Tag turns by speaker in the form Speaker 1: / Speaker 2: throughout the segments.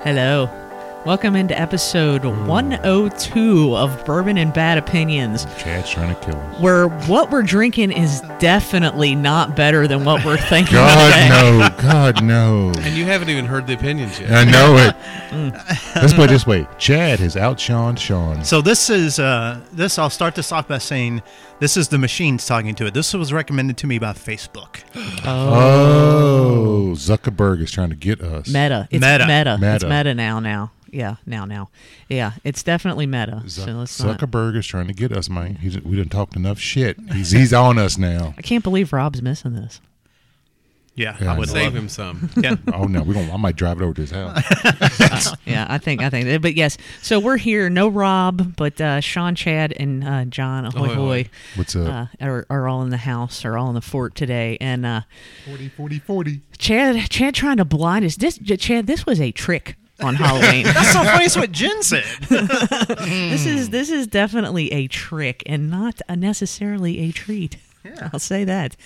Speaker 1: Hello. Welcome into episode 102 of Bourbon and Bad Opinions,
Speaker 2: Chad's trying to kill us.
Speaker 1: where what we're drinking is definitely not better than what we're thinking. today.
Speaker 2: God no, God no.
Speaker 3: And you haven't even heard the opinions yet.
Speaker 2: I know it. Let's put it this way: Chad has outshined Sean.
Speaker 4: So this is uh, this. I'll start this off by saying this is the machines talking to it. This was recommended to me by Facebook.
Speaker 2: Oh, Zuckerberg is trying to get us.
Speaker 1: Meta. It's meta.
Speaker 4: Meta.
Speaker 1: It's
Speaker 2: Meta.
Speaker 1: meta now, now. Yeah, now, now. Yeah, it's definitely meta.
Speaker 2: Zuck-
Speaker 1: so let's not.
Speaker 2: Zuckerberg is trying to get us, man. He's, we done talked enough shit. He's he's on us now.
Speaker 1: I can't believe Rob's missing this.
Speaker 4: Yeah,
Speaker 2: Yeah, I
Speaker 4: I would
Speaker 2: know.
Speaker 4: love
Speaker 3: Save him some.
Speaker 4: it. Yeah.
Speaker 2: Oh no, we don't. I might drive it over to his house.
Speaker 1: Yeah, I think, I think. But yes, so we're here. No Rob, but uh, Sean, Chad, and uh, John, ahoy,
Speaker 3: Ahoy, ahoy.
Speaker 1: hoy,
Speaker 2: What's up?
Speaker 1: uh, are, are all in the house, are all in the fort today. And uh,
Speaker 2: 40, 40, 40.
Speaker 1: Chad, Chad trying to blind us. This Chad, this was a trick on Halloween.
Speaker 4: That's so funny. That's what Jen said.
Speaker 1: this is this is definitely a trick and not a necessarily a treat. I'll say that.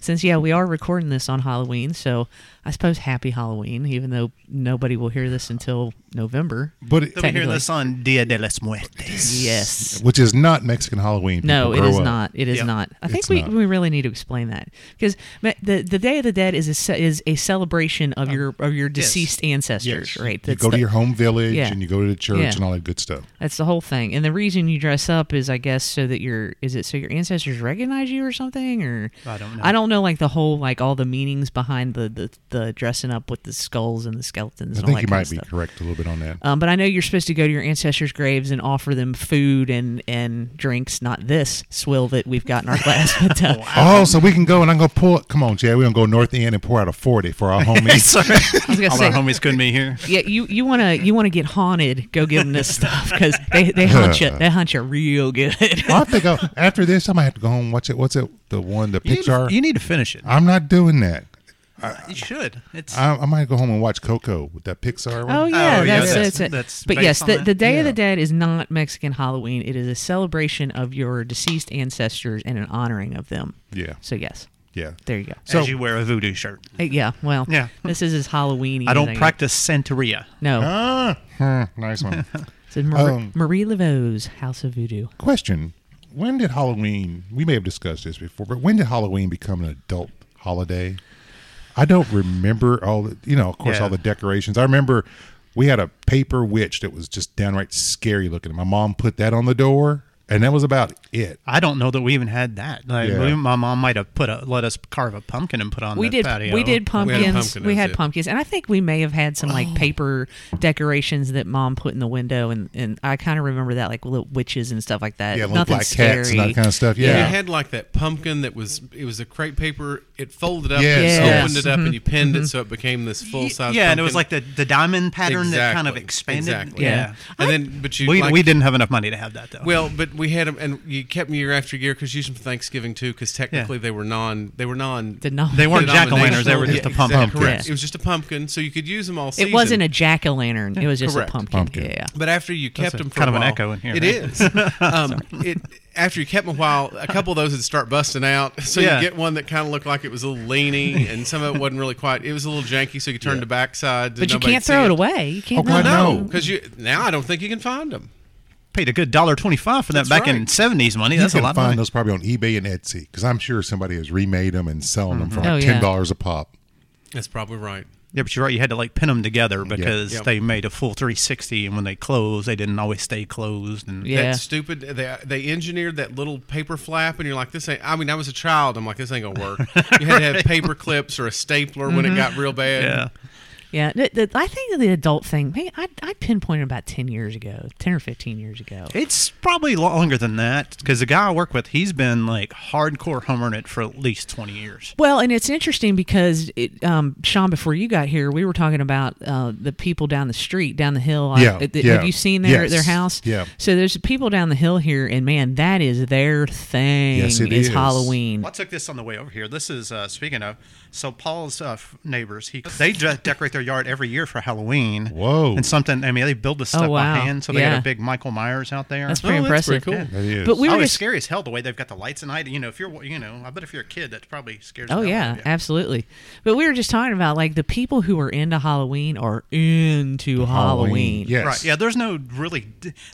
Speaker 1: Since yeah, we are recording this on Halloween, so I suppose happy Halloween, even though nobody will hear this until November.
Speaker 2: But it,
Speaker 4: They'll be hearing
Speaker 1: Technically.
Speaker 4: this on Dia de los Muertes.
Speaker 1: Yes.
Speaker 2: which is not Mexican Halloween.
Speaker 1: No, it
Speaker 2: People grow
Speaker 1: is
Speaker 2: up.
Speaker 1: not. It is
Speaker 4: Yep.
Speaker 1: not. I think
Speaker 2: It's
Speaker 1: we,
Speaker 2: not.
Speaker 1: we really need to explain that because ma- the the Day of the Dead is a ce- is a celebration of your of your deceased ancestors,
Speaker 4: Yes.
Speaker 1: right?
Speaker 2: You
Speaker 1: That's
Speaker 2: go to
Speaker 1: the-
Speaker 2: your home village
Speaker 1: Yeah.
Speaker 2: and you go to the church
Speaker 1: Yeah.
Speaker 2: and all that good stuff.
Speaker 1: That's the whole thing. And the reason you dress up is, I guess, so that your is it so your ancestors recognize you or something, or
Speaker 4: I don't know.
Speaker 1: I don't know, like the whole like all the meanings behind the the, the dressing up with the skulls and the skeletons.
Speaker 2: I
Speaker 1: and all
Speaker 2: think
Speaker 1: that
Speaker 2: you
Speaker 1: kind
Speaker 2: might
Speaker 1: of
Speaker 2: be
Speaker 1: stuff.
Speaker 2: correct a little bit on that.
Speaker 1: Um, but I know you're supposed to go to your ancestors' graves and offer them food and and drinks, not this swill that we've got in our class. But, uh,
Speaker 2: Oh, so we can go and I'm gonna pour. Come on, Chad. We're gonna go north end and pour out a forty for our homies.
Speaker 4: Sorry.
Speaker 1: I was gonna
Speaker 4: All
Speaker 1: say,
Speaker 4: my homies couldn't be here.
Speaker 1: yeah, you, you wanna you wanna get haunted? Go give them this stuff because they they hunt you they hunt you real good.
Speaker 2: I think I, after this, I might have to go home and watch it. What's it? The one, the
Speaker 4: You need, to,
Speaker 2: Pixar.
Speaker 4: you need to finish it.
Speaker 2: I'm not doing that.
Speaker 4: You should. It's
Speaker 2: I, I might go home and watch Coco with that Pixar one.
Speaker 1: Oh yeah,
Speaker 4: yeah,
Speaker 1: that's,
Speaker 4: that's-
Speaker 1: that's it.
Speaker 4: that's
Speaker 1: but
Speaker 4: based
Speaker 1: yes,
Speaker 4: on
Speaker 1: the,
Speaker 4: that.
Speaker 1: the Day of the
Speaker 2: Yeah.
Speaker 1: Dead is not Mexican Halloween. It is a celebration of your deceased ancestors and an honoring of them.
Speaker 2: yeah,
Speaker 1: So yes,
Speaker 2: yeah.
Speaker 1: there you go.
Speaker 2: So-
Speaker 4: as you wear a voodoo shirt.
Speaker 1: Hey, yeah, well,
Speaker 4: Yeah.
Speaker 1: this is as Halloween.
Speaker 4: I don't practice Santeria.
Speaker 1: No,
Speaker 2: Ah, hmm, nice one.
Speaker 1: it's in Mar-
Speaker 2: um,
Speaker 1: Marie Laveau's House of Voodoo.
Speaker 2: Question: When did Halloween? We may have discussed this before, but when did Halloween become an adult holiday? I don't remember all the, you know, of course,
Speaker 4: Yeah.
Speaker 2: all the decorations. I remember we had a paper witch that was just downright scary looking. My mom put that on the door, and that was about it.
Speaker 4: I don't know that we even had that. Like,
Speaker 2: Yeah.
Speaker 4: we- my mom might have put a let us carve a pumpkin and put on
Speaker 1: We
Speaker 4: the
Speaker 1: did.
Speaker 4: patio.
Speaker 1: We did pumpkins. We had,
Speaker 3: pumpkin, that's it.
Speaker 1: pumpkins, and I think we may have had some like paper decorations that mom put in the window, and, and I kind of remember that, like little witches and stuff like that.
Speaker 2: Yeah, little
Speaker 1: Nothing
Speaker 2: black
Speaker 1: scary.
Speaker 2: cats and that kind of stuff. Yeah.
Speaker 3: You had like that pumpkin that was it was a crepe paper. It folded up,
Speaker 2: Yes. Mm-hmm.
Speaker 3: and
Speaker 1: Yes.
Speaker 3: opened it up, and you pinned it so it became this full
Speaker 4: Y-
Speaker 3: size.
Speaker 4: Mm-hmm. Yeah, and it was like the, the diamond pattern that kind of expanded.
Speaker 3: Exactly.
Speaker 1: Yeah.
Speaker 4: Yeah.
Speaker 3: And then, but you
Speaker 4: We,
Speaker 3: like-
Speaker 4: we didn't have enough money to have that though.
Speaker 3: Well, but we had them, and you kept them year after year because you used them for Thanksgiving too. Because technically, they were non. They were non.
Speaker 1: Did not.
Speaker 4: They weren't jack o' lanterns. They
Speaker 3: denominational.
Speaker 4: were just a
Speaker 3: Yeah,
Speaker 4: pumpkin.
Speaker 3: exactly. Correct.
Speaker 1: Yeah.
Speaker 3: It was just a pumpkin, so you could use them all season.
Speaker 1: It wasn't a jack o' lantern. It was just
Speaker 3: Correct.
Speaker 1: a pumpkin.
Speaker 2: Pumpkin.
Speaker 1: Yeah.
Speaker 3: But after you kept
Speaker 4: a-
Speaker 3: them for
Speaker 4: kind
Speaker 3: a
Speaker 4: of an
Speaker 3: while-
Speaker 4: echo in here,
Speaker 3: It is. um, it after you kept them a while, a couple of those would start busting out. So
Speaker 4: Yeah.
Speaker 3: you get one that kind of looked like it was a little leany, and some of it wasn't really quite. It was a little janky, so you turned the backside.
Speaker 1: But you can't throw it away. You can't.
Speaker 2: Oh,
Speaker 1: throw
Speaker 2: God,
Speaker 1: it away.
Speaker 2: no.
Speaker 3: No, because you now I don't think you can find them.
Speaker 4: paid a good dollar twenty five for that
Speaker 3: That's
Speaker 4: back in
Speaker 3: right.
Speaker 4: seventies money.
Speaker 2: You
Speaker 4: That's a
Speaker 2: can
Speaker 4: lot.
Speaker 2: find
Speaker 4: of money.
Speaker 2: those probably on eBay and Etsy because I'm sure somebody has remade them and selling them for
Speaker 4: Mm-hmm.
Speaker 1: Oh,
Speaker 2: like
Speaker 1: yeah.
Speaker 2: ten dollars a pop.
Speaker 3: That's probably right.
Speaker 4: Yeah, but you're right. You had to like pin them together because
Speaker 3: Yep.
Speaker 4: they made a full three sixty, and when they closed, they didn't always stay closed. And
Speaker 1: Yeah.
Speaker 3: That stupid. They they engineered that little paper flap, and you're like, this ain't. I mean, I was a child. I'm like, this ain't gonna work. You had to have paper clips or a stapler when it got real bad.
Speaker 4: Mm-hmm. yeah,
Speaker 1: Yeah, th- th- I think the adult thing. Man, I I pinpointed about ten years ago, ten or fifteen years ago.
Speaker 4: it's probably longer than that because the guy I work with, he's been like hardcore hummering it for at least twenty years.
Speaker 1: Well, and it's interesting because it, um, Sean, before you got here, we were talking about uh, the people down the street, down the hill. I-
Speaker 2: Yeah,
Speaker 1: th-
Speaker 2: yeah.
Speaker 1: Have you seen their
Speaker 2: Yes.
Speaker 1: their house?
Speaker 2: Yeah.
Speaker 1: So there's people down the hill here, and man, that is their thing.
Speaker 2: Yes, it
Speaker 1: is
Speaker 2: is.
Speaker 1: Halloween.
Speaker 4: Well, I took this on the way over here. This is uh, speaking of So Paul's uh, f- neighbors, he they de- decorate their yard every year for Halloween.
Speaker 2: Whoa.
Speaker 4: And something, I mean, they build this
Speaker 1: Oh,
Speaker 4: stuff
Speaker 1: wow.
Speaker 4: by hand. So they
Speaker 1: Yeah.
Speaker 4: got a big Michael Myers out there.
Speaker 1: That's pretty impressive.
Speaker 3: cool.
Speaker 2: That is.
Speaker 1: But we
Speaker 4: oh,
Speaker 1: were
Speaker 4: it's
Speaker 1: just
Speaker 4: scary as hell the way they've got the lights and night. You know, if you're, you know, I bet if you're a kid, that probably scares. the
Speaker 1: Oh
Speaker 4: hell
Speaker 1: yeah,
Speaker 4: out of you.
Speaker 1: absolutely. But we were just talking about like the people who are into Halloween are into Halloween.
Speaker 2: Yes.
Speaker 4: Right. Yeah. There's no really.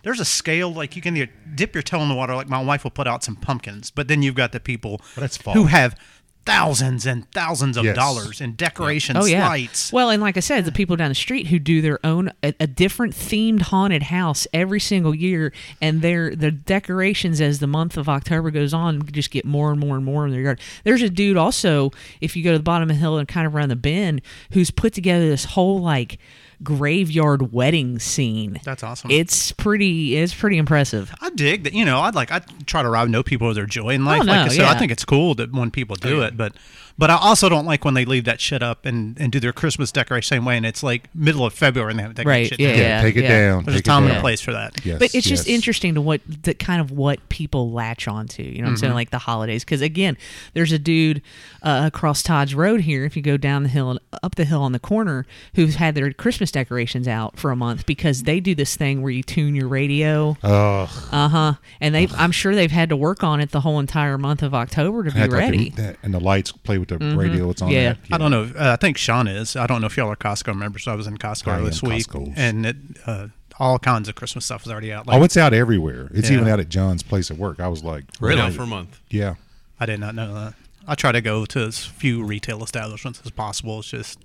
Speaker 4: There's a scale like you can either dip your toe in the water. Like my wife will put out some pumpkins, but then you've got the people
Speaker 2: that's false.
Speaker 4: who have thousands and thousands of
Speaker 2: Yes.
Speaker 4: dollars in decorations,
Speaker 1: Oh yeah.
Speaker 4: lights.
Speaker 1: Well, and like I said, the people down the street who do their own a, a different themed haunted house every single year, and their the decorations as the month of October goes on just get more and more and more in their yard. There's a dude also, if you go to the bottom of the hill and kind of around the bend, who's put together this whole like graveyard wedding scene.
Speaker 4: That's awesome.
Speaker 1: It's pretty. It's pretty impressive.
Speaker 4: I dig that. You know, I'd like I try to rob no people of their joy in life.
Speaker 1: Oh,
Speaker 4: like I
Speaker 1: no,
Speaker 4: said, I
Speaker 1: yeah. Oh,
Speaker 4: think it's cool that when people do it, but but I also don't like when they leave that shit up and and do their Christmas decoration same way, and it's like middle of February and they haven't taken
Speaker 1: Right,
Speaker 4: that shit
Speaker 1: yeah,
Speaker 4: down.
Speaker 2: Yeah, take it
Speaker 1: yeah.
Speaker 2: down.
Speaker 4: There's a
Speaker 2: take it
Speaker 4: time and a
Speaker 2: down.
Speaker 4: place for that.
Speaker 2: Yes,
Speaker 1: But it's just
Speaker 2: yes.
Speaker 1: interesting to what the kind of what people latch onto. You know what I'm saying? Like the holidays. Because again, there's a dude uh, across Todd's Road here. If you go down the hill and up the hill on the corner, who's had their Christmas decorations out for a month because they do this thing where you tune your radio.
Speaker 2: Ugh,
Speaker 1: Uh huh. And they, I'm sure they've had to work on it the whole entire month of October to
Speaker 2: I
Speaker 1: be
Speaker 2: had, like, a-
Speaker 1: ready.
Speaker 2: that- and the lights play with the radio. It's on.
Speaker 1: Yeah.
Speaker 2: That.
Speaker 4: Mm-hmm. I don't know. Uh, I think Sean is. I don't know if y'all are Costco members. I was in Costco
Speaker 2: I am
Speaker 4: this week,
Speaker 2: Oh, Costco's.
Speaker 4: and it, uh, all kinds of Christmas stuff was already out. Like,
Speaker 2: Oh, it's out everywhere. It's
Speaker 4: Yeah.
Speaker 2: even out at John's place at work. I was like,
Speaker 4: Really?
Speaker 3: Now for a month.
Speaker 2: Yeah.
Speaker 4: I did not know that. I try to go to as few retail establishments as possible. It's just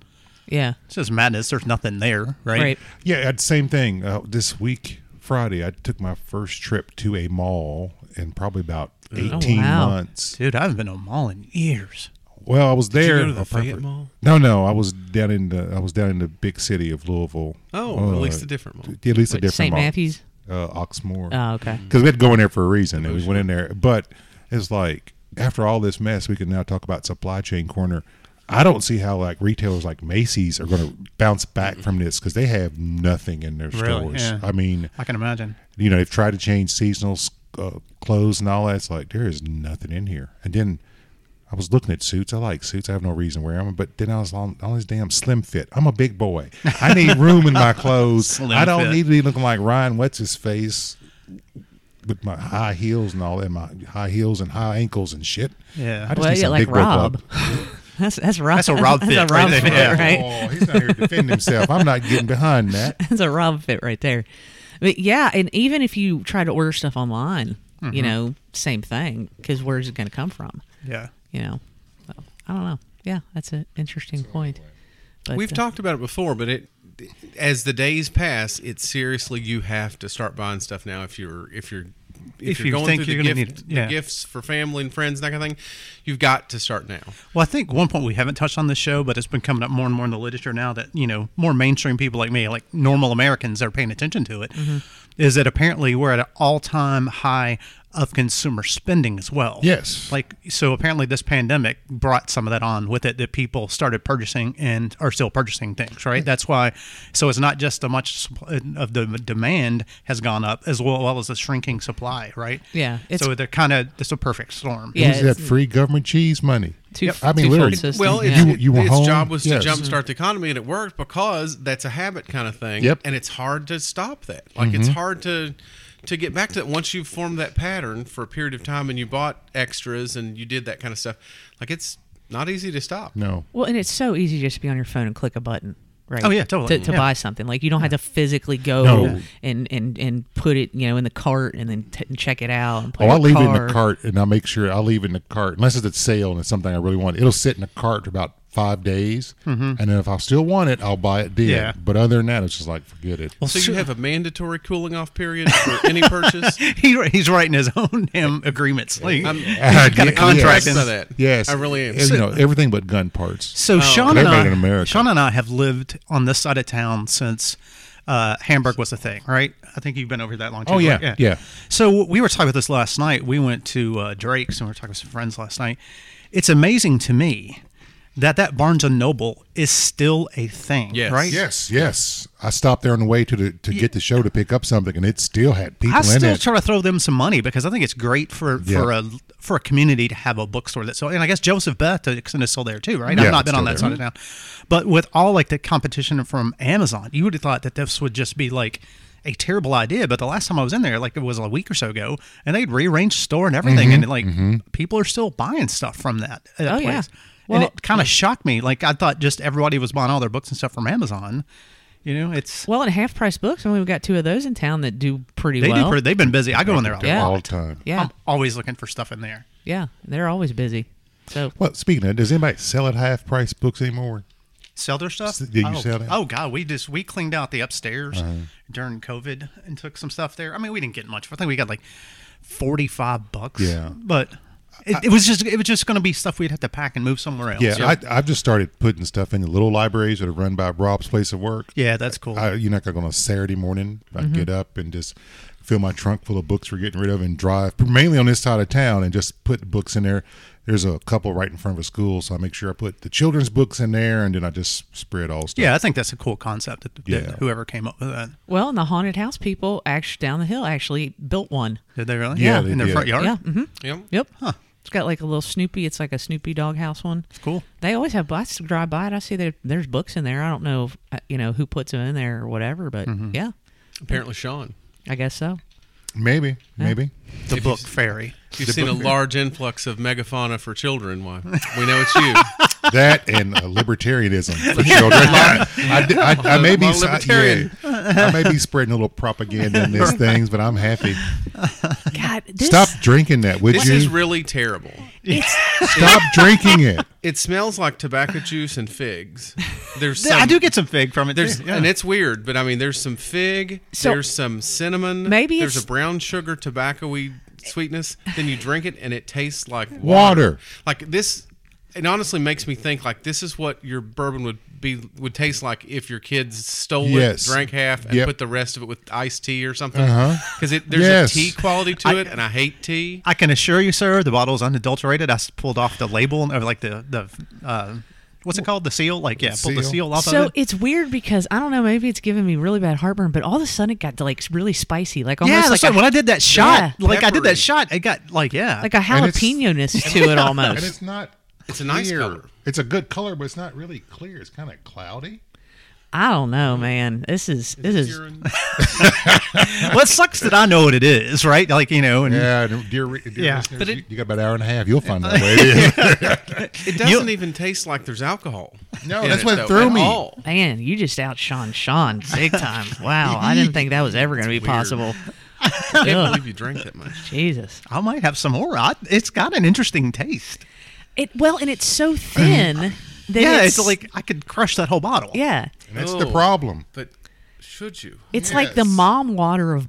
Speaker 1: Yeah.
Speaker 4: it's just madness. There's nothing there, right?
Speaker 1: Right.
Speaker 2: Yeah, at same thing. Uh, this week, Friday, I took my first trip to a mall in probably about
Speaker 3: Oh,
Speaker 2: 18
Speaker 1: wow.
Speaker 2: months.
Speaker 4: Dude, I haven't been to a mall in years.
Speaker 2: Well, I was there.
Speaker 3: go to the
Speaker 2: Oh, perfect.
Speaker 3: Fayette Mall?
Speaker 2: No, no, I was down in the I was down in the big city of Louisville.
Speaker 3: Oh,
Speaker 2: Uh,
Speaker 3: at least a different mall.
Speaker 2: yeah, at least a different
Speaker 1: St.
Speaker 2: mall.
Speaker 1: Matthews.
Speaker 2: uh, Oxmoor.
Speaker 1: Oh, okay.
Speaker 2: Because we had to go in there for a reason, and we went in there. But it's like after all this mess, we can now talk about supply chain corner. I don't see how like retailers like Macy's are going to bounce back from this because they have nothing in their
Speaker 4: Really?
Speaker 2: stores.
Speaker 4: Yeah.
Speaker 2: I mean,
Speaker 4: I can imagine.
Speaker 2: you know, they've tried to change seasonal uh, clothes and all that. It's like there is nothing in here. And then I was looking at suits. I like suits. I have no reason to wear them. But then I was on, on this damn slim fit. I'm a big boy. I need room in my clothes.
Speaker 4: Slim
Speaker 2: I don't
Speaker 4: fit.
Speaker 2: need to be looking like Ryan What's his face with my high heels and all that, my high heels and high ankles and shit.
Speaker 4: Yeah.
Speaker 2: I just
Speaker 1: Well,
Speaker 2: need
Speaker 1: yeah,
Speaker 2: some
Speaker 1: like
Speaker 2: big boy club.
Speaker 1: Rob. That's that's Rob.
Speaker 4: That's a Rob
Speaker 1: that's
Speaker 4: fit
Speaker 1: a
Speaker 4: right
Speaker 1: Rob
Speaker 4: there.
Speaker 1: fit,
Speaker 4: Yeah.
Speaker 1: right?
Speaker 2: Oh, he's not here to defend himself. I'm not getting behind that.
Speaker 1: That's a Rob fit right there. But yeah, and even if you try to order stuff online, you know, same thing because where's it going to come from?
Speaker 4: Yeah.
Speaker 1: You know, so, I don't know. Yeah, that's an interesting point. But,
Speaker 3: We've
Speaker 1: uh,
Speaker 3: talked about it before, but it as the days pass, it's seriously you have to start buying stuff now if you're if you're if,
Speaker 4: If
Speaker 3: you're
Speaker 4: you
Speaker 3: going
Speaker 4: think
Speaker 3: through
Speaker 4: you're
Speaker 3: the,
Speaker 4: gonna
Speaker 3: gift,
Speaker 4: need- yeah.
Speaker 3: the gifts for family and friends and that kind of thing, you've got to start now.
Speaker 4: Well, I think one point we haven't touched on this show, but it's been coming up more and more in the literature now that, you know, more mainstream people like me, like normal Americans are paying attention to it. Is that apparently we're at an all time high of consumer spending as well.
Speaker 2: Yes.
Speaker 4: Like, so apparently this pandemic brought some of that on with it that people started purchasing and are still purchasing things, right? That's why, so it's not just the much supp- of the demand has gone up as well, well as the shrinking supply, right?
Speaker 1: Yeah, it's-
Speaker 4: so they're kind of, it's a perfect storm.
Speaker 1: Yeah,
Speaker 2: Who's that
Speaker 1: it's-
Speaker 2: free government cheese money?
Speaker 1: Two-
Speaker 2: I mean,
Speaker 1: two-thirds
Speaker 2: literally,
Speaker 1: system,
Speaker 3: Well,
Speaker 1: yeah.
Speaker 3: it's,
Speaker 2: You- you were
Speaker 3: its
Speaker 2: home?
Speaker 3: job was
Speaker 2: Yes.
Speaker 3: to jumpstart the economy, and it worked because that's a habit kind of thing.
Speaker 2: Yep.
Speaker 3: And it's hard to stop that. Like it's hard to to get back to that once you've formed that pattern for a period of time, and you bought extras and you did that kind of stuff. Like it's not easy to stop.
Speaker 2: no.
Speaker 1: well, and it's so easy just to be on your phone and click a button. Right.
Speaker 4: Oh, yeah, totally.
Speaker 1: To, to
Speaker 4: Yeah.
Speaker 1: buy something, like you don't have to physically go
Speaker 2: No.
Speaker 1: and, and and put it, you know, in the cart and then t- and check it out. And put
Speaker 2: Oh,
Speaker 1: it
Speaker 2: I
Speaker 1: in
Speaker 2: leave
Speaker 1: the
Speaker 2: it
Speaker 1: car.
Speaker 2: in the cart, and I make sure I leave it in the cart unless it's at sale and it's something I really want. It'll sit in the cart for about five days,
Speaker 3: Mm-hmm.
Speaker 2: and then if I still want it, I'll buy it then.
Speaker 4: Yeah.
Speaker 2: But other than that, it's just like forget it.
Speaker 3: So you have a mandatory cooling off period for any purchase.
Speaker 4: He, he's writing his own damn agreements. Like,
Speaker 3: I'm
Speaker 2: got
Speaker 4: a contract
Speaker 3: impressed
Speaker 4: in-
Speaker 3: by that.
Speaker 2: Yes,
Speaker 3: I really am.
Speaker 2: You know, everything but gun parts.
Speaker 4: so Sean
Speaker 2: Oh, They're
Speaker 4: and
Speaker 2: made in
Speaker 4: I,
Speaker 2: America.
Speaker 4: Sean and I have lived on this side of town since uh, Hamburg was a thing, right? I think you've been over that long. Too,
Speaker 2: Oh, yeah,
Speaker 4: right?
Speaker 2: yeah.
Speaker 4: So we were talking about this last night. We went to uh, Drake's and we were talking to some friends last night. It's amazing to me that that Barnes and Noble is still a thing,
Speaker 3: Yes.
Speaker 4: right?
Speaker 2: Yes, yes. I stopped there on the way to the, to get the show to pick up something, and it still had people
Speaker 4: I
Speaker 2: in
Speaker 4: still
Speaker 2: it.
Speaker 4: try to throw them some money because I think it's great for for
Speaker 2: Yeah.
Speaker 4: a for a community to have a bookstore that's sold. And I guess Joseph Beth to extent is still there too, right?
Speaker 2: Yeah,
Speaker 4: I've not been
Speaker 2: it's
Speaker 4: on
Speaker 2: still
Speaker 4: that side of town. But with all like the competition from Amazon, you would have thought that this would just be like a terrible idea. But the last time I was in there, like it was a week or so ago, and they'd rearranged store and everything, and
Speaker 2: Mm-hmm,
Speaker 4: like people are still buying stuff from that, that
Speaker 1: Oh,
Speaker 4: place.
Speaker 1: yeah.
Speaker 4: and
Speaker 1: Well-
Speaker 4: it kind of shocked me. Like I thought, just everybody was buying all their books and stuff from Amazon. You know, it's
Speaker 1: Well, at half price books, I mean, we've got two of those in town that do pretty
Speaker 4: they
Speaker 1: well.
Speaker 4: do. Pretty, they've been busy. I go in there. a
Speaker 1: Yeah.
Speaker 4: lot.
Speaker 2: all the time.
Speaker 1: yeah,
Speaker 4: I'm always looking for stuff in there.
Speaker 1: yeah, they're always busy. So
Speaker 2: Well, speaking of, does anybody sell at half price books anymore?
Speaker 4: Sell their stuff?
Speaker 2: S- did you
Speaker 4: oh,
Speaker 2: sell that? Uh-huh.
Speaker 4: Oh God, we just we cleaned out the upstairs during COVID and took some stuff there. I mean, we didn't get much. I think we got like forty five bucks.
Speaker 2: Yeah.
Speaker 4: but it, it was just it was just going to be stuff we'd have to pack and move somewhere else.
Speaker 2: Yeah, I, I've just started putting stuff in the little libraries that are run by Rob's place of work.
Speaker 4: yeah, that's cool.
Speaker 2: I, you know, like on a Saturday morning, I get up and just fill my trunk full of books we're getting rid of and drive mainly on this side of town and just put books in there. There's a couple right in front of a school, so I make sure I put the children's books in there and then I just spread all stuff.
Speaker 4: yeah, I think that's a cool concept. That, that
Speaker 2: Yeah.
Speaker 4: whoever came up with that
Speaker 1: Well, and the haunted house people actually down the hill actually built one.
Speaker 4: did they really?
Speaker 2: Yeah, they
Speaker 4: in their
Speaker 2: did.
Speaker 4: front yard.
Speaker 1: Yeah. hmm
Speaker 3: Yep.
Speaker 1: Yep. It's got like a little Snoopy. It's like a Snoopy doghouse one. It's
Speaker 4: cool.
Speaker 1: They always have. I just drive by it. I see there, there's books in there. I don't know, if, uh, you know, who puts them in there or whatever, but
Speaker 2: Mm-hmm.
Speaker 1: yeah,
Speaker 3: Apparently, Sean.
Speaker 1: I guess so.
Speaker 2: Maybe, maybe.
Speaker 4: the book fairy.
Speaker 3: If You've seen a large influx of megafauna for children. Why? We know it's you.
Speaker 2: that and uh, libertarianism for children. I, I, I, I may be
Speaker 3: I'm a libertarian.
Speaker 2: yeah. I may be spreading a little propaganda in these things, but I'm happy.
Speaker 1: God, this,
Speaker 2: Stop drinking that, would
Speaker 3: This
Speaker 2: you?
Speaker 3: is really terrible.
Speaker 2: Stop drinking it.
Speaker 3: It smells like tobacco juice and figs. There's
Speaker 4: I
Speaker 3: some-
Speaker 4: do get some fig from it.
Speaker 3: There's
Speaker 4: too. Yeah.
Speaker 3: and it's weird, but I mean, there's some fig,
Speaker 1: So-
Speaker 3: there's some cinnamon,
Speaker 1: Maybe
Speaker 3: there's
Speaker 1: it's-
Speaker 3: a brown sugar tobacco-y sweetness. Then you drink it, and it tastes like water.
Speaker 2: Water.
Speaker 3: Like this, it honestly makes me think like this is what your bourbon would be would taste like if your kids stole
Speaker 2: Yes.
Speaker 3: it, drank half, and
Speaker 2: Yep.
Speaker 3: put the rest of it with iced tea or something.
Speaker 2: Uh-huh.
Speaker 3: Because it there's
Speaker 2: Yes.
Speaker 3: a tea quality to it, and I hate tea.
Speaker 4: I can assure you, sir, the bottle is unadulterated. I s- pulled off the label or like the the uh, what's it called? The seal. Like yeah, pulled the
Speaker 2: Seal.
Speaker 4: seal off
Speaker 1: So
Speaker 4: of it.
Speaker 1: it's weird because I don't know. Maybe it's giving me really bad heartburn, but all of a sudden it got like really spicy, like almost
Speaker 4: Yeah,
Speaker 1: like
Speaker 4: that's
Speaker 1: a,
Speaker 4: right. when I did that shot,
Speaker 1: Yeah.
Speaker 4: like I did
Speaker 3: Peppery.
Speaker 4: that shot, it got like yeah,
Speaker 1: like a
Speaker 2: And it's-
Speaker 1: jalapeno ness to it
Speaker 2: And
Speaker 1: almost.
Speaker 2: it's not.
Speaker 3: It's a nice
Speaker 2: clear.
Speaker 3: color.
Speaker 2: It's a good color, but it's not really clear. It's kind of cloudy.
Speaker 1: I don't know, man. This is this is
Speaker 3: Urine.
Speaker 4: well, it sucks that I know what it is, right? Like you know, and
Speaker 2: Yeah, and dear, re- dear
Speaker 4: Yeah.
Speaker 2: listeners,
Speaker 4: But it-
Speaker 2: you, you got about an hour and a half. You'll find out where it is.
Speaker 3: It doesn't even taste like there's alcohol.
Speaker 2: No,
Speaker 3: in
Speaker 2: that's
Speaker 3: it,
Speaker 2: what
Speaker 3: though,
Speaker 2: threw
Speaker 3: at
Speaker 2: me.
Speaker 3: all.
Speaker 1: Man, you just outshone Sean big time. Wow, I didn't think that was ever going to be possible.
Speaker 3: I can't
Speaker 1: Ugh.
Speaker 3: believe you drank that much.
Speaker 1: Jesus.
Speaker 4: I might have some more. I, it's got an interesting taste.
Speaker 1: It well, and it's so thin that
Speaker 4: yeah,
Speaker 1: it's,
Speaker 4: it's, like I could crush that whole bottle.
Speaker 1: yeah,
Speaker 2: And that's the
Speaker 3: Oh.
Speaker 2: problem.
Speaker 3: But should you?
Speaker 1: it's like the
Speaker 2: Yes.
Speaker 1: mom water of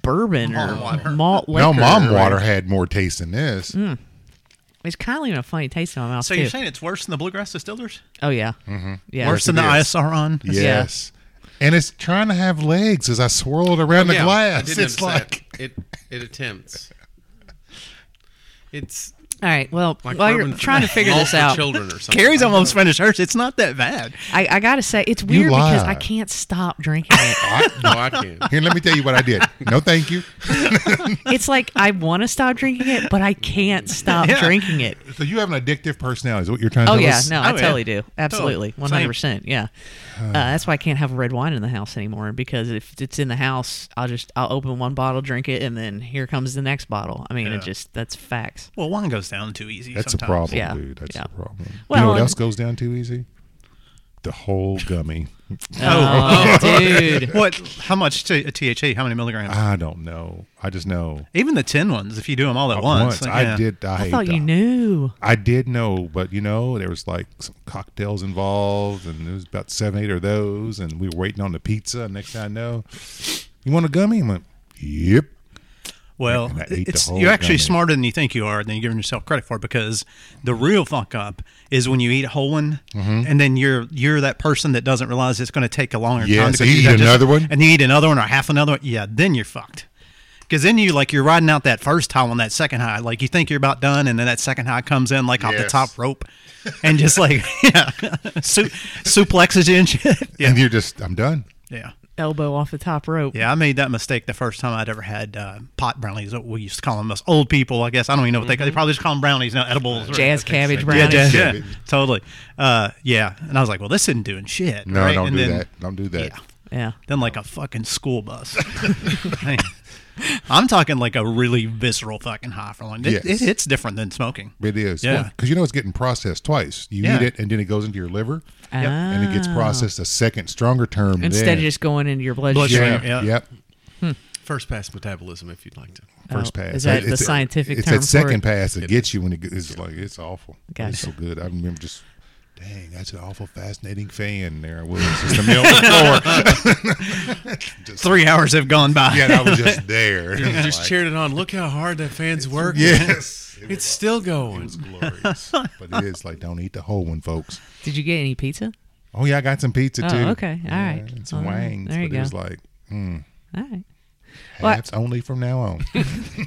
Speaker 1: bourbon or
Speaker 4: Mom water.
Speaker 1: malt liquor.
Speaker 2: No, mom
Speaker 1: or-
Speaker 2: water had more taste than this.
Speaker 1: It's kind of leaving a funny taste in my mouth
Speaker 4: So
Speaker 1: too.
Speaker 4: you're saying Mm-hmm. it's worse than the bluegrass distillers?
Speaker 1: oh yeah, yeah.
Speaker 4: worse than the
Speaker 2: it is.
Speaker 4: ISR on?
Speaker 2: Yes. And it's trying to have legs as I swirl it around the
Speaker 3: Oh, Yeah, I
Speaker 2: glass.
Speaker 3: didn't
Speaker 2: It's
Speaker 3: notice
Speaker 2: like
Speaker 3: that. it. It attempts. It's
Speaker 1: All right. Well,
Speaker 3: like
Speaker 1: while you're
Speaker 3: bourbon for-
Speaker 1: trying to figure
Speaker 3: malt
Speaker 1: this
Speaker 3: for
Speaker 1: out,
Speaker 3: children or something.
Speaker 4: Carrie's almost finished hers. It's not that bad.
Speaker 1: I, I gotta say it's weird because I
Speaker 2: lied.
Speaker 1: can't stop drinking it.
Speaker 2: I-
Speaker 3: No, I can.
Speaker 2: here, let me tell you what I did. No, thank you.
Speaker 1: it's like I want to stop drinking it, but I can't stop
Speaker 4: Yeah.
Speaker 1: drinking it.
Speaker 2: So you have an addictive personality. Is what you're trying to
Speaker 1: Oh
Speaker 2: tell
Speaker 1: yeah,
Speaker 2: us?
Speaker 1: no, I
Speaker 4: Oh, yeah.
Speaker 1: totally do. Absolutely,
Speaker 4: Totally.
Speaker 1: one
Speaker 4: Same.
Speaker 1: hundred percent. Yeah, uh, that's why I can't have red wine in the house anymore because if it's in the house, I'll just I'll open one bottle, drink it, and then here comes the next bottle. I mean,
Speaker 4: Yeah.
Speaker 1: it just that's facts.
Speaker 4: Well, wine goes down too easy.
Speaker 2: That's
Speaker 4: sometimes.
Speaker 2: a problem,
Speaker 1: Yeah,
Speaker 2: dude. That's
Speaker 1: yeah.
Speaker 2: a problem. you
Speaker 1: Well,
Speaker 2: know what
Speaker 1: and-
Speaker 2: else goes down too easy? The whole gummy.
Speaker 1: Oh, dude,
Speaker 4: What? How much t- THC? How many milligrams?
Speaker 2: I don't know. I just know.
Speaker 4: Even the tin ones, if you do them all at once. like,
Speaker 2: I
Speaker 4: yeah.
Speaker 2: did. I,
Speaker 1: I
Speaker 2: hate
Speaker 1: thought you
Speaker 2: that.
Speaker 1: knew.
Speaker 2: I did know, but you know, there was like some cocktails involved, and there was about seven, eight of those, and we were waiting on the pizza. And next thing I know, you want a gummy? I went, yep.
Speaker 4: Well,
Speaker 2: And I ate the
Speaker 4: it's,
Speaker 2: whole
Speaker 4: you're actually
Speaker 2: gummy.
Speaker 4: smarter than you think you are, than you're giving yourself credit for. Because the real fuck up is when you eat a whole one,
Speaker 2: Mm-hmm.
Speaker 4: and then you're you're that person that doesn't realize it's going to take a longer
Speaker 2: Yeah,
Speaker 4: time
Speaker 2: so
Speaker 4: to go
Speaker 2: you
Speaker 4: through
Speaker 2: eat
Speaker 4: digestion,
Speaker 2: another one?
Speaker 4: and you eat another one or half another one. Yeah, then you're fucked. Because then you like you're riding out that first high on that second high, like you think you're about done, and then that second high comes in like off the
Speaker 2: Yes.
Speaker 4: top rope, and just like yeah, su- suplexes you and shit. Yeah,
Speaker 2: And you're just, I'm done.
Speaker 4: yeah.
Speaker 1: elbow off the top rope.
Speaker 4: Yeah, I made that mistake the first time I'd ever had uh, pot brownies. What we used to call them, us old people, I guess. I don't even know what they they probably just call them brownies now, edibles.
Speaker 1: Mm-hmm.
Speaker 4: or-
Speaker 1: Jazz
Speaker 4: okay,
Speaker 1: cabbage
Speaker 4: so-
Speaker 1: brownies.
Speaker 4: Yeah, jazz,
Speaker 2: Yeah.
Speaker 4: yeah, totally. Uh, yeah, and I was like, well, this isn't doing shit.
Speaker 2: No,
Speaker 4: right?
Speaker 2: don't
Speaker 4: And
Speaker 2: do
Speaker 4: then-
Speaker 2: that. Don't do that.
Speaker 4: Yeah,
Speaker 1: Yeah.
Speaker 4: then like a fucking school bus. Man. I'm talking like a really visceral fucking high for one.
Speaker 2: Yes.
Speaker 4: It, it hits different than smoking.
Speaker 2: It is.
Speaker 4: Yeah.
Speaker 2: Because you know it's getting processed twice. You
Speaker 4: Yeah.
Speaker 2: eat it and then it goes into your liver
Speaker 1: Yep.
Speaker 2: and it gets
Speaker 1: Ah.
Speaker 2: processed a second, stronger term.
Speaker 1: Instead
Speaker 2: then.
Speaker 1: of just going into your bloodstream.
Speaker 4: Bloodstream.
Speaker 2: Yeah.
Speaker 4: Yeah.
Speaker 2: Yep.
Speaker 3: First pass metabolism, if you'd like to.
Speaker 2: First
Speaker 1: Oh,
Speaker 2: pass.
Speaker 1: is that
Speaker 2: It-
Speaker 1: the scientific
Speaker 2: it's
Speaker 1: term
Speaker 2: that
Speaker 1: for
Speaker 2: second
Speaker 1: it?
Speaker 2: pass that gets you when it gets, it's like, it's awful.
Speaker 1: Gotcha.
Speaker 2: It's so good. I remember just, dang, that's an awful fascinating fan there. I was just a milk floor.
Speaker 4: Three hours have gone by.
Speaker 2: yeah, and I was just there.
Speaker 3: You
Speaker 2: It's
Speaker 3: just
Speaker 2: like,
Speaker 3: cheered it on. Look how hard that fan's working.
Speaker 2: Yes. It
Speaker 3: It's still going.
Speaker 2: was glorious. But it is like, don't eat the whole one, folks.
Speaker 1: Did you get any pizza?
Speaker 2: Oh, yeah, I got some pizza
Speaker 1: Oh,
Speaker 2: too.
Speaker 1: okay. All
Speaker 2: Yeah,
Speaker 1: right.
Speaker 2: And some
Speaker 1: All right.
Speaker 2: wings.
Speaker 1: There you
Speaker 2: but it was
Speaker 1: go.
Speaker 2: like,
Speaker 1: All right. Well, I-
Speaker 2: halves only from now on.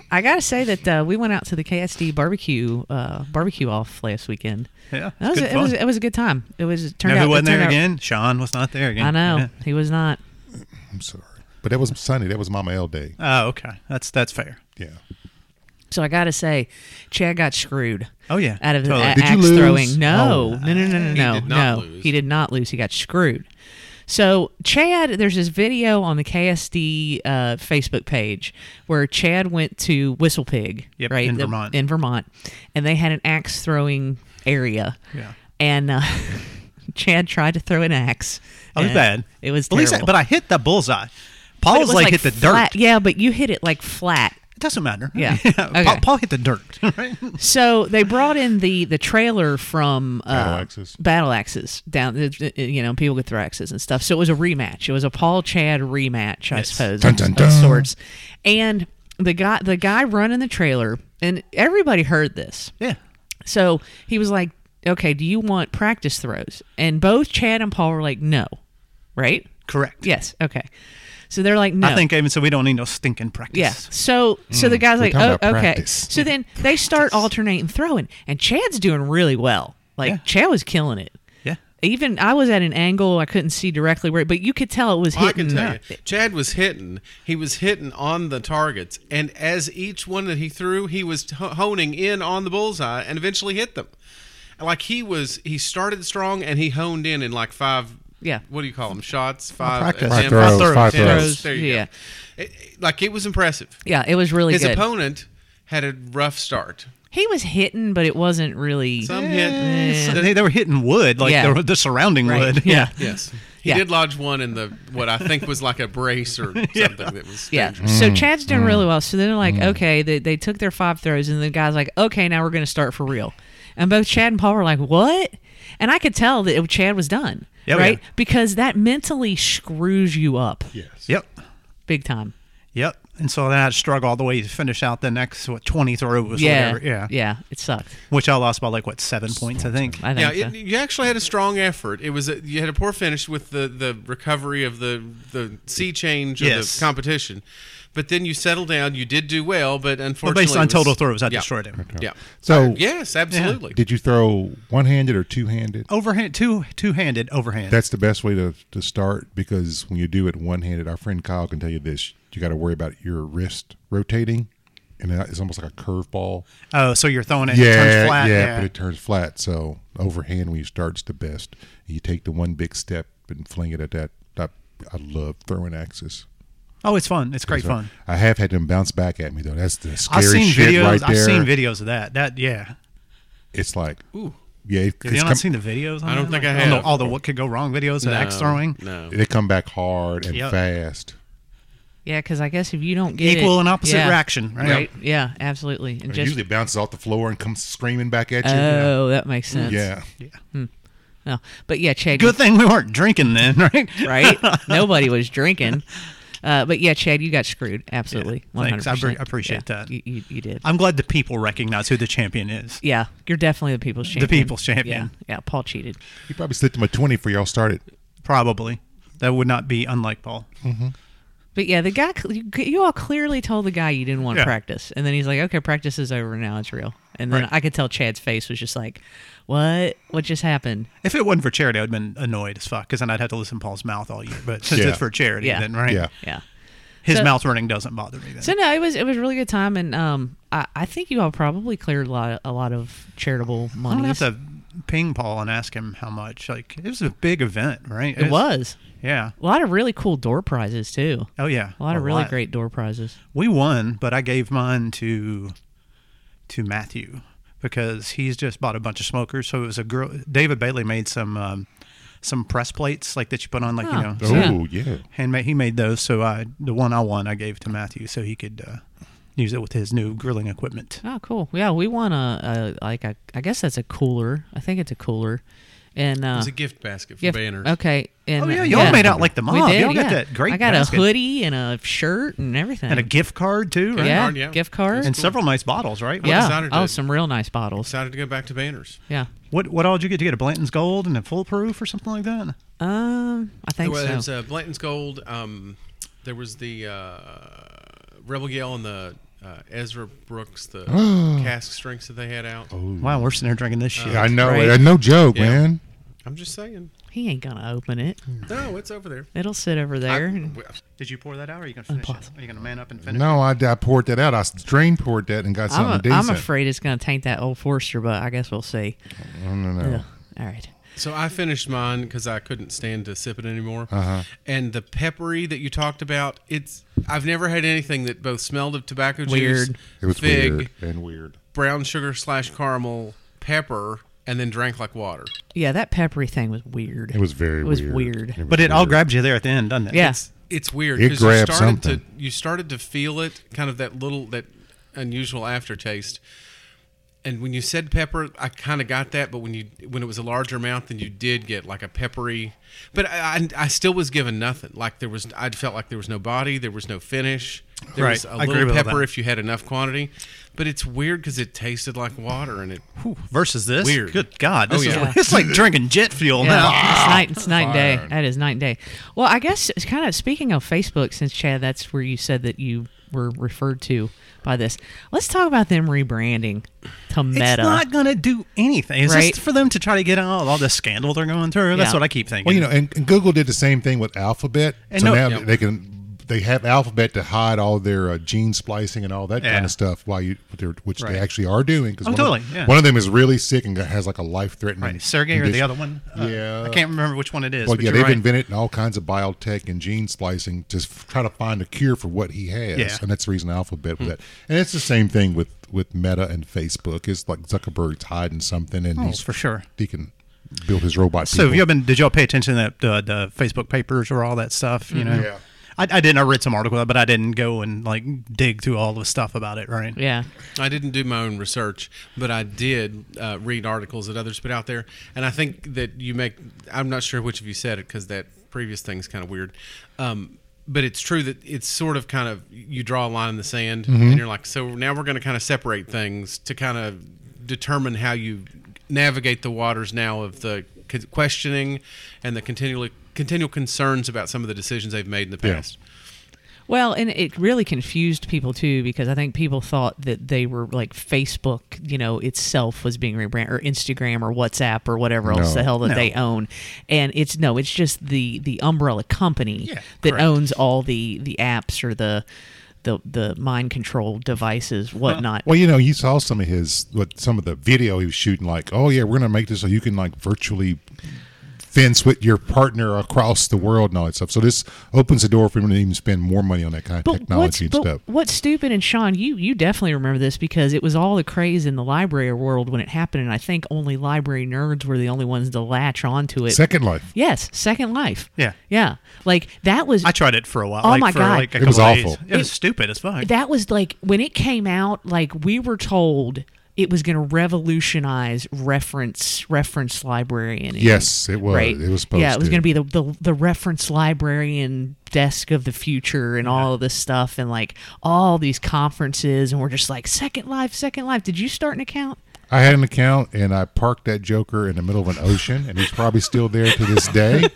Speaker 1: I gotta say that uh, we went out to the KSD barbecue uh, barbecue off last weekend.
Speaker 4: Yeah, it's
Speaker 1: that was
Speaker 4: good
Speaker 1: it was
Speaker 4: fun.
Speaker 1: it was a good time. It was it
Speaker 4: You
Speaker 1: turned
Speaker 4: know
Speaker 1: out
Speaker 4: who
Speaker 1: it
Speaker 4: wasn't there
Speaker 1: turned out-
Speaker 4: again? Sean was not there again.
Speaker 1: I know
Speaker 4: Yeah.
Speaker 1: he was not.
Speaker 2: I'm sorry. But that was Sunday. That was Mama L Day.
Speaker 4: Oh, okay. That's that's fair.
Speaker 2: Yeah.
Speaker 1: So I gotta say, Chad got screwed.
Speaker 4: Oh, yeah.
Speaker 1: out of
Speaker 4: Totally.
Speaker 1: the a-
Speaker 2: Did you
Speaker 1: axe
Speaker 2: lose?
Speaker 1: throwing. No,
Speaker 4: Oh,
Speaker 1: no, no, no, no, no.
Speaker 3: did not
Speaker 1: no.
Speaker 3: lose.
Speaker 1: He did not lose. He got screwed. So Chad, there's this video on the KSD uh, Facebook page where Chad went to Whistle Pig,
Speaker 4: Yep,
Speaker 1: right
Speaker 4: in
Speaker 1: the-
Speaker 4: Vermont.
Speaker 1: in Vermont, and they had an axe throwing area.
Speaker 4: Yeah.
Speaker 1: and uh, Chad tried to throw an axe.
Speaker 4: I was
Speaker 1: and
Speaker 4: Oh, bad.
Speaker 1: It was
Speaker 4: At
Speaker 1: terrible.
Speaker 4: least I, but I hit the bullseye.
Speaker 1: But it
Speaker 4: Paul's
Speaker 1: was,
Speaker 4: like, hit the
Speaker 1: flat.
Speaker 4: dirt.
Speaker 1: Yeah, but you hit it like flat.
Speaker 4: It doesn't matter.
Speaker 1: Yeah.
Speaker 4: Pa-
Speaker 1: Okay.
Speaker 4: Paul, hit the dirt. Right?
Speaker 1: So they brought in the the trailer from uh,
Speaker 2: Battle Axes.
Speaker 1: Battle Axes down. You know, people could throw axes and stuff. So it was a rematch. It was a Paul Chad rematch, I suppose,
Speaker 2: Dun, dun,
Speaker 1: of-
Speaker 2: dun.
Speaker 1: of sorts. And the guy the guy running the trailer, and everybody heard this.
Speaker 4: Yeah.
Speaker 1: So he was like, "Okay, do you want practice throws?" And both Chad and Paul were like, "No," right?
Speaker 4: Correct.
Speaker 1: Yes. Okay. So they're like, "No."
Speaker 4: I think I even said we don't need no stinking practice.
Speaker 1: Yeah. So so
Speaker 3: Mm.
Speaker 1: the guy's like,
Speaker 2: talking
Speaker 1: oh, okay.
Speaker 2: about practice.
Speaker 1: So then they start alternating throwing, and Chad's doing really well. Like
Speaker 4: Yeah.
Speaker 1: Chad was killing it.
Speaker 4: Yeah.
Speaker 1: Even I was at an angle I couldn't see directly where, but you could tell it was
Speaker 3: Oh, I
Speaker 1: hitting.
Speaker 3: can tell you, Chad was hitting. He was hitting on the targets, and as each one that he threw, he was ho- honing in on the bullseye, and eventually hit them. Like he was, he started strong, and he honed in in like five.
Speaker 1: Yeah.
Speaker 3: What do you call them? Shots, five
Speaker 4: practice.
Speaker 2: Five
Speaker 3: attempts,
Speaker 2: throws,
Speaker 3: attempts,
Speaker 2: five throws.
Speaker 1: Throws,
Speaker 3: There you
Speaker 1: yeah.
Speaker 3: go. It- it- like it was impressive.
Speaker 1: Yeah, it was really
Speaker 3: His
Speaker 1: good.
Speaker 3: opponent had a rough start.
Speaker 1: he was hitting, but it wasn't really.
Speaker 3: Some
Speaker 4: So
Speaker 3: hit.
Speaker 4: they, they were hitting wood, like
Speaker 1: Yeah.
Speaker 4: the, the surrounding
Speaker 1: Right.
Speaker 4: wood.
Speaker 1: Yeah.
Speaker 3: Yes. He
Speaker 1: Yeah.
Speaker 3: did lodge one in the what I think was like a brace or something that was
Speaker 1: yeah. So
Speaker 4: Mm-hmm.
Speaker 1: Chad's doing really well. So then they're like, okay, they, they took their five throws, and the guy's like, okay, now we're going to start for real. And both Chad and Paul were like, what? And I could tell that it, Chad was done,
Speaker 4: Oh, Yeah,
Speaker 1: right?
Speaker 4: yeah.
Speaker 1: Because that mentally screws you up
Speaker 2: Yes.
Speaker 4: Yep.
Speaker 1: big time.
Speaker 4: Yep. And so then I had to struggle all the way to finish out the next, what, 20 throws
Speaker 1: Yeah,
Speaker 4: or whatever. Yeah.
Speaker 1: yeah, it sucked.
Speaker 4: Which I lost by like, what, seven points, I think.
Speaker 1: I
Speaker 3: Yeah,
Speaker 1: think uh,
Speaker 3: it,
Speaker 1: so.
Speaker 3: you actually had a strong effort. It was a, you had a poor finish with the, the recovery of the the sea change of
Speaker 4: Yes.
Speaker 3: the competition, but then you settled down. You did do well, but
Speaker 4: But
Speaker 3: unfortunately,
Speaker 4: based on
Speaker 3: it was-
Speaker 4: total throws, I
Speaker 3: yeah,
Speaker 4: destroyed him.
Speaker 3: Yeah.
Speaker 2: So
Speaker 3: Yes, absolutely.
Speaker 2: did you throw one handed or two handed?
Speaker 4: Overhand, two two handed overhand.
Speaker 2: That's the best way to, to start because when you do it one handed, our friend Kyle can tell you this you got to worry about your wrist rotating. And that- it's almost like a curveball.
Speaker 4: oh, so you're throwing it,
Speaker 2: Yeah,
Speaker 4: it turns flat.
Speaker 2: yeah,
Speaker 4: yeah.
Speaker 2: but it turns flat. So overhand when you start's the best. You take the one big step and fling it at that. I, I love throwing axes.
Speaker 4: oh, it's fun. It's great fun.
Speaker 2: I have had them bounce back at me though. That's the scary
Speaker 4: I've seen
Speaker 2: shit
Speaker 4: videos.
Speaker 2: right there.
Speaker 4: I've seen videos of that. That yeah.
Speaker 2: It's like, ooh, yeah. It,
Speaker 4: Have
Speaker 2: it's
Speaker 4: you not
Speaker 2: come-
Speaker 4: seen the videos? On
Speaker 3: I don't
Speaker 4: that?
Speaker 3: think I
Speaker 4: All the-
Speaker 3: have.
Speaker 4: All the what could go wrong videos of axe throwing.
Speaker 3: No.
Speaker 2: they come back hard and
Speaker 4: Yep.
Speaker 2: fast.
Speaker 1: Yeah, because I guess if you don't get
Speaker 4: Equal
Speaker 1: it-
Speaker 4: and opposite
Speaker 1: yeah,
Speaker 4: reaction, right?
Speaker 1: right? Yeah, absolutely. And
Speaker 2: It
Speaker 1: just
Speaker 2: usually bounces off the floor and comes screaming back at you.
Speaker 1: oh, that makes sense.
Speaker 2: yeah.
Speaker 1: No, but yeah, Chad,
Speaker 4: Good thing we weren't drinking then, right?
Speaker 1: right? Nobody was drinking. Uh, but yeah, Chad, you got screwed. Absolutely.
Speaker 4: Yeah, thanks. I
Speaker 1: 100%.
Speaker 4: appre- appreciate
Speaker 1: Yeah,
Speaker 4: that. Uh,
Speaker 1: You, you, you did.
Speaker 4: I'm glad the people recognize who the champion is.
Speaker 1: yeah, you're definitely the people's champion.
Speaker 4: people's champion.
Speaker 1: Yeah, yeah Paul cheated.
Speaker 2: He probably slipped him a twenty before y'all started.
Speaker 4: Probably. That would not be unlike Paul.
Speaker 1: But yeah, the guy, you, you all clearly told the guy you didn't want
Speaker 4: Yeah.
Speaker 1: practice. And then he's like, okay, practice is over now. It's real. And then
Speaker 4: Right.
Speaker 1: I could tell Chad's face was just like, what? What just happened?
Speaker 4: If it wasn't for charity, I'd been annoyed as fuck because then I'd have to listen to Paul's mouth all year. But since
Speaker 2: Yeah.
Speaker 4: it's for charity,
Speaker 1: Yeah.
Speaker 4: then right,
Speaker 2: Yeah.
Speaker 1: Yeah.
Speaker 4: his
Speaker 1: So-
Speaker 4: mouth running doesn't bother me. Then.
Speaker 1: So no, it was it was a really good time, and um, I, I think you all probably cleared a lot a lot of charitable
Speaker 4: I'm
Speaker 1: money.
Speaker 4: gonna have to ping Paul and ask him how much. Like it was a big event, right?
Speaker 1: It was
Speaker 4: Yeah.
Speaker 1: a lot of really cool door prizes too.
Speaker 4: Oh yeah.
Speaker 1: A lot of really great door prizes.
Speaker 4: We won, but I gave mine to to Matthew because he's just bought a bunch of smokers. So it was a girl. David Bailey made some um, some press plates like that you put on, like
Speaker 1: Huh.
Speaker 4: you know,
Speaker 1: So-
Speaker 2: Oh yeah.
Speaker 4: handmade. He made those. So I the one I won, I gave to Matthew so he could uh, use it with his new grilling equipment.
Speaker 1: Oh, cool. Yeah, we won a, a like a I guess that's a cooler. I think it's a cooler, and uh,
Speaker 3: It's a gift basket for
Speaker 1: yeah,
Speaker 3: banners.
Speaker 1: Okay. And uh,
Speaker 4: Oh, yeah, y'all made out like the
Speaker 1: We
Speaker 4: mob.
Speaker 1: did,
Speaker 4: Y'all got
Speaker 1: yeah.
Speaker 4: that great
Speaker 1: I got
Speaker 4: basket.
Speaker 1: a hoodie and a shirt and everything.
Speaker 4: And a gift card too, right?
Speaker 1: yeah,
Speaker 3: card, yeah.
Speaker 1: gift card.
Speaker 4: And several nice bottles, right?
Speaker 1: yeah.
Speaker 3: designer
Speaker 1: Oh,
Speaker 3: did.
Speaker 1: some real nice bottles.
Speaker 3: Decided to go back to banners.
Speaker 1: Yeah.
Speaker 4: What what all did you get to get a Blanton's Gold and a foolproof or something like that?
Speaker 1: Um, I
Speaker 3: There
Speaker 1: think so.
Speaker 3: was uh, Blanton's Gold. Um, there was the uh, Rebel Yell and the uh, Ezra Brooks, the cask strengths that they had out.
Speaker 2: Oh.
Speaker 4: Wow, we're sitting there drinking this shit.
Speaker 2: Yeah, I know.
Speaker 1: great.
Speaker 2: it. No joke,
Speaker 3: Yeah.
Speaker 2: man.
Speaker 3: I'm just saying.
Speaker 1: he ain't gonna open it.
Speaker 3: No, it's over there.
Speaker 1: It'll sit over there.
Speaker 3: I-
Speaker 1: and-
Speaker 4: Did you pour that out, or are you gonna finish it?
Speaker 1: Impossible.
Speaker 4: Are you gonna man up and finish?
Speaker 2: No, I, I poured that out. I drain poured that and got
Speaker 1: I'm,
Speaker 2: something
Speaker 1: a, I'm
Speaker 2: decent.
Speaker 1: afraid it's going to taint that old Forester, but I guess we'll see.
Speaker 2: No, no, no.
Speaker 1: Ugh. All right.
Speaker 3: So I finished mine because I couldn't stand to sip it anymore.
Speaker 2: Uh-huh.
Speaker 3: And the peppery that you talked about, it's I've never had anything that both smelled of tobacco
Speaker 1: Weird.
Speaker 3: juice,
Speaker 2: It was
Speaker 3: fig,
Speaker 2: weird and weird.
Speaker 3: brown sugar slash caramel, pepper, and then drank like water.
Speaker 1: Yeah, that peppery thing was weird.
Speaker 2: It was very.
Speaker 1: It was
Speaker 2: weird.
Speaker 1: weird.
Speaker 2: was
Speaker 4: But it all
Speaker 2: weird.
Speaker 4: grabbed you there at the end, doesn't it?
Speaker 1: Yeah.
Speaker 3: It's weird
Speaker 2: It
Speaker 3: because you
Speaker 2: grabbed
Speaker 3: started
Speaker 2: something.
Speaker 3: to you started to feel it, kind of that little that unusual aftertaste. And when you said pepper, I kind of got that, but when you when it was a larger amount, then you did get like a peppery. But I, I, I still was given nothing. Like there was, I felt like there was no body, there was no finish. There was
Speaker 4: Right.
Speaker 3: a
Speaker 4: I agree
Speaker 3: little
Speaker 4: with all
Speaker 3: pepper
Speaker 4: that.
Speaker 3: if you had enough quantity. But it's weird because it tasted like water, and it
Speaker 4: Whew, versus this.
Speaker 3: Weird.
Speaker 4: Good God, this
Speaker 3: Oh,
Speaker 4: is
Speaker 3: yeah.
Speaker 4: it's like drinking jet fuel
Speaker 1: Yeah,
Speaker 4: now.
Speaker 1: it's night. It's night and day.
Speaker 2: Fine.
Speaker 1: That is night and day. Well, I guess it's kind of speaking of Facebook, since Chad, that's where you said that you were referred to by this. Let's talk about them rebranding to Meta.
Speaker 4: It's not gonna do anything. It's
Speaker 1: Right.
Speaker 4: just for them to try to get out all the scandal they're going through. That's
Speaker 1: Yeah.
Speaker 4: what I keep thinking.
Speaker 2: Well, you know, and, and Google did the same thing with Alphabet,
Speaker 4: And
Speaker 2: so
Speaker 4: no-
Speaker 2: now
Speaker 4: Yep.
Speaker 2: they can they have Alphabet to hide all their uh, gene splicing and all that
Speaker 4: Yeah.
Speaker 2: kind of stuff. While you, what they're- which
Speaker 4: Right.
Speaker 2: they actually are doing, because
Speaker 4: Oh,
Speaker 2: one, of-
Speaker 4: totally, yeah.
Speaker 2: one of them is really sick and has like a life threatening.
Speaker 4: right, Sergey or the other one? Uh,
Speaker 2: Yeah.
Speaker 4: I can't remember which one it is.
Speaker 2: Well,
Speaker 4: but
Speaker 2: yeah,
Speaker 4: you're
Speaker 2: they've
Speaker 4: right.
Speaker 2: invented all kinds of biotech and gene splicing to f- try to find a cure for what he has,
Speaker 4: Yeah.
Speaker 2: and that's the reason Alphabet
Speaker 1: Hmm.
Speaker 2: with that. And it's the same thing with with Meta and Facebook. It's like Zuckerberg's hiding something,
Speaker 1: Oh,
Speaker 2: and he's
Speaker 4: for sure.
Speaker 2: he can build his robot.
Speaker 4: So have
Speaker 2: people.
Speaker 4: you been? Did y'all pay attention to the, the Facebook papers or all that stuff?
Speaker 1: Mm-hmm.
Speaker 4: You know,
Speaker 2: Yeah.
Speaker 4: I, I didn't. I read some article, but I didn't go and like dig through all the stuff about it. Right?
Speaker 1: Yeah.
Speaker 3: I didn't do my own research, but I did uh, read articles that others put out there, and I think that you make. I'm not sure which of you said it because that previous thing's kind of weird, um, but it's true that it's sort of kind of you draw a line in the sand,
Speaker 2: Mm-hmm.
Speaker 3: and you're like, so now we're going to kind of separate things to kind of determine how you navigate the waters now of the co- questioning and the continually continual concerns about some of the decisions they've made in the
Speaker 2: Yeah.
Speaker 3: past.
Speaker 1: Well, and it really confused people too because I think people thought that they were like Facebook, you know, itself was being rebranded or Instagram or WhatsApp or whatever else
Speaker 2: No.
Speaker 1: the hell that
Speaker 4: No.
Speaker 1: they own. And it's no, it's just the the umbrella company
Speaker 4: Yeah,
Speaker 1: that
Speaker 4: correct.
Speaker 1: owns all the the apps or the the the mind control devices, whatnot.
Speaker 2: Well, you know, you saw some of his what some of the video he was shooting. Like, oh yeah, we're gonna make this so you can like virtually fence with your partner across the world and all that stuff. So this opens the door for him to even spend more money on that kind of
Speaker 1: But what's,
Speaker 2: technology and
Speaker 1: but
Speaker 2: stuff.
Speaker 1: what's stupid, and Sean, you you definitely remember this because it was all the craze in the library world when it happened, and I think only library nerds were the only ones to latch onto it.
Speaker 2: Second Life.
Speaker 1: Yes, Second Life.
Speaker 4: Yeah.
Speaker 1: yeah. Like that was
Speaker 4: I tried it for a while.
Speaker 1: Oh,
Speaker 4: like,
Speaker 1: my
Speaker 4: for,
Speaker 1: God.
Speaker 4: Like, a
Speaker 2: It was
Speaker 4: couple days.
Speaker 2: awful.
Speaker 4: It was stupid as fuck.
Speaker 1: that was like when it came out. Like we were told it was going to revolutionize reference reference librarian.
Speaker 2: Yes, it was.
Speaker 1: Right.
Speaker 2: It was supposed
Speaker 1: yeah, it was
Speaker 2: to.
Speaker 1: going to be the, the the reference librarian desk of the future and all of this stuff and like all these conferences and we're just like Second Life, Second Life. Did you start an account?
Speaker 2: I had an account and I parked that Joker in the middle of an ocean, and he's probably still there to this day.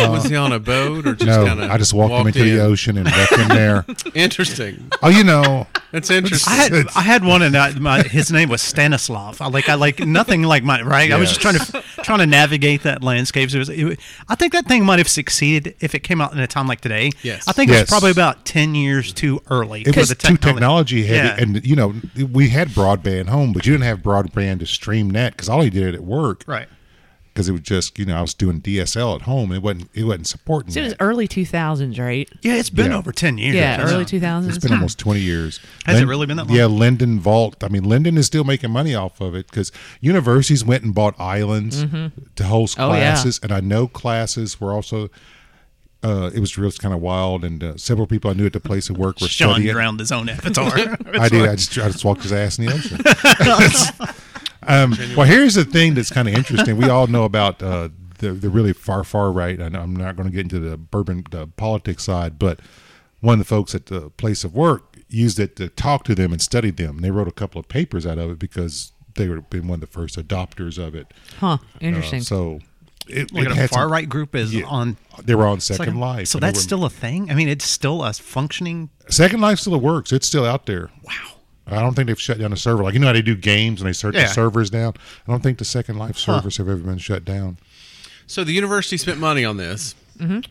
Speaker 3: was he on a boat or just
Speaker 2: No,
Speaker 3: kind of?
Speaker 2: I just walked, him into the ocean and left him there.
Speaker 3: Interesting.
Speaker 2: Oh, you know,
Speaker 3: That's interesting.
Speaker 4: I had, I had one, and I, my, his name was Stanislav. I like I like nothing like my right. I was just trying to trying to navigate that landscape. It was, it, was- I think that thing might have succeeded if it came out in a time like today.
Speaker 3: Yes.
Speaker 4: I think
Speaker 2: Yes.
Speaker 4: it's probably about ten years too early.
Speaker 2: it
Speaker 4: for
Speaker 2: was
Speaker 4: the
Speaker 2: too technology heavy,
Speaker 4: Yeah.
Speaker 2: and you know, we had broadband home, but you didn't have broadband to stream net because all he did at work,
Speaker 4: right.
Speaker 2: Because it was just you know I was doing DSL at home. It wasn't it wasn't supporting.
Speaker 1: So it was
Speaker 2: that.
Speaker 1: early 2000s, right?
Speaker 4: Yeah, it's been
Speaker 2: Yeah.
Speaker 4: over ten years.
Speaker 1: Yeah,
Speaker 4: That's-
Speaker 1: early 2000s.
Speaker 2: It's been almost 20 years.
Speaker 4: Has it really been that long?
Speaker 2: Yeah, Linden Vault. I mean, Linden is still making money off of it because universities went and bought islands to host
Speaker 1: Oh, yeah.
Speaker 2: classes. And I know classes were also, uh, it was real kind of wild. And uh, several people I knew at the place of work were
Speaker 4: Sean
Speaker 2: studying.
Speaker 4: drowned his own avatar.
Speaker 2: I did. I just, I just walked his ass in the ocean. um, well, here's the thing that's kind of interesting. We all know about uh, the the really far far right, and I'm not going to get into the bourbon the politics side, but one of the folks at the place of work used it to talk to them and study them. And they wrote a couple of papers out of it because they were been one of the first adopters of it.
Speaker 1: Huh.
Speaker 2: Uh,
Speaker 1: Interesting.
Speaker 2: so it,
Speaker 4: Look
Speaker 2: it
Speaker 4: at a
Speaker 2: had some-
Speaker 4: far right group is
Speaker 2: Yeah.
Speaker 4: on.
Speaker 2: They were on
Speaker 4: it's
Speaker 2: Second
Speaker 4: like-
Speaker 2: Life.
Speaker 4: So
Speaker 2: and they
Speaker 4: that's
Speaker 2: were-
Speaker 4: still a thing. I mean, it's still a functioning.
Speaker 2: Second Life still works. It's still out there.
Speaker 4: Wow.
Speaker 2: I don't think they've shut down a server. Like you know how they do games and they shut
Speaker 4: Yeah.
Speaker 2: the servers down. I don't think the Second Life servers have ever been shut down.
Speaker 3: so the university spent money on this.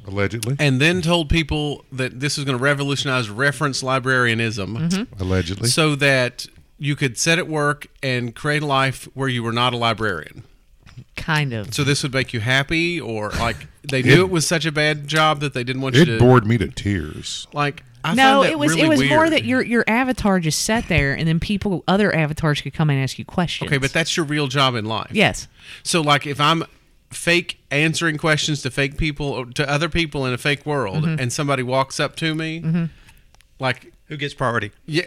Speaker 2: Allegedly.
Speaker 3: and then told people that this was going to revolutionize reference librarianism
Speaker 1: Mm-hmm.
Speaker 2: Allegedly.
Speaker 3: so that you could set at work and create a life where you were not a librarian.
Speaker 1: kind of.
Speaker 3: So this would make you happy or like they knew it, was such a bad job that they didn't want you
Speaker 2: it
Speaker 3: to
Speaker 2: bored me to tears.
Speaker 3: like I
Speaker 1: no,
Speaker 3: find that
Speaker 1: it was
Speaker 3: really
Speaker 1: it was more
Speaker 3: weird.
Speaker 1: that your your avatar just sat there, and then people, other avatars, could come and ask you questions.
Speaker 3: Okay, but that's your real job in life.
Speaker 1: yes,
Speaker 3: So like if I'm fake answering questions to fake people or to other people in a fake world
Speaker 1: Mm-hmm.
Speaker 3: and somebody walks up to me like
Speaker 4: Who gets priority?
Speaker 3: yeah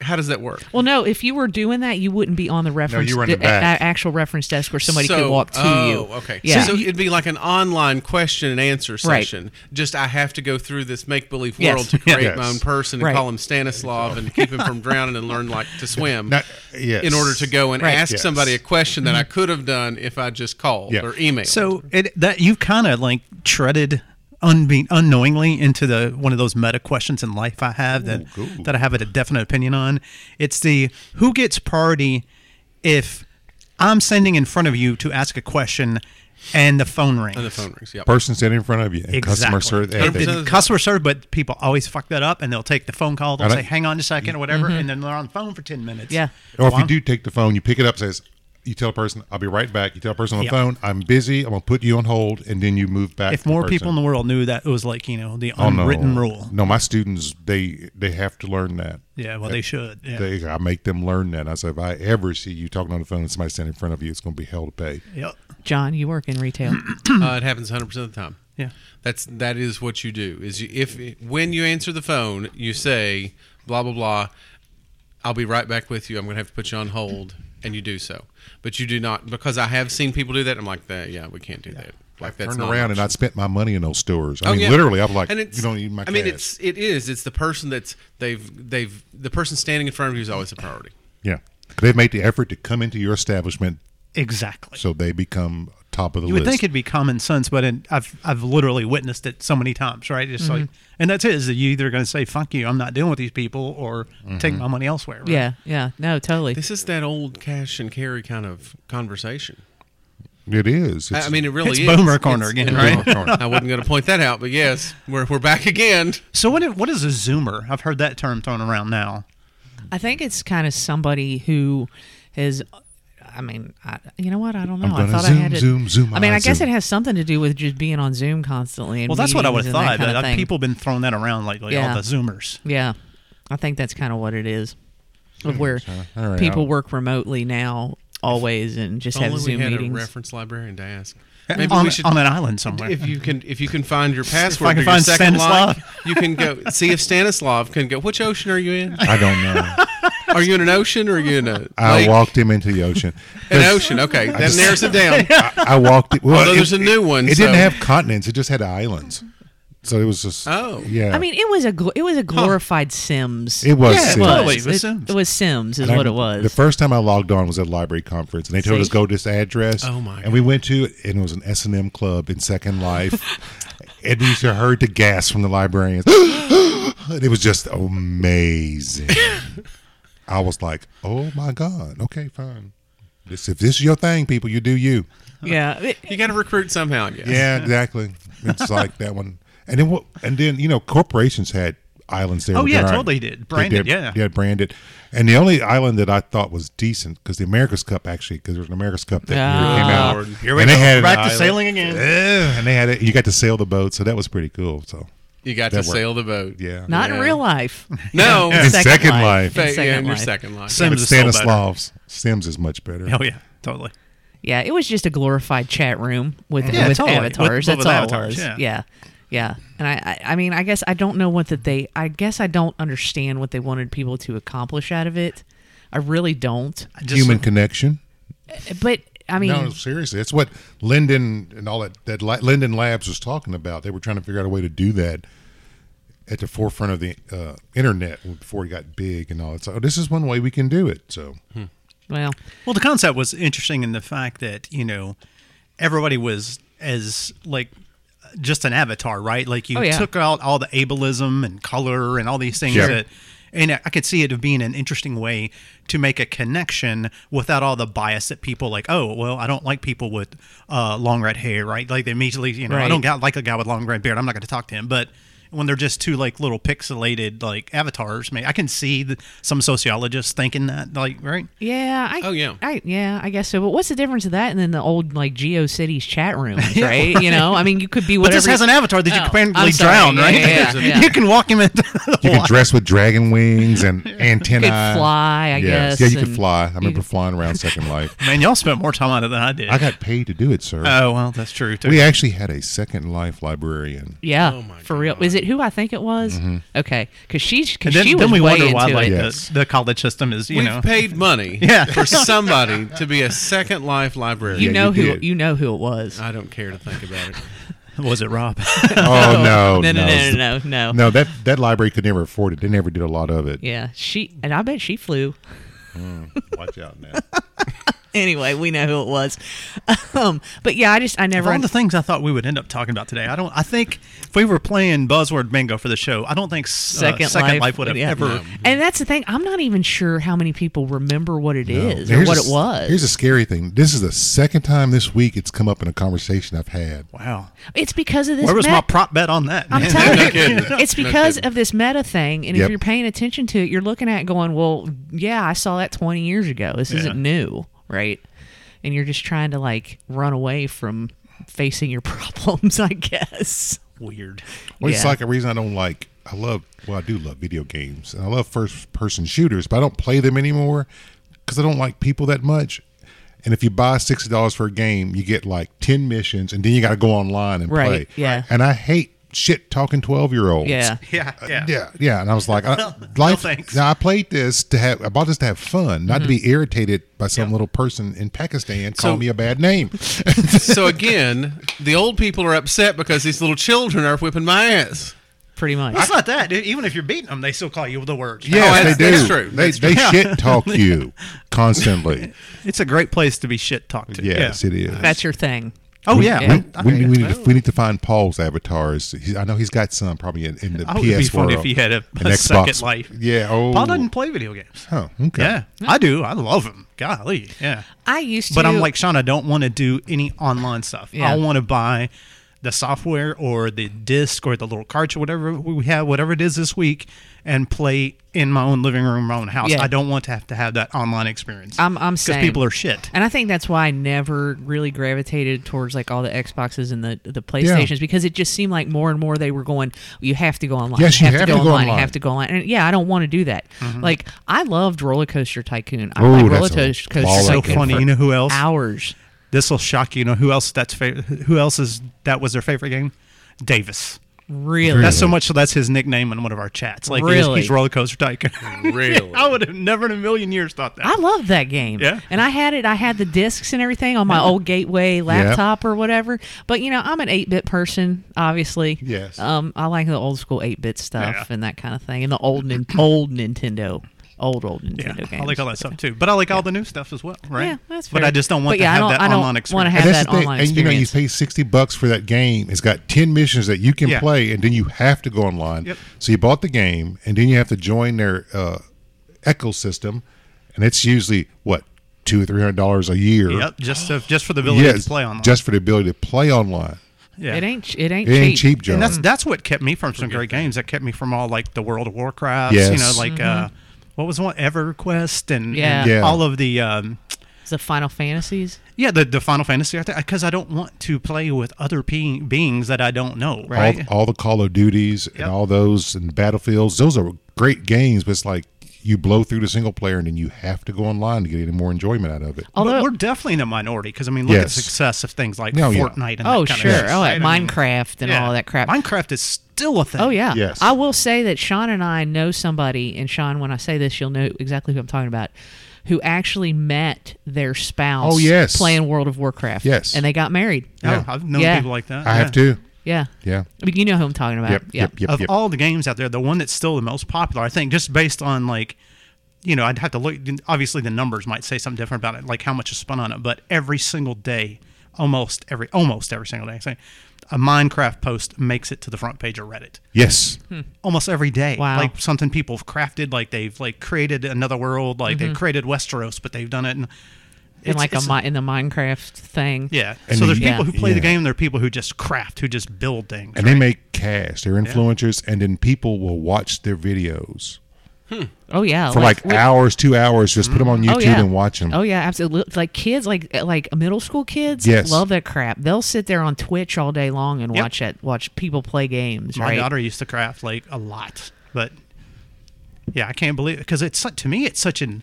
Speaker 3: how does that work?
Speaker 1: Well, no. If you were doing that, you wouldn't be on the reference,
Speaker 2: you were in the
Speaker 1: a-
Speaker 2: back.
Speaker 1: a- actual reference desk where somebody
Speaker 3: So-
Speaker 1: could walk to
Speaker 3: oh,
Speaker 1: you.
Speaker 3: Okay.
Speaker 1: Yeah.
Speaker 3: So, it'd be like an online question and answer
Speaker 1: Right.
Speaker 3: session. Just I have to go through this make believe
Speaker 1: Yes.
Speaker 3: world to create
Speaker 2: Yes.
Speaker 3: my own person and
Speaker 1: Right.
Speaker 3: call him Stanislav and keep him from drowning and learn like to swim.
Speaker 2: Not- yes.
Speaker 3: In order to go and
Speaker 1: Right. Mm-hmm.
Speaker 3: ask
Speaker 2: Yes.
Speaker 3: somebody a question that I could have done if I just called
Speaker 2: Yeah.
Speaker 3: or emailed.
Speaker 4: So it that you've kind of like treaded unbe- unknowingly into the one of those meta questions in life I have that that I have a definite opinion on. It's the who gets priority if I'm standing in front of you to ask a question and the phone rings.
Speaker 3: and the phone rings. Yep.
Speaker 2: Person standing in front of you and customer
Speaker 4: Exactly.
Speaker 2: service.
Speaker 4: And
Speaker 2: they-
Speaker 4: the customer service, but people always fuck that up, and they'll take the phone call. They'll
Speaker 2: I don't-
Speaker 4: say, "Hang on just a second, or whatever," and then they're on the phone for ten minutes.
Speaker 1: Yeah.
Speaker 2: Or if
Speaker 4: Well,
Speaker 2: you do take the phone, you pick it up, says, you tell a person, I'll be right back. You tell a person on the
Speaker 4: Yeah.
Speaker 2: phone, I'm busy. I'm going to put you on hold. And then you move back.
Speaker 4: if
Speaker 2: to the
Speaker 4: more people in
Speaker 2: person.
Speaker 4: the world knew that, it was like you know the
Speaker 2: Oh, no.
Speaker 4: unwritten rule.
Speaker 2: No, my students, they they have to learn that.
Speaker 4: Yeah, well, they should. Yeah.
Speaker 2: They, I make them learn that. I said, if I ever see you talking on the phone and somebody standing in front of you, it's going to be hell to pay.
Speaker 4: Yep.
Speaker 1: John, you work in retail.
Speaker 3: uh, it happens 100 percent of the time.
Speaker 4: Yeah.
Speaker 3: That's that is what you do. Is you, if when you answer the phone, you say blah blah blah. I'll be right back with you. I'm going to have to put you on hold, and you do so. But you do not because I have seen people do that. I'm like that. Yeah, we can't do that. Like that's
Speaker 2: Turned
Speaker 3: not
Speaker 2: around
Speaker 3: an
Speaker 2: and I spent my money in those stores. I
Speaker 3: Oh,
Speaker 2: mean,
Speaker 3: yeah.
Speaker 2: literally, I was like,
Speaker 3: And
Speaker 2: you
Speaker 3: it's-
Speaker 2: don't need my
Speaker 3: I mean,
Speaker 2: cash."
Speaker 3: it's it is. It's the person that's they've they've the person standing in front of you is always a priority.
Speaker 2: yeah. They've made the effort to come into your establishment,
Speaker 4: Exactly.
Speaker 2: so they become top of the
Speaker 4: you would
Speaker 2: list.
Speaker 4: think it'd be common sense, but in, I've I've literally witnessed it so many times, right? It's like,
Speaker 1: Mm-hmm.
Speaker 4: and that's it. Is that you either going to say "fuck you," I'm not dealing with these people, or take
Speaker 3: Mm-hmm.
Speaker 4: my money elsewhere? Right?
Speaker 1: yeah, yeah. No, totally.
Speaker 3: This is that old cash and carry kind of conversation.
Speaker 2: it is.
Speaker 3: I- I mean, it really
Speaker 4: it's
Speaker 3: is.
Speaker 4: Boomer Corner again,
Speaker 3: it's
Speaker 4: right?
Speaker 3: Boomer Corner. I wasn't going to point that out, but yes, we're we're back again.
Speaker 4: So what? i- What is a zoomer? I've heard that term thrown around now.
Speaker 1: I think it's kind of somebody who has. I mean, I, you know what? I don't know. I
Speaker 2: gonna
Speaker 1: thought I
Speaker 2: zoom,
Speaker 1: had to,
Speaker 2: zoom, zoom,
Speaker 1: I mean,
Speaker 2: ah,
Speaker 1: I guess
Speaker 2: zoom.
Speaker 1: it has something to do with just being on Zoom constantly. And
Speaker 4: Well, that's what I would
Speaker 1: meetings
Speaker 4: have
Speaker 1: and that
Speaker 4: thought.
Speaker 1: kind
Speaker 4: But
Speaker 1: of
Speaker 4: uh,
Speaker 1: thing.
Speaker 4: people been throwing that around lately.
Speaker 1: Yeah.
Speaker 4: All the zoomers.
Speaker 1: Yeah, I think that's kind of what it is. Of where
Speaker 2: Hmm. All right,
Speaker 1: people
Speaker 2: I'll-
Speaker 1: work remotely now, always, and just have
Speaker 3: Only
Speaker 1: Zoom
Speaker 3: we had
Speaker 1: meetings.
Speaker 3: a reference librarian to ask. Maybe
Speaker 4: on,
Speaker 3: we should.
Speaker 4: on an island somewhere.
Speaker 3: if you can, if you can find your password,
Speaker 4: can
Speaker 3: to your
Speaker 4: find
Speaker 3: second line,
Speaker 4: Stanislav.
Speaker 3: you can go see if Stanislav can go. Which ocean are you in?
Speaker 2: I don't know.
Speaker 3: Are you in an ocean or are you in a
Speaker 2: I
Speaker 3: lake?
Speaker 2: walked him into the ocean.
Speaker 3: an ocean? Okay, that
Speaker 2: just-
Speaker 3: narrows it down.
Speaker 2: I, I walked. It, well,
Speaker 3: Although
Speaker 2: it-
Speaker 3: there's a new one,
Speaker 2: It, didn't
Speaker 3: so-
Speaker 2: have continents. It just had islands. So it was just.
Speaker 3: Oh.
Speaker 2: yeah.
Speaker 1: I mean, it was a gl- it was a glorified Sims.
Speaker 2: it was.
Speaker 4: Yeah,
Speaker 2: Sims.
Speaker 4: it was. Totally,
Speaker 1: It,
Speaker 4: it was Sims.
Speaker 1: it was Sims, is
Speaker 2: And I-
Speaker 1: what it was.
Speaker 2: The first time I logged on was at a library conference, and they told
Speaker 1: See?
Speaker 2: us go to this address.
Speaker 3: Oh, my
Speaker 2: And we went to it, and it was an S and M club in Second Life. and you should have heard the gas from the librarians. and it was just amazing. I was like, "Oh my god! Okay, fine. This, if this is your thing, people, you do you."
Speaker 1: yeah, it-
Speaker 3: You got to recruit somehow, I guess.
Speaker 2: Yeah, exactly. It's like that one. And then what? And then you know, corporations had islands there.
Speaker 4: Oh,
Speaker 2: with
Speaker 4: yeah,
Speaker 2: their own-
Speaker 4: totally did.
Speaker 2: they
Speaker 4: Branded, yeah.
Speaker 2: yeah, branded. And the only island that I thought was decent because the America's Cup actually, because there was an America's Cup that year came
Speaker 3: Ah.
Speaker 2: out.
Speaker 3: Lord.
Speaker 2: Here we and they had an
Speaker 4: Back to
Speaker 2: island.
Speaker 4: sailing again.
Speaker 2: Yeah, and they had it. You got to sail the boat, so that was pretty cool. So
Speaker 3: You got
Speaker 2: That
Speaker 3: to
Speaker 2: worked.
Speaker 3: sail the boat.
Speaker 2: yeah,
Speaker 1: not in
Speaker 3: Yeah.
Speaker 1: real life.
Speaker 3: No.
Speaker 2: In Second Life.
Speaker 1: In
Speaker 3: Fa- yeah, in your
Speaker 1: life.
Speaker 3: second life.
Speaker 4: Sims
Speaker 2: But
Speaker 4: is still better.
Speaker 2: Stanislav's Sims is much better.
Speaker 4: Oh yeah, totally.
Speaker 1: Yeah, it was just a glorified chat room with
Speaker 4: Yeah,
Speaker 1: with
Speaker 4: totally.
Speaker 1: avatars.
Speaker 4: With-
Speaker 1: That's
Speaker 4: with
Speaker 1: all.
Speaker 4: avatars,
Speaker 1: it was.
Speaker 4: yeah.
Speaker 1: yeah, yeah. And I, I, I mean, I guess I don't know what that they. I guess I don't understand what they wanted people to accomplish out of it. I really don't.
Speaker 4: Just-
Speaker 2: Human connection.
Speaker 1: But I mean,
Speaker 2: no, seriously, that's what Linden and all that that La- Linden Labs was talking about. They were trying to figure out a way to do that at the forefront of the uh, internet before it got big and all. It's like, oh, this is one way we can do it. So
Speaker 1: well,
Speaker 4: Well, the concept was interesting in the fact that you know everybody was as like just an avatar, right? Like you
Speaker 1: Oh, yeah.
Speaker 4: took out all the ableism and color and all these things
Speaker 2: Sure.
Speaker 4: that. And I could see it being an interesting way to make a connection without all the bias that people like. Oh, well, I don't like people with uh, long red hair, right? Like they immediately, you know, I
Speaker 1: Right.
Speaker 4: don't got- like a guy with long red beard. I'm not going to talk to him. But when they're just two like little pixelated like avatars, may I can see the, some sociologists thinking that, like, right?
Speaker 1: yeah. I,
Speaker 3: Oh, yeah.
Speaker 1: I, yeah, I guess so. But what's the difference of that and then the old like Geo Cities chat rooms, right? You know, I mean, you could be
Speaker 4: But
Speaker 1: whatever.
Speaker 4: this has an avatar that you
Speaker 1: Oh,
Speaker 4: can
Speaker 1: I'm
Speaker 4: apparently
Speaker 1: sorry.
Speaker 4: drown,
Speaker 1: Yeah,
Speaker 4: right?
Speaker 1: yeah, yeah.
Speaker 4: You can walk him into the
Speaker 2: you can
Speaker 4: water.
Speaker 2: dress with dragon wings and antennae.
Speaker 1: You could fly, I
Speaker 2: Yes.
Speaker 1: guess.
Speaker 2: Yeah, you
Speaker 1: and-
Speaker 2: could fly. I remember
Speaker 1: could-
Speaker 2: flying around Second Life.
Speaker 4: Man, y'all spent more time on it than I did.
Speaker 2: I got paid to do it, sir.
Speaker 1: Uh,
Speaker 4: oh, well, that's true, too.
Speaker 2: we actually had a Second Life librarian.
Speaker 1: Yeah,
Speaker 3: Oh my
Speaker 1: for real.
Speaker 3: God.
Speaker 1: Is it who I think it was?
Speaker 4: Mm-hmm.
Speaker 1: Okay, because she, cause
Speaker 4: and then,
Speaker 1: she was
Speaker 4: then we
Speaker 1: way
Speaker 4: wonder
Speaker 1: into
Speaker 4: why like
Speaker 1: it.
Speaker 2: Yeah.
Speaker 4: the, the college system is, you
Speaker 3: We've
Speaker 4: know.
Speaker 3: paid money
Speaker 4: Yeah.
Speaker 3: for somebody to be a second life librarian.
Speaker 1: You
Speaker 2: Yeah,
Speaker 1: know
Speaker 2: you
Speaker 1: who
Speaker 2: did.
Speaker 1: you know who it was.
Speaker 3: I don't care to think about it.
Speaker 4: was it Rob?
Speaker 2: Oh no,
Speaker 1: no, no, no, no, no, no.
Speaker 2: No, that that library could never afford it. They never did a lot of it.
Speaker 1: Yeah, she and I bet she flew.
Speaker 2: Watch out now.
Speaker 1: Anyway, we know who it was. Um, but yeah, I just I
Speaker 4: of
Speaker 1: never.
Speaker 4: all the things I thought we would end up talking about today, I don't. I think if we were playing buzzword bingo for the show, I don't think s- uh,
Speaker 1: Second
Speaker 4: Second
Speaker 1: Life
Speaker 4: Life, would have
Speaker 1: would- yeah.
Speaker 4: ever.
Speaker 1: No. and that's the thing. I'm not even sure how many people remember what it
Speaker 2: No.
Speaker 1: is or
Speaker 2: Here's
Speaker 1: what
Speaker 2: a-
Speaker 1: it was.
Speaker 2: Here's a scary thing. This is the second time this week it's come up in a conversation I've had.
Speaker 4: Wow,
Speaker 1: it's because of this.
Speaker 4: where was my
Speaker 1: map-
Speaker 4: prop bet on that?
Speaker 1: I'm
Speaker 4: man?
Speaker 1: telling you,
Speaker 3: kidding.
Speaker 1: it's
Speaker 3: No
Speaker 1: because
Speaker 3: kidding.
Speaker 1: of this meta thing, and
Speaker 2: Yep.
Speaker 1: if you're paying attention to it, you're looking at it going, "Well, yeah, I saw that 20 years ago. This isn't new, right?" And you're just trying to like run away from facing your problems, I guess.
Speaker 4: Weird.
Speaker 2: Well, it's
Speaker 1: Yeah.
Speaker 2: like a reason I don't like. I love. Well, I do love video games, and I love first-person shooters, but I don't play them anymore because I don't like people that much. And if you buy sixty dollars for a game, you get like ten missions, and then you got to go online and
Speaker 1: Right,
Speaker 2: play.
Speaker 1: yeah.
Speaker 2: And I hate shit talking twelve-year-olds.
Speaker 1: Yeah,
Speaker 4: Yeah, yeah.
Speaker 2: Uh, Yeah, yeah, and I was like, I, life.
Speaker 4: thanks. Mm-hmm.
Speaker 2: Now I played this to have. I bought this to have fun, not to be irritated by some little person in Pakistan calling me a bad name.
Speaker 3: So again, the old people are upset because these little children are whipping my ass.
Speaker 1: pretty much.
Speaker 4: It's not that. dude. Even if you're beating them, they still call you the word.
Speaker 2: Yes,
Speaker 3: that's-
Speaker 2: they do.
Speaker 3: that's true.
Speaker 2: They
Speaker 3: That's
Speaker 2: they shit talk you constantly.
Speaker 4: It's a great place to be shit talked to.
Speaker 2: Yes, it is.
Speaker 1: That's your thing.
Speaker 4: Oh yeah.
Speaker 1: Yeah.
Speaker 4: I-
Speaker 2: we, we, need to, we need to find Paul's avatars. He, I know he's got some probably in, in the PS
Speaker 4: I Oh, would be
Speaker 2: world.
Speaker 4: funny if he had a,
Speaker 2: An
Speaker 4: a
Speaker 2: Xbox.
Speaker 4: second life.
Speaker 2: Yeah. Oh.
Speaker 4: Paul doesn't play video games.
Speaker 2: Huh, okay.
Speaker 4: Yeah, I do. I love them. Golly, yeah.
Speaker 1: I used to,
Speaker 4: But I'm like Sean. I don't want to do any online stuff.
Speaker 1: Yeah.
Speaker 4: I want to buy the software or the disc or the little cartridge, whatever we have, whatever it is this week, and play in my own living room, my own house.
Speaker 1: Yeah.
Speaker 4: I don't want to have to have that online experience.
Speaker 1: I'm I'm
Speaker 4: because
Speaker 1: saying
Speaker 4: people are shit.
Speaker 1: And I think that's why I never really gravitated towards like all the Xboxes and the the PlayStations because it just seemed like more and more they were going. You have to go online.
Speaker 2: Yes, you have to go
Speaker 1: You
Speaker 2: online. Mm-hmm.
Speaker 1: have to go online. And yeah, I don't want to do that. Like I loved Roller Coaster Tycoon. I
Speaker 2: Ooh,
Speaker 1: played
Speaker 2: that's
Speaker 1: Roller
Speaker 2: a
Speaker 1: Coaster
Speaker 2: baller
Speaker 1: Tycoon
Speaker 4: So
Speaker 2: game.
Speaker 4: funny.
Speaker 1: for
Speaker 4: You know who else?
Speaker 1: hours.
Speaker 4: This will shock you. You know who else? That's fa- who else is that was their favorite game? Davis.
Speaker 1: Really?
Speaker 4: That's so much. So that's his nickname in one of our chats. Like he's-
Speaker 1: Really?
Speaker 4: he's, roller coaster tycoon.
Speaker 3: Really?
Speaker 4: I would have never in a million years thought that.
Speaker 1: I love that game.
Speaker 4: Yeah.
Speaker 1: And I had it. I had the discs and everything on my old Gateway laptop or whatever. But you know, I'm an 8-bit person, obviously.
Speaker 2: Yes.
Speaker 1: Um, I like the old school 8-bit stuff
Speaker 4: Yeah.
Speaker 1: and that kind of thing, and the old nin- old Nintendo, old old
Speaker 4: yeah,
Speaker 1: Nintendo games.
Speaker 4: I like all that stuff too, but I like all the new stuff as well, right?
Speaker 1: Yeah, that's
Speaker 4: But
Speaker 1: fair.
Speaker 4: I just don't want
Speaker 1: But yeah, I
Speaker 4: to have
Speaker 1: don't-
Speaker 4: that
Speaker 1: I don't
Speaker 4: online
Speaker 1: wanna
Speaker 4: experience.
Speaker 1: have-
Speaker 2: that's
Speaker 1: that online
Speaker 2: and you know you
Speaker 1: experience.
Speaker 2: pay sixty bucks for that game. It's got ten missions that you can
Speaker 4: Yeah.
Speaker 2: play, and then you have to go online.
Speaker 4: Yep.
Speaker 2: So you bought the game, and then you have to join their uh, ecosystem, and it's usually what two or three hundred dollars a year.
Speaker 4: Yep, just to, just for the ability
Speaker 2: Yes,
Speaker 4: to play online.
Speaker 2: just for the ability to play online.
Speaker 4: yeah.
Speaker 1: It ain't. It ain't
Speaker 2: It ain't
Speaker 1: cheap.
Speaker 2: cheap, John.
Speaker 4: and that's that's what kept me from some great games. That kept me from all like the World of Warcrafts, you know,
Speaker 2: Yes.
Speaker 4: like uh, what was one EverQuest and,
Speaker 1: Mm-hmm. Yeah.
Speaker 4: and
Speaker 2: Yeah.
Speaker 4: all of the um,
Speaker 1: It's the Final Fantasies.
Speaker 4: yeah the, the Final Fantasy because I don't want to play with other pe- beings that I don't know,
Speaker 2: all,
Speaker 4: right?
Speaker 2: all the Call of Duties and
Speaker 4: Yep.
Speaker 2: all those and Battlefields. Those are great games, but it's like you blow through the single player, and then you have to go online to get any more enjoyment out of it.
Speaker 1: Although,
Speaker 4: but we're definitely in a minority because I mean, look at the
Speaker 2: Yes.
Speaker 4: success of things like
Speaker 2: No, yeah.
Speaker 4: Fortnite and
Speaker 1: oh
Speaker 4: that kind
Speaker 1: sure.
Speaker 4: of stuff.
Speaker 1: Oh,
Speaker 4: right?
Speaker 1: like
Speaker 4: I mean,
Speaker 1: Minecraft and
Speaker 4: yeah.
Speaker 1: all that crap.
Speaker 4: Minecraft is still a thing.
Speaker 1: Oh yeah.
Speaker 2: Yes.
Speaker 1: I will say that Sean and I know somebody, and Sean, when I say this, you'll know exactly who I'm talking about, who actually met their spouse.
Speaker 2: Oh, yes.
Speaker 1: Playing World of Warcraft.
Speaker 2: Yes.
Speaker 1: And they got married.
Speaker 4: Oh,
Speaker 2: Yeah.
Speaker 4: I've known
Speaker 1: Yeah.
Speaker 4: people like that.
Speaker 2: I
Speaker 4: yeah.
Speaker 2: have to.
Speaker 1: Yeah.
Speaker 2: Yeah.
Speaker 1: I mean, you know who I'm talking about.
Speaker 2: Yep.
Speaker 1: yeah.
Speaker 2: Yep. Yep.
Speaker 4: of
Speaker 2: yep.
Speaker 4: all the games out there, the one that's still the most popular, I think, just based on like, you know, I'd have to look. Obviously, the numbers might say something different about it, like how much is spun on it. But every single day, almost every almost every single day, say, a Minecraft post makes it to the front page of Reddit
Speaker 2: yes.
Speaker 1: Hmm.
Speaker 4: almost every day.
Speaker 1: Wow.
Speaker 4: Like something people have crafted, like they've like created another world, like they've created Westeros, but they've done it
Speaker 1: And
Speaker 4: in, it's-
Speaker 1: Mm-hmm. like a,
Speaker 4: it's-
Speaker 1: mi- in the Minecraft thing.
Speaker 4: yeah.
Speaker 2: And
Speaker 4: so
Speaker 2: the-
Speaker 4: there's people
Speaker 1: Yeah.
Speaker 4: who play
Speaker 2: yeah.
Speaker 4: the game. and There are people who just craft, who just build things.
Speaker 2: and they make cash. They're influencers, and then people will watch their videos
Speaker 1: Oh yeah.
Speaker 2: for like,
Speaker 1: what-
Speaker 2: hours, two hours. Just put them on YouTube
Speaker 1: Oh yeah.
Speaker 2: and watch them.
Speaker 1: Oh yeah, absolutely. Like kids, like like middle school kids,
Speaker 2: Yes.
Speaker 1: love that crap. They'll sit there on Twitch all day long and
Speaker 4: Yep.
Speaker 1: watch that, watch people play games.
Speaker 4: My
Speaker 1: right?
Speaker 4: daughter used to craft like a lot, but yeah, I can't believe it because it's su- to me it's such an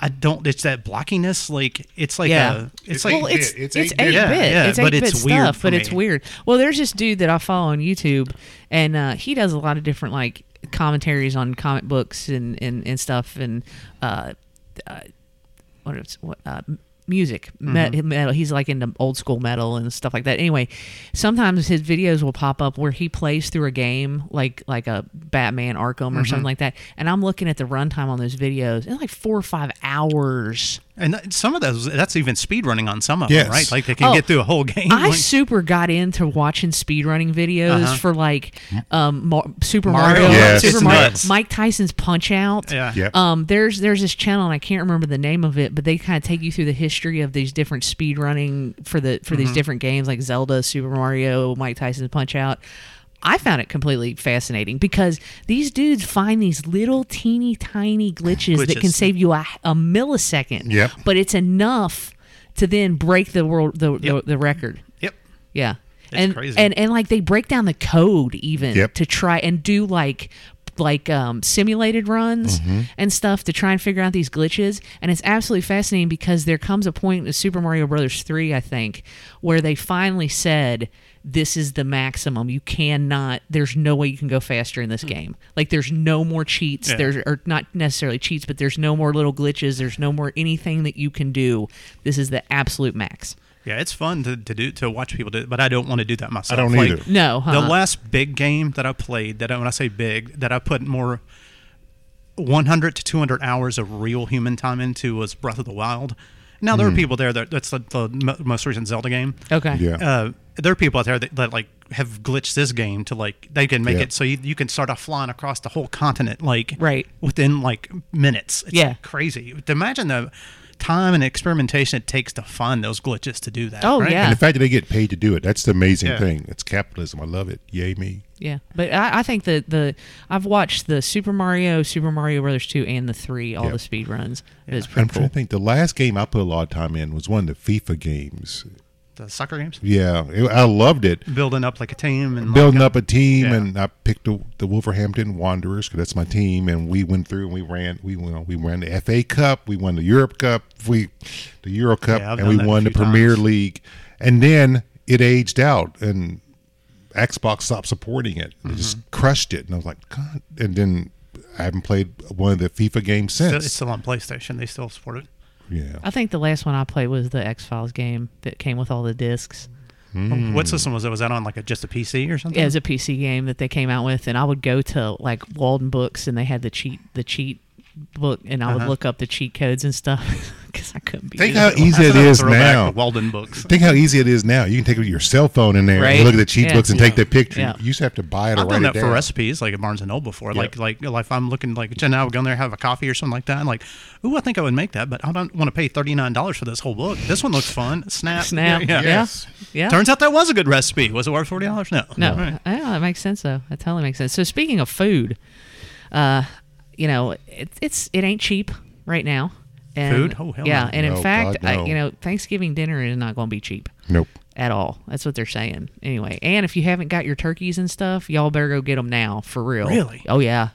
Speaker 4: I don't it's that blockiness like it's like
Speaker 1: yeah.
Speaker 4: a it's like
Speaker 1: well, it's it's eight bit.
Speaker 4: Yeah, yeah,
Speaker 1: it's eight
Speaker 4: but
Speaker 1: bit
Speaker 4: it's
Speaker 1: stuff,
Speaker 4: weird for
Speaker 1: but it's
Speaker 4: me.
Speaker 1: weird. Well, there's this dude that I follow on YouTube, and uh, he does a lot of different like commentaries on comic books and and, and stuff and uh, uh, what is what uh, m- music me-
Speaker 4: Mm-hmm.
Speaker 1: metal. He's like into old school metal and stuff like that. Anyway, sometimes his videos will pop up where he plays through a game like like a Batman Arkham
Speaker 4: Mm-hmm.
Speaker 1: or something like that, and I'm looking at the runtime on those videos. It's like four or five hours.
Speaker 4: and that, some of those that's even speed running on some of
Speaker 2: Yes.
Speaker 4: them right like they can
Speaker 1: Oh,
Speaker 4: get through a whole game
Speaker 1: I
Speaker 4: like- Uh-huh.
Speaker 1: super got into watching speedrunning videos for like um, Mar- Super Mario,
Speaker 4: Mario.
Speaker 2: Yes.
Speaker 1: Super
Speaker 2: It's
Speaker 1: Mario,
Speaker 4: nuts.
Speaker 1: Mike Tyson's Punch Out.
Speaker 4: yeah
Speaker 2: Yep.
Speaker 1: Um, there's there's this channel and I can't remember the name of it, but they kind of take you through the history of these different speedrunning for the for
Speaker 4: Mm-hmm.
Speaker 1: these different games like Zelda, Super Mario, Mike Tyson's Punch Out. I found it completely fascinating because these dudes find these little teeny tiny glitches, that can
Speaker 4: Glitches.
Speaker 1: save you a, a millisecond.
Speaker 2: Yep.
Speaker 1: But it's enough to then break the world the, the, the record.
Speaker 4: yep
Speaker 1: Yeah.
Speaker 4: It's
Speaker 1: and
Speaker 4: crazy.
Speaker 1: and and like they break down the code even
Speaker 2: Yep.
Speaker 1: to try and do like like um, simulated runs
Speaker 2: Mm-hmm.
Speaker 1: and stuff to try and figure out these glitches and it's absolutely fascinating because there comes a point in Super Mario Brothers 3 I think where they finally said this is the maximum you cannot there's no way you can go faster in this game like there's no more cheats
Speaker 4: Hmm. Yeah.
Speaker 1: there's or not necessarily cheats but there's no more little glitches there's no more anything that you can do this is the absolute max
Speaker 4: yeah it's fun to, to do to watch people do it but I don't want to do that myself
Speaker 2: don't
Speaker 4: like,
Speaker 2: either.
Speaker 1: no uh-huh. huh?
Speaker 4: The last big game that I played, that I, when I say big, that I put more 100 to 200 hours of real human time into was Breath of the Wild. Now
Speaker 2: Mm-hmm.
Speaker 4: there are people there that that's the, the mo- most recent Zelda game.
Speaker 1: okay
Speaker 2: yeah.
Speaker 4: Uh, there are people out there that, that like have glitched this game to like they can make
Speaker 2: Yeah.
Speaker 4: it so you, you can start off flying across the whole continent like
Speaker 1: Right.
Speaker 4: within like minutes. It's
Speaker 1: Yeah.
Speaker 4: crazy. Imagine the time and experimentation it takes to find those glitches to do that.
Speaker 1: Oh,
Speaker 4: right?
Speaker 1: yeah.
Speaker 2: and the fact that they get paid to do it, that's the amazing
Speaker 4: Yeah.
Speaker 2: thing. It's capitalism. I love it. Yay me.
Speaker 1: Yeah, but I, I think the the I've watched the Super Mario, Super Mario Brothers two, and the three, all
Speaker 2: Yeah.
Speaker 1: the speed runs. It's
Speaker 2: I'm
Speaker 1: pretty
Speaker 2: trying
Speaker 1: cool.
Speaker 2: to think. The last game I put a lot of time in was one of the FIFA games.
Speaker 4: The soccer games.
Speaker 2: Yeah, it- I loved it.
Speaker 4: Building up like a team and
Speaker 2: building up a team,
Speaker 4: Yeah.
Speaker 2: and I picked the, the Wolverhampton Wanderers because that's my team, and we went through and we ran. We won. We ran the FA Cup. We won the Europe Cup. We the Euro Cup,
Speaker 4: Yeah, I've
Speaker 2: and
Speaker 4: done
Speaker 2: we
Speaker 4: that a
Speaker 2: won the
Speaker 4: few
Speaker 2: Premier
Speaker 4: times.
Speaker 2: League. And then it aged out, and Xbox stopped supporting it. They
Speaker 4: Mm-hmm.
Speaker 2: just crushed it, and I was like, God. And then I haven't played one of the FIFA games
Speaker 4: So
Speaker 2: since.
Speaker 4: it's still on PlayStation. They still support it.
Speaker 2: yeah,
Speaker 1: I think the last one I played was the X Files game that came with all the discs.
Speaker 2: Mm.
Speaker 4: What system was that? Was that on like a, just a PC or something?
Speaker 1: Yeah, it was a PC game that they came out with, and I would go to like Walden Books, and they had the cheat the cheat book, and I would look up the cheat codes and stuff because I couldn't be.
Speaker 2: think
Speaker 1: doing
Speaker 2: how
Speaker 1: it.
Speaker 2: easy it
Speaker 4: That's a
Speaker 2: is
Speaker 4: throwback
Speaker 2: now.
Speaker 4: to Walden books.
Speaker 2: Think how easy it is now. You can take your cell phone in there
Speaker 1: Right?
Speaker 2: and look at the cheat
Speaker 1: Yeah.
Speaker 2: books and take the picture.
Speaker 1: Yeah.
Speaker 2: You used to have to buy it or
Speaker 4: I've
Speaker 2: write
Speaker 4: done
Speaker 2: it
Speaker 4: that
Speaker 2: down.
Speaker 4: for recipes, like at Barnes and Noble before. Like, like, like if I'm looking, like, and I would go in there have a coffee or something like that. And like, ooh, I think I would make that, but I don't want to pay thirty nine dollars for this whole book. This one looks fun. Snap,
Speaker 1: Snap. Yeah.
Speaker 3: Yes.
Speaker 1: Yeah.
Speaker 4: Turns out that was a good recipe. Was it worth forty dollars? No.
Speaker 1: No,
Speaker 4: All right.
Speaker 1: Oh, yeah, that makes sense though. That totally makes sense. So speaking of food, uh, you know, it, it's it ain't cheap right now. And,
Speaker 4: Food? Oh, hell
Speaker 1: yeah.
Speaker 4: no.
Speaker 1: And in
Speaker 2: No,
Speaker 1: fact,
Speaker 2: God,
Speaker 1: I,
Speaker 2: no.
Speaker 1: you know, Thanksgiving dinner is not going to be cheap
Speaker 2: Nope.
Speaker 1: at all. That's what they're saying anyway. And if you haven't got your turkeys and stuff, y'all better go get them now for real.
Speaker 4: Really?
Speaker 1: Oh yeah,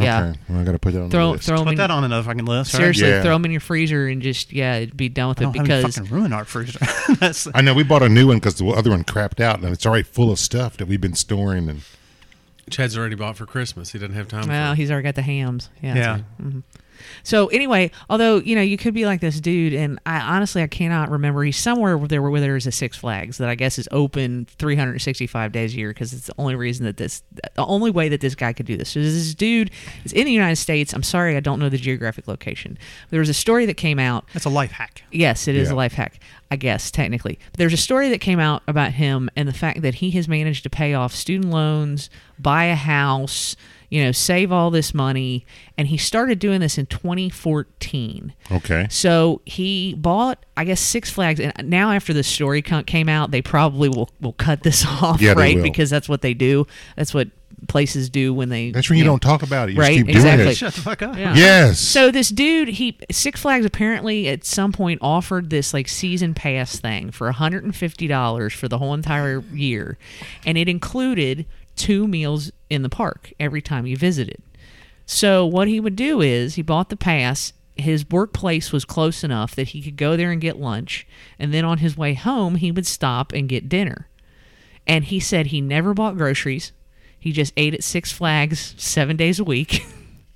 Speaker 1: yeah.
Speaker 2: Okay. Well, I got to put that on the
Speaker 1: Throw
Speaker 2: list.
Speaker 1: throw them
Speaker 4: Put
Speaker 1: in,
Speaker 4: that on another fucking list. right?
Speaker 1: seriously.
Speaker 2: Yeah.
Speaker 1: Throw them in your freezer and just yeah, it'd be done with it
Speaker 4: don't have any
Speaker 1: because
Speaker 4: fucking ruin our freezer. That's
Speaker 2: I know we bought a new one because the other one crapped out, and it's already full of stuff that we've been storing. And
Speaker 3: Chad's already bought for Christmas. He doesn't have time.
Speaker 1: well,
Speaker 3: for it.
Speaker 1: he's already got the hams. Yeah. that's
Speaker 4: yeah.
Speaker 1: right. So anyway, although you know you could be like this dude, and I honestly I cannot remember. He's somewhere where there where there is a Six Flags that I guess is open 365 days a year because it's the only reason that this the only way that this guy could do this. So this dude is in the United States. I'm sorry, I don't know the geographic location. There was a story that came out
Speaker 4: That's a life hack.
Speaker 1: Yes, it is
Speaker 2: Yeah.
Speaker 1: a life hack, I guess, technically. But there's a story that came out about him and the fact that he has managed to pay off student loans, buy a house, you know, save all this money. And he started doing this in 2014.
Speaker 2: okay,
Speaker 1: So he bought, I guess, Six Flags. And now, after this story co- came out, they probably will, will cut this off,
Speaker 2: Yeah, they
Speaker 1: right?
Speaker 2: will.
Speaker 1: Because that's what they do. That's what places do when they.
Speaker 2: that's when you
Speaker 1: know,
Speaker 2: don't talk about it. You
Speaker 1: Right,
Speaker 2: just keep
Speaker 1: exactly.
Speaker 2: doing
Speaker 4: Shut the fuck up.
Speaker 1: Yeah.
Speaker 2: it. Yes.
Speaker 1: So this dude, he Six Flags apparently at some point offered this like season pass thing for $150 for the whole entire year, and it included two meals in the park every time you visited. So what he would do is he bought the pass. His workplace was close enough that he could go there and get lunch, and then on his way home he would stop and get dinner. And he said he never bought groceries. He just ate at Six Flags seven days a week.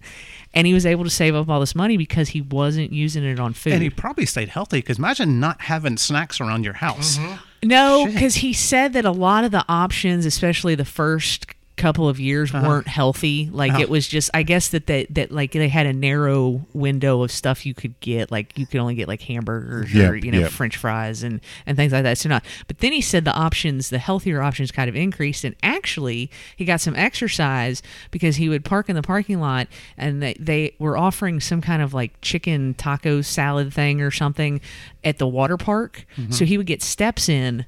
Speaker 1: and he was able to save up all this money because he wasn't using it on food.
Speaker 4: And he probably stayed healthy because imagine not having snacks around your house.
Speaker 2: Mm-hmm.
Speaker 1: no, because he said that a lot of the options, especially the first couple of years,
Speaker 4: Uh-huh.
Speaker 1: weren't healthy. Like it was just, I guess that they, that like they had a narrow window of stuff you could get. Like you could only get like hamburgers or
Speaker 2: Yep,
Speaker 1: you know
Speaker 2: yep.
Speaker 1: French fries and and things like that. So not. But then he said the options, the healthier options, kind of increased. And actually, he got some exercise because he would park in the parking lot, and they, they were offering some kind of like chicken taco salad thing or something at the water park. So he would get steps in,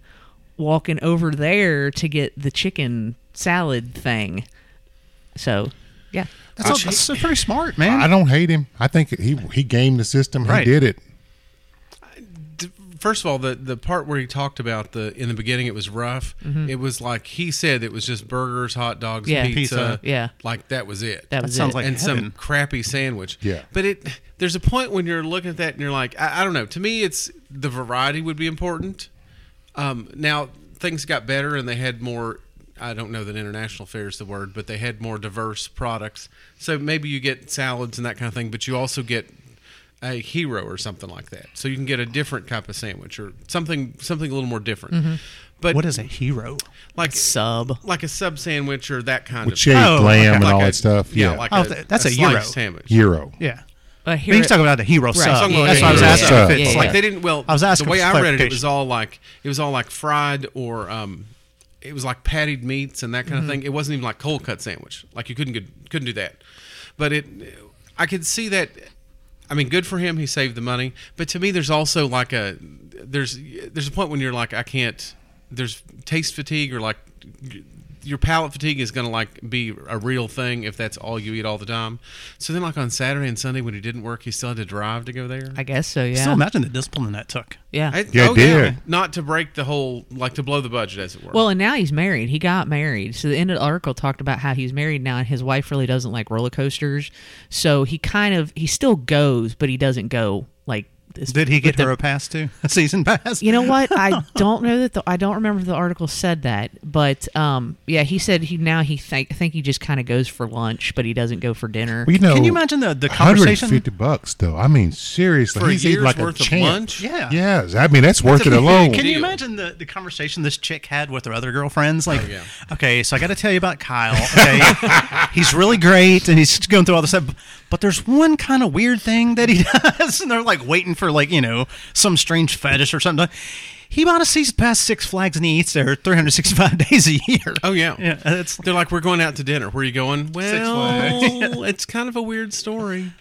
Speaker 1: walking over there to get the chicken salad thing. So, yeah.
Speaker 4: That's, all, that's pretty smart, man.
Speaker 2: Oh, I don't hate him. I think he he gamed the system.
Speaker 4: Right.
Speaker 2: He did it.
Speaker 3: D- First of all, the the part where he talked about the in the beginning, it was rough. It was like he said it was just burgers, hot dogs,
Speaker 1: Mm-hmm. Yeah.
Speaker 3: pizza,
Speaker 4: Pizza,
Speaker 1: yeah.
Speaker 3: like that was it.
Speaker 1: That
Speaker 4: that
Speaker 1: was
Speaker 4: sounds
Speaker 1: it.
Speaker 4: like
Speaker 3: and
Speaker 4: heaven.
Speaker 3: some crappy sandwich.
Speaker 2: Yeah.
Speaker 3: But it there's a point when you're looking at that and you're like, I, I don't know. To me, it's the variety would be important. Um, now things got better and they had more. I don't know that international fair is the word, but they had more diverse products. So maybe you get salads and that kind of thing, but you also get a hero or something like that. So you can get a different type of sandwich or something something a little more different. But
Speaker 4: Mm-hmm. What is a hero?
Speaker 3: like
Speaker 1: Sub.
Speaker 3: like a sub sandwich or that kind
Speaker 2: With
Speaker 3: of
Speaker 2: shaved lamb
Speaker 4: Oh, okay.
Speaker 2: and
Speaker 3: Like
Speaker 2: all
Speaker 3: a-
Speaker 2: that stuff. Yeah.
Speaker 3: like
Speaker 4: Oh, th- that's a hero.
Speaker 3: slice sandwich.
Speaker 2: Hero.
Speaker 4: Yeah.
Speaker 1: But
Speaker 4: But
Speaker 1: here,
Speaker 4: he's talking about the hero sub.
Speaker 1: yeah,
Speaker 4: That's
Speaker 1: yeah,
Speaker 4: what I was
Speaker 1: yeah,
Speaker 4: asking.
Speaker 2: yeah,
Speaker 4: if it's
Speaker 2: yeah,
Speaker 4: like
Speaker 3: like they didn't. Well,
Speaker 4: I was asking
Speaker 3: the way
Speaker 4: for
Speaker 3: I read it, it
Speaker 4: clarification.
Speaker 3: was all like it was all like fried or um, it was like patted meats and that kind of thing. It wasn't even like cold cut sandwich. Like you couldn't get, couldn't do that. But it, I could see that. I mean, good for him. He saved the money. But to me, there's also like a there's there's a point when you're like I can't. There's taste fatigue or like your palate fatigue is going to like be a real thing if that's all you eat all the time. So then like on Saturday and Sunday when he didn't work, he still had to drive to go there.
Speaker 1: I guess so. Yeah.
Speaker 4: Still imagine the discipline that took.
Speaker 1: yeah.
Speaker 3: I,
Speaker 2: Yeah,
Speaker 3: oh,
Speaker 2: it
Speaker 3: yeah.
Speaker 2: did.
Speaker 3: Not to break the whole, like to blow the budget, as it were.
Speaker 1: Well, and now he's married. He got married. So the end of the article talked about how he's married now, and his wife really doesn't like roller coasters. So he kind of he still goes, but he doesn't go like is-
Speaker 4: Did he get
Speaker 1: with the-
Speaker 4: her a pass too? A season pass?
Speaker 1: You know what? I don't know that the, I don't remember if the article said that, but um, yeah, he said he now he think, I think he just kind of goes for lunch, but he doesn't go for dinner.
Speaker 2: Well, you know,
Speaker 4: Can you imagine the- the
Speaker 2: 150 bucks though. I mean, seriously,
Speaker 3: for a
Speaker 2: he's eating
Speaker 3: year's
Speaker 2: like
Speaker 3: worth
Speaker 2: a
Speaker 3: of
Speaker 2: champ.
Speaker 3: lunch.
Speaker 4: yeah.
Speaker 2: Yes, I mean that's worth it
Speaker 4: That's a big-
Speaker 2: alone.
Speaker 4: Can you
Speaker 3: deal.
Speaker 4: imagine the, the conversation this chick had with her other girlfriends? Like,
Speaker 3: Oh, yeah.
Speaker 4: okay, so I got to tell you about Kyle. Okay, he's really great, and he's going through all this stuff. But there's one kind of weird thing that he does, and they're like waiting for like you know some strange fetish or something. He bought a season pass Six Flags and he eats there 365 days a year.
Speaker 3: Oh yeah.
Speaker 4: yeah. That's
Speaker 3: They're like, we're going out to dinner. Where are you going?
Speaker 4: Flags.
Speaker 3: Well, it's kind of a weird story.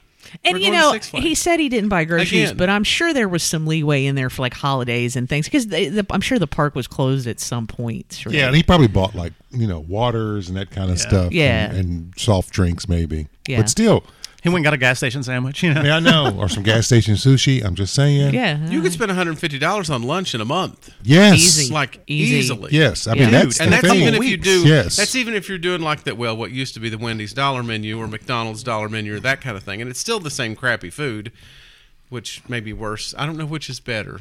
Speaker 1: and
Speaker 3: We're
Speaker 1: you
Speaker 3: going to
Speaker 1: know,
Speaker 3: Six Flags.
Speaker 1: he said he didn't buy groceries,
Speaker 3: Again.
Speaker 1: but I'm sure there was some leeway in there for like holidays and things because the, I'm sure the park was closed at some point. Right?
Speaker 2: Yeah, and he probably bought like you know waters and that kind of stuff.
Speaker 1: Yeah.
Speaker 2: and, and soft drinks maybe.
Speaker 1: Yeah.
Speaker 2: but still,
Speaker 4: he went and got a gas station sandwich. You know,
Speaker 2: I mean, I know, or some gas station sushi. I'm just saying.
Speaker 1: yeah.
Speaker 3: You could spend one hundred and fifty dollars on lunch in a month,
Speaker 2: Yes.
Speaker 1: Easy.
Speaker 3: like
Speaker 1: Easy.
Speaker 3: easily.
Speaker 2: Yes. I mean
Speaker 1: Yeah.
Speaker 2: that's
Speaker 3: and
Speaker 2: the
Speaker 3: that's
Speaker 2: thing.
Speaker 3: even if you do.
Speaker 2: Yes.
Speaker 3: That's even if you're doing like that. Well, what used to be the Wendy's dollar menu or McDonald's dollar menu or that kind of thing, and it's still the same crappy food, which may be worse. I don't know which is better.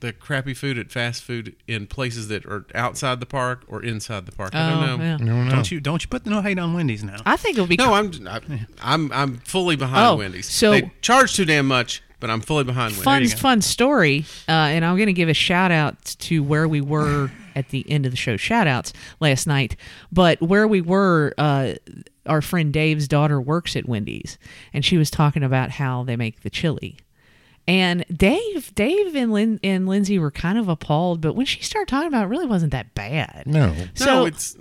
Speaker 3: The crappy food at fast food in places that are outside the park or inside the park. I
Speaker 1: Oh,
Speaker 3: don't know.
Speaker 1: yeah.
Speaker 4: don't you don't you put no hate on Wendy's now?
Speaker 1: I think it would be.
Speaker 3: No, I'm I, I'm I'm fully behind
Speaker 1: Oh,
Speaker 3: Wendy's.
Speaker 1: so-
Speaker 3: they charge too damn much, but I'm fully behind Wendy's.
Speaker 1: fun fun story uh, and i'm going to give a shout out to where we were at the end of the show shout outs last night but where we were uh, our friend dave's daughter works at wendy's and she was talking about how they make the chili and dave dave and, Lin- and lindsay were kind of appalled but when she started talking about it, it really wasn't that bad
Speaker 2: no.
Speaker 1: so
Speaker 3: no, it's.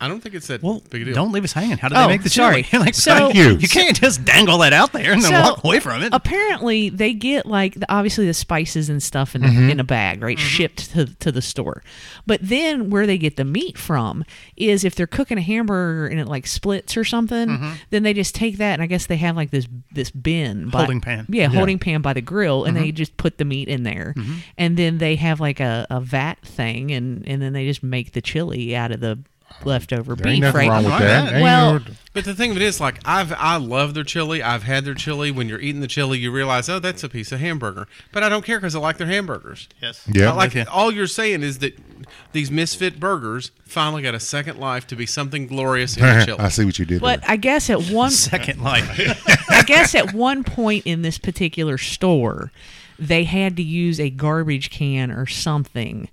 Speaker 3: I don't think it's that
Speaker 4: Well,
Speaker 3: Oh. big a deal.
Speaker 4: don't leave us hanging. How did
Speaker 1: Oh,
Speaker 4: they make the
Speaker 1: sorry.
Speaker 4: chili? like,
Speaker 1: So- Thank
Speaker 2: you.
Speaker 4: You can't just dangle that out there and then walk away from it.
Speaker 1: Apparently, they get like the, obviously the spices and stuff in, in a bag, right? Shipped to, to the store. But then where they get the meat from is if they're cooking a hamburger and it like splits or something, then they just take that and I guess they have like this this bin by,
Speaker 4: Holding pan.
Speaker 1: yeah, holding pan by the grill, and they just put the meat in there, and then they have like a, a vat thing, and and then they just make the chili out of the leftover
Speaker 2: There
Speaker 1: beef,
Speaker 2: ain't
Speaker 1: right?
Speaker 2: nothing wrong with
Speaker 4: Why
Speaker 2: that.
Speaker 4: not?
Speaker 2: Ain't
Speaker 1: Well-
Speaker 2: no-
Speaker 3: But the thing of it is, like I've I love their chili. I've had their chili. When you're eating the chili, you realize, oh, that's a piece of hamburger. But I don't care because I like their hamburgers.
Speaker 4: yes.
Speaker 2: Yeah.
Speaker 3: I like
Speaker 4: With ya.
Speaker 3: all you're saying is that these misfit burgers finally got a second life to be something glorious in the chili.
Speaker 2: I see what you did.
Speaker 1: but
Speaker 2: there.
Speaker 1: I guess at one
Speaker 4: Second life.
Speaker 1: I guess at one point in this particular store, they had to use a garbage can or something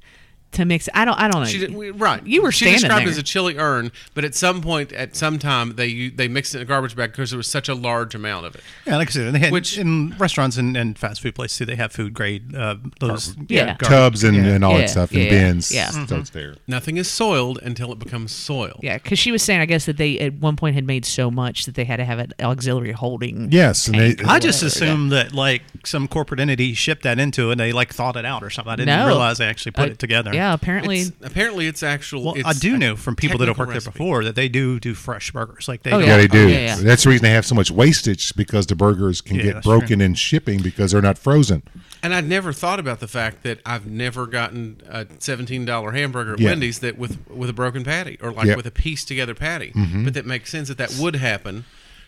Speaker 1: to mix. I don't. I don't know.
Speaker 3: She did, we- right.
Speaker 1: You were
Speaker 3: she
Speaker 1: standing
Speaker 3: described
Speaker 1: there.
Speaker 3: it as a chili urn, but at some point, at some time, they u- they mixed it in a garbage bag because there was such a large amount of it.
Speaker 4: yeah, like I said, they had,
Speaker 3: Which-
Speaker 4: Which, in restaurants and, and fast food places too, they have food grade uh, those
Speaker 1: Yeah.
Speaker 4: garbage.
Speaker 2: tubs and, and all
Speaker 1: Yeah,
Speaker 2: that stuff
Speaker 1: yeah,
Speaker 2: and bins.
Speaker 1: yeah.
Speaker 3: Mm-hmm.
Speaker 2: So it's there.
Speaker 3: Nothing is soiled until it becomes soil.
Speaker 1: yeah, because she was saying, I guess that they at one point had made so much that they had to have an auxiliary holding.
Speaker 2: Yes, and they,
Speaker 4: I just assumed that like some corporate entity shipped that into it and they like thought it out or something. I didn't
Speaker 1: No.
Speaker 4: realize they actually put
Speaker 1: Uh,
Speaker 4: it together.
Speaker 1: Yeah, apparently.
Speaker 3: It's, apparently, it's actual.
Speaker 4: Well,
Speaker 3: it's
Speaker 4: I do
Speaker 3: a
Speaker 4: know from people that have
Speaker 3: technical
Speaker 4: worked there
Speaker 3: recipe.
Speaker 4: before that they do do fresh burgers. Like they
Speaker 1: Oh,
Speaker 4: don't-
Speaker 2: Yeah, they do.
Speaker 1: yeah, yeah.
Speaker 2: That's the reason they have so much wastage because the burgers can
Speaker 4: Yeah,
Speaker 2: get
Speaker 4: that's true.
Speaker 2: broken in shipping because they're not frozen.
Speaker 3: And I'd never thought about the fact that I've never gotten a seventeen dollar hamburger at
Speaker 2: Yeah.
Speaker 3: Wendy's that with with a broken patty or like
Speaker 2: Yep.
Speaker 3: with a pieced together patty.
Speaker 4: Mm-hmm.
Speaker 3: But that makes sense that that would happen.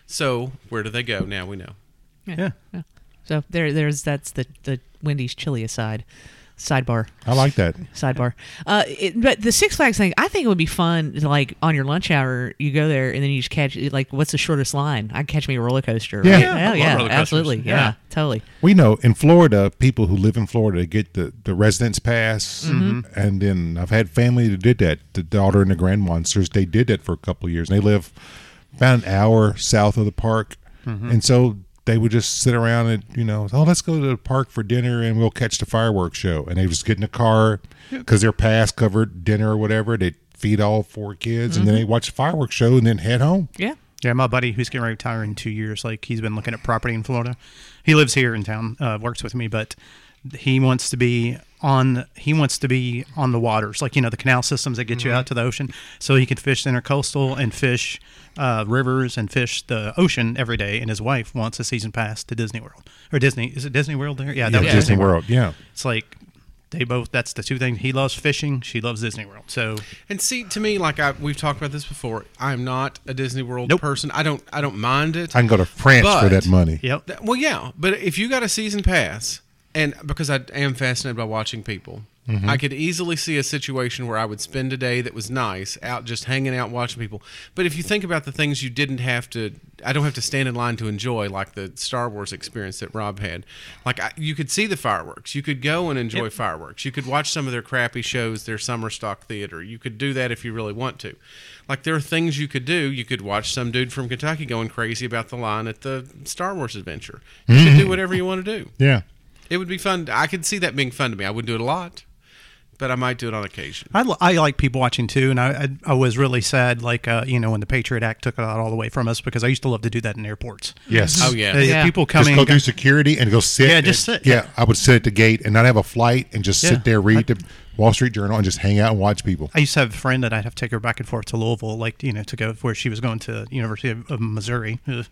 Speaker 3: So where do they go now? We know.
Speaker 4: yeah.
Speaker 1: yeah. So there, there's that's the the Wendy's chili aside, sidebar.
Speaker 2: I like that.
Speaker 1: sidebar. Uh, it, but the Six Flags thing, I think it would be fun. To, like on your lunch hour, you go there and then you just catch like, what's the shortest line? I catch me a roller coaster.
Speaker 2: Yeah.
Speaker 1: right? Hell
Speaker 2: Yeah,
Speaker 4: I love
Speaker 1: yeah,
Speaker 4: roller coasters.
Speaker 1: absolutely, yeah.
Speaker 4: Yeah.
Speaker 1: totally.
Speaker 2: We know in Florida, people who live in Florida get the, the residence pass, and then I've had family that did that. The daughter and the grand monsters, they did that for a couple of years. And they live about an hour south of the park, and so they would just sit around and you know, oh, let's go to the park for dinner and we'll catch the fireworks show. And they just get in the car because their pass covered dinner or whatever. They feed all four kids, and then they watch the fireworks show and then head home.
Speaker 1: Yeah.
Speaker 4: Yeah, my buddy who's getting ready to retire in two years, like he's been looking at property in Florida. He lives here in town, uh, works with me, but he wants to be on he wants to be on the waters, like you know the canal systems that get you out to the ocean, so he can fish the intercoastal and fish uh, rivers and fish the ocean every day. And his wife wants a season pass to Disney World or Disney. Is it Disney World there? Yeah, that was
Speaker 2: Disney World, yeah.
Speaker 4: It's like They both. That's the two things he loves: fishing. She loves Disney World. So
Speaker 3: And see, to me, like I, we've talked about this before, I'm not a Disney World
Speaker 4: Nope.
Speaker 3: person. I don't, I don't mind it.
Speaker 2: I can go to France for
Speaker 3: But-
Speaker 2: that money.
Speaker 4: yep.
Speaker 3: Th- well, yeah, but if you got a season pass, and because I am fascinated by watching people, I could easily see a situation where I would spend a day that was nice out just hanging out watching people. But if you think about the things you didn't have to, I don't have to stand in line to enjoy, like the Star Wars experience that Rob had. Like I, you could see the fireworks, you could go and enjoy fireworks, you could watch some of their crappy shows, their summer stock theater. You could do that if you really want to. Like there are things you could do. You could watch some dude from Kentucky going crazy about the line at the Star Wars adventure. You could do whatever you want to do.
Speaker 2: Mm. Yeah.
Speaker 3: It would be fun. I could see that being fun to me. I wouldn't do it a lot, but I might do it on occasion.
Speaker 4: I, li- I like people watching too, and I I, I was really sad, like uh, you know, when the Patriot Act took it out all the way from us because I used to love to do that in airports.
Speaker 2: Yes.
Speaker 3: Oh, yeah.
Speaker 4: Uh,
Speaker 1: Yeah.
Speaker 4: people
Speaker 2: Just
Speaker 4: coming.
Speaker 2: go through security and go sit.
Speaker 4: Yeah, just
Speaker 2: and-
Speaker 4: sit.
Speaker 2: Yeah, I would sit at the gate and not have a flight and just
Speaker 4: Yeah.
Speaker 2: sit there, read the Wall Street Journal, and just hang out and watch people.
Speaker 4: I used to have a friend that I'd have to take her back and forth to Louisville, like you know, to go where she was going to University of, of Missouri.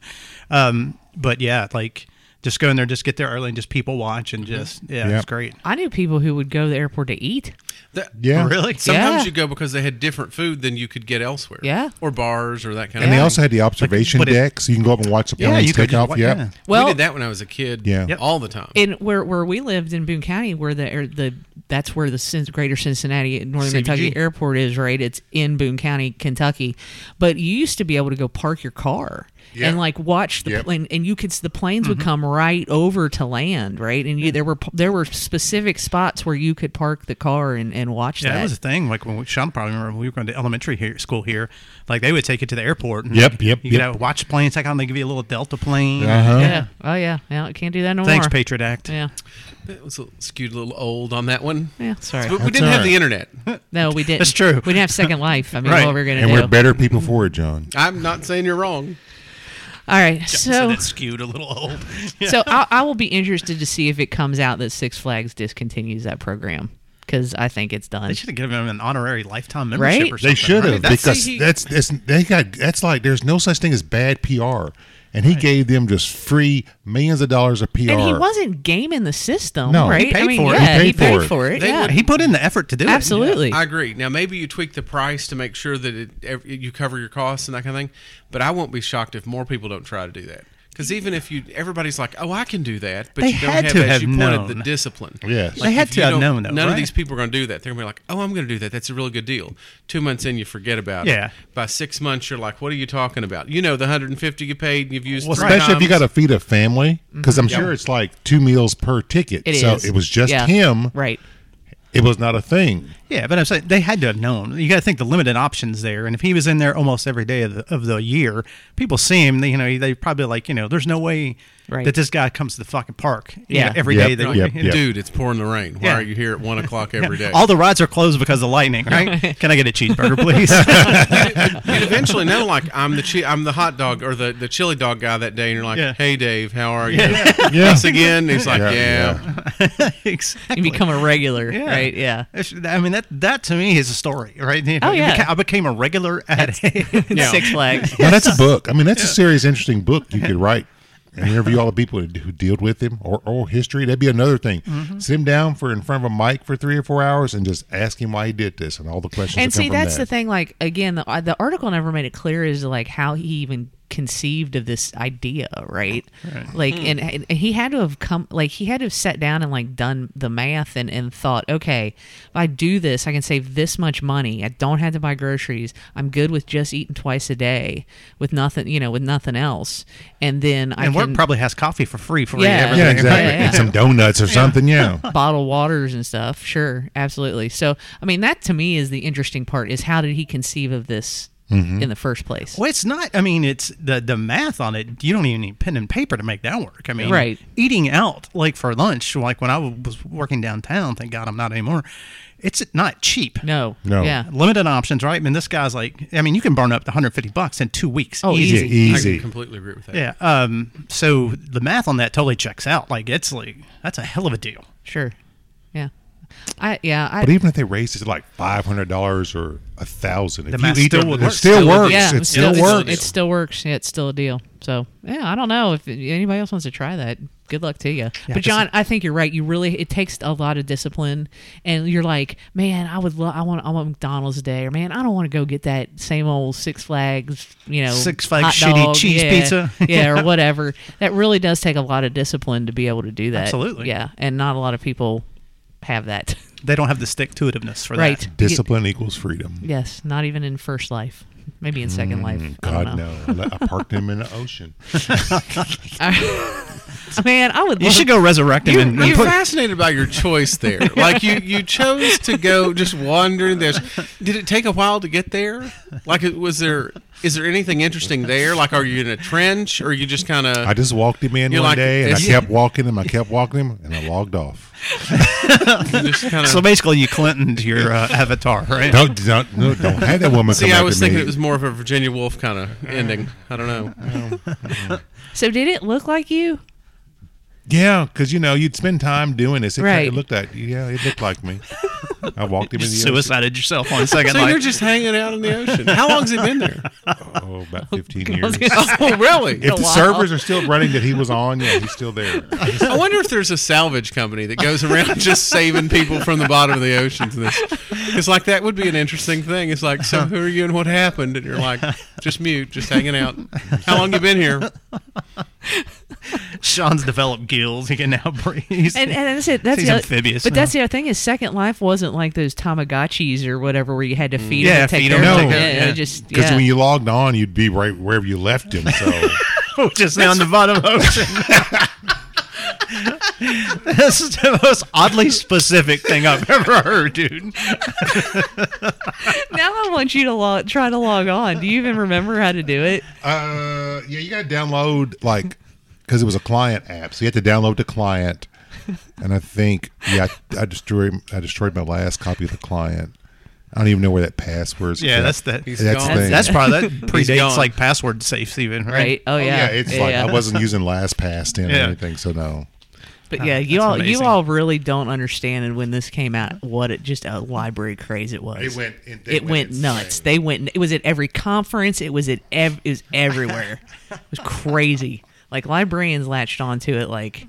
Speaker 4: Um, but yeah, like just go in there, just get there early, and just people watch, and just yeah,
Speaker 2: Yeah.
Speaker 4: it's great.
Speaker 1: I knew people who would go to the airport to eat.
Speaker 3: That-
Speaker 2: Yeah.
Speaker 4: Really?
Speaker 3: Sometimes
Speaker 1: Yeah.
Speaker 3: you go because they had different food than you could get elsewhere.
Speaker 1: Yeah.
Speaker 3: Or bars or that kind
Speaker 2: And
Speaker 3: of
Speaker 2: they
Speaker 1: Yeah.
Speaker 2: also had the observation
Speaker 4: but it-
Speaker 2: deck, so you can go up and watch the
Speaker 4: Yeah,
Speaker 2: planes
Speaker 4: you could
Speaker 2: take
Speaker 4: just
Speaker 2: off.
Speaker 4: wa-
Speaker 2: Yeah.
Speaker 4: yeah.
Speaker 3: we
Speaker 1: Well-
Speaker 3: did that when I was a kid
Speaker 2: Yeah. Yep.
Speaker 3: all the time.
Speaker 1: in where where we lived in Boone County, where the or the that's where the Cin- Greater Cincinnati Northern
Speaker 3: CBG.
Speaker 1: Kentucky Airport is, right? It's in Boone County, Kentucky, but you used to be able to go park your car
Speaker 2: Yeah.
Speaker 1: and like watch the
Speaker 2: Yep.
Speaker 1: plane, and you could s- the planes
Speaker 4: Mm-hmm.
Speaker 1: would come right over to land, right? And you, there were p- there were specific spots where you could park the car and and watch
Speaker 4: Yeah, that
Speaker 1: that.
Speaker 4: was a thing. Like when we, Sean probably remember when we were going to elementary here, school here, like they would take you to the airport. And
Speaker 2: Yep,
Speaker 4: like,
Speaker 2: yep,
Speaker 4: You
Speaker 2: yep.
Speaker 4: know, watch planes take on. They give you a little Delta plane.
Speaker 2: Uh-huh.
Speaker 1: yeah. Oh yeah. Yeah. Can't do that no
Speaker 4: Thanks,
Speaker 1: more.
Speaker 4: Patriot Act.
Speaker 1: Yeah.
Speaker 3: It was a- skewed a little old on that one.
Speaker 1: Yeah. Sorry.
Speaker 3: But we
Speaker 2: That's
Speaker 3: didn't have
Speaker 2: all
Speaker 3: the
Speaker 2: right.
Speaker 3: internet.
Speaker 1: No, we didn't.
Speaker 4: That's true.
Speaker 1: We didn't have Second Life. I mean,
Speaker 4: Right.
Speaker 1: what we were gonna
Speaker 2: And
Speaker 1: do?
Speaker 2: we're better people for it, John.
Speaker 3: I'm not saying you're wrong.
Speaker 1: All right. So.
Speaker 4: So that's skewed a little old. Yeah.
Speaker 1: so I, I will be interested to see if it comes out that Six Flags discontinues that program because I think it's done.
Speaker 4: They should have given him an honorary lifetime membership
Speaker 1: Right?
Speaker 4: or something.
Speaker 2: They should have
Speaker 4: right?
Speaker 3: that's-
Speaker 2: because
Speaker 3: see, he-
Speaker 2: that's that's they got that's like there's no such thing as bad PR, and he gave them just free millions of dollars of PR.
Speaker 1: and he wasn't gaming the system,
Speaker 2: No, he
Speaker 1: right?
Speaker 4: paid for it.
Speaker 1: yeah,
Speaker 2: He
Speaker 1: he
Speaker 2: paid
Speaker 1: paid
Speaker 2: for it.
Speaker 1: for it.
Speaker 3: They
Speaker 1: yeah,
Speaker 3: would-
Speaker 4: He put in the effort to do it.
Speaker 1: absolutely.
Speaker 3: I agree. Now maybe you tweak the price to make sure that it ev- you cover your costs and that kind of thing. But I won't be shocked if more people don't try to do that. Because even if you, everybody's like, "Oh, I can do that," but
Speaker 4: They
Speaker 3: you don't
Speaker 4: had
Speaker 3: have,
Speaker 4: to
Speaker 3: as
Speaker 4: have
Speaker 3: you pointed,
Speaker 4: known.
Speaker 3: the discipline.
Speaker 2: Yes.
Speaker 4: They had
Speaker 3: if
Speaker 4: to
Speaker 3: you
Speaker 4: have
Speaker 3: don't-
Speaker 4: known, though,
Speaker 3: None of
Speaker 4: right?
Speaker 3: these people are going to do that. They're going to be like, "Oh, I'm going to do that. That's a really good deal." Two months in, you forget about
Speaker 4: Yeah.
Speaker 3: it. By six months, you're like, "What are you talking about?" You know, the 150 you paid, you've used.
Speaker 4: Well,
Speaker 3: three
Speaker 2: especially if you got
Speaker 3: times.
Speaker 2: to feed a family because i'm sure it's like two meals per ticket
Speaker 1: Mm-hmm. It is.
Speaker 2: so it was just
Speaker 1: Yeah,
Speaker 2: him
Speaker 1: right?
Speaker 2: it was not a thing
Speaker 4: Yeah. yeah, but I'm saying they had to have known. You got to think the limited options there, and if he was in there almost every day of the, of the year, people see him. They, you know, they probably like, you know, there's no way
Speaker 1: Right.
Speaker 4: that this guy comes to the fucking park. you
Speaker 1: Yeah.
Speaker 4: know, every
Speaker 2: Yep,
Speaker 4: day. They,
Speaker 2: yep, yep.
Speaker 3: dude, it's pouring the rain. Why
Speaker 4: Yeah.
Speaker 3: are you here at one o'clock every day?
Speaker 4: All the rides are closed because of lightning, right? Can I get a cheeseburger, please?
Speaker 3: You'd eventually know, like I'm the chi- I'm the hot dog or the, the chili dog guy that day, and you're like,
Speaker 4: Yeah.
Speaker 3: "Hey, Dave, how are you?"
Speaker 2: Yeah.
Speaker 3: Us again. And he's like,
Speaker 2: Yeah,
Speaker 3: "Yeah."
Speaker 4: exactly.
Speaker 1: You become a regular, right? Yeah.
Speaker 4: It's- I mean that that to me is a story, right? You know,
Speaker 1: Oh,
Speaker 4: it
Speaker 1: yeah.
Speaker 4: beca- I became a regular at it.
Speaker 3: Yeah.
Speaker 1: Six Flags.
Speaker 2: well that's a book i mean that's a serious interesting book you could write and interview all the people who who dealt with him or oral history that'd be another thing sit him down for in front of a mic for three or four hours and just ask him why he did this and all the questions
Speaker 1: and
Speaker 2: that come
Speaker 1: see
Speaker 2: from
Speaker 1: that's
Speaker 2: that.
Speaker 1: the thing like again the, uh, the article never made it clear as to like how he even conceived of this idea right, like and, and he had to have come like he had to have sat down and like done the math and and thought okay if i do this i can save this much money i don't have to buy groceries i'm good with just eating twice a day with nothing you know with nothing else and then i
Speaker 4: and
Speaker 1: can
Speaker 4: work probably has coffee for free for
Speaker 1: Yeah.
Speaker 4: everything.
Speaker 2: yeah exactly
Speaker 1: Yeah, yeah.
Speaker 2: and some donuts or something yeah
Speaker 1: bottled waters and stuff. Sure, absolutely. So, I mean, that to me is the interesting part: is how did he conceive of this
Speaker 2: Mm-hmm.
Speaker 1: in the first place?
Speaker 4: Well, it's not. I mean, it's the the math on it. You don't even need pen and paper to make that work. I mean,
Speaker 1: Right.
Speaker 4: Eating out, like for lunch, like when I was working downtown. Thank God I'm not anymore. It's not cheap.
Speaker 1: No,
Speaker 2: No.
Speaker 1: yeah,
Speaker 4: Limited options, right? I mean, this guy's like, I mean, you can burn up to 150 bucks in two weeks.
Speaker 1: Oh,
Speaker 2: Yeah,
Speaker 1: easy.
Speaker 3: I
Speaker 2: easy
Speaker 3: completely agree with that.
Speaker 4: Yeah. Um. So the math on that totally checks out. Like it's like that's a hell of a deal.
Speaker 1: sure, yeah, I yeah, I
Speaker 2: but even if they raised it to like five hundred dollars or a thousand, if you
Speaker 4: math
Speaker 2: eat
Speaker 4: still
Speaker 2: them,
Speaker 4: would
Speaker 2: it
Speaker 4: work.
Speaker 2: still
Speaker 4: Still would-
Speaker 2: works.
Speaker 1: yeah,
Speaker 2: it still
Speaker 1: it's-
Speaker 2: works.
Speaker 1: It still works. Yeah, it's still a deal. So yeah, I don't know if anybody else wants to try that. good luck to you. but
Speaker 4: 'cause-
Speaker 1: John, I think you're right. You really it takes a lot of discipline, and you're like, man, I would love, I want, I want McDonald's today, or man, I don't want to go get that same old Six Flags, you know,
Speaker 4: Six Flags
Speaker 1: hot
Speaker 4: shitty
Speaker 1: dog,
Speaker 4: cheese
Speaker 1: yeah,
Speaker 4: pizza.
Speaker 1: yeah, or whatever. That really does take a lot of discipline to be able to do that.
Speaker 4: Absolutely.
Speaker 1: yeah, and not a lot of people have that.
Speaker 4: They don't have the stick to itiveness for
Speaker 1: right.
Speaker 4: that.
Speaker 2: Discipline equals freedom.
Speaker 1: Yes, not even in first life. Maybe in second life. I don't
Speaker 2: God
Speaker 1: know.
Speaker 2: no, I let- I parked him in the ocean.
Speaker 1: Man, I would.
Speaker 4: You
Speaker 1: love
Speaker 4: should go resurrect him and, and
Speaker 3: I'm
Speaker 4: put.
Speaker 3: fascinated by your choice there. Like you, you chose to go just wander this. Did it take a while to get there? Like, it was there? Is there anything interesting there? Like, are you in a trench, or you just kind
Speaker 2: I
Speaker 3: of?
Speaker 2: just walked him in
Speaker 3: You're
Speaker 2: one
Speaker 3: like,
Speaker 2: day, and I
Speaker 3: it's-
Speaker 2: kept walking him. I kept walking him, and I logged off.
Speaker 3: Just kind
Speaker 4: So
Speaker 3: of.
Speaker 4: basically, you Clintoned your uh, avatar, right?
Speaker 2: Don't don't no, don't have that woman
Speaker 3: See,
Speaker 2: come
Speaker 3: I
Speaker 2: after
Speaker 3: was thinking
Speaker 2: me.
Speaker 3: it was more of a Virginia Woolf kind of ending. I don't know.
Speaker 1: So did it look like you?
Speaker 2: Yeah, because you know you'd spend time doing this. It, kinda
Speaker 1: Right.
Speaker 2: looked like yeah, it looked like me. I walked him in the ocean.
Speaker 4: Suicided yourself on second
Speaker 3: So you're
Speaker 4: life.
Speaker 3: just hanging out in the ocean. How long's it been there?
Speaker 2: Oh, about fifteen
Speaker 1: I was
Speaker 2: years.
Speaker 1: gonna say-
Speaker 3: Oh, really?
Speaker 2: If the
Speaker 1: Wow.
Speaker 2: servers are still running that he was on, yeah, he's still there.
Speaker 3: I wonder if there's a salvage company that goes around just saving people from the bottom of the ocean. To this, it's like that would be an interesting thing. It's like, so who are you and what happened? And you're like, just mute, just hanging out. How long you been here?
Speaker 4: Sean's developed gills. He can now breathe.
Speaker 1: and, and that's it. That's
Speaker 4: He's
Speaker 1: the other-
Speaker 4: amphibious
Speaker 1: But
Speaker 4: now.
Speaker 1: that's the other thing is Second Life wasn't like those Tamagotchis or whatever where you had to feed
Speaker 4: Yeah,
Speaker 1: them.
Speaker 4: feed
Speaker 1: take
Speaker 4: 'em,
Speaker 1: care of
Speaker 2: take
Speaker 1: them.
Speaker 2: care-
Speaker 1: Yeah,
Speaker 4: yeah.
Speaker 1: just
Speaker 2: Because
Speaker 1: yeah.
Speaker 2: when you logged on, you'd be right wherever you left him. So
Speaker 4: just down the bottom ocean. this is the most oddly specific thing I've ever heard, dude.
Speaker 1: now I want you to log, try to log on. Do you even remember how to do it?
Speaker 2: Uh, yeah, you got to download like because it was a client app, so you had to download the client. And I think yeah, I, I destroyed I destroyed my last copy of the client. I don't even know where that password is.
Speaker 4: Yeah, that's that.
Speaker 3: He's
Speaker 2: That's
Speaker 3: gone.
Speaker 2: the thing.
Speaker 4: That's probably that
Speaker 3: gone.
Speaker 4: predates like password safes, even right?
Speaker 1: Right? Oh yeah.
Speaker 2: it's like I wasn't using LastPass then
Speaker 4: Yeah.
Speaker 2: or anything, so no.
Speaker 1: But yeah, you
Speaker 4: that's
Speaker 1: all you
Speaker 4: amazing.
Speaker 1: all really don't understand and when this came out what it just a library craze it was.
Speaker 2: They went in- they
Speaker 1: it
Speaker 2: went
Speaker 1: went,
Speaker 2: insane.
Speaker 1: nuts. They went. It was at every conference. It was at ev- it was everywhere. it was crazy. Like librarians latched onto it. Like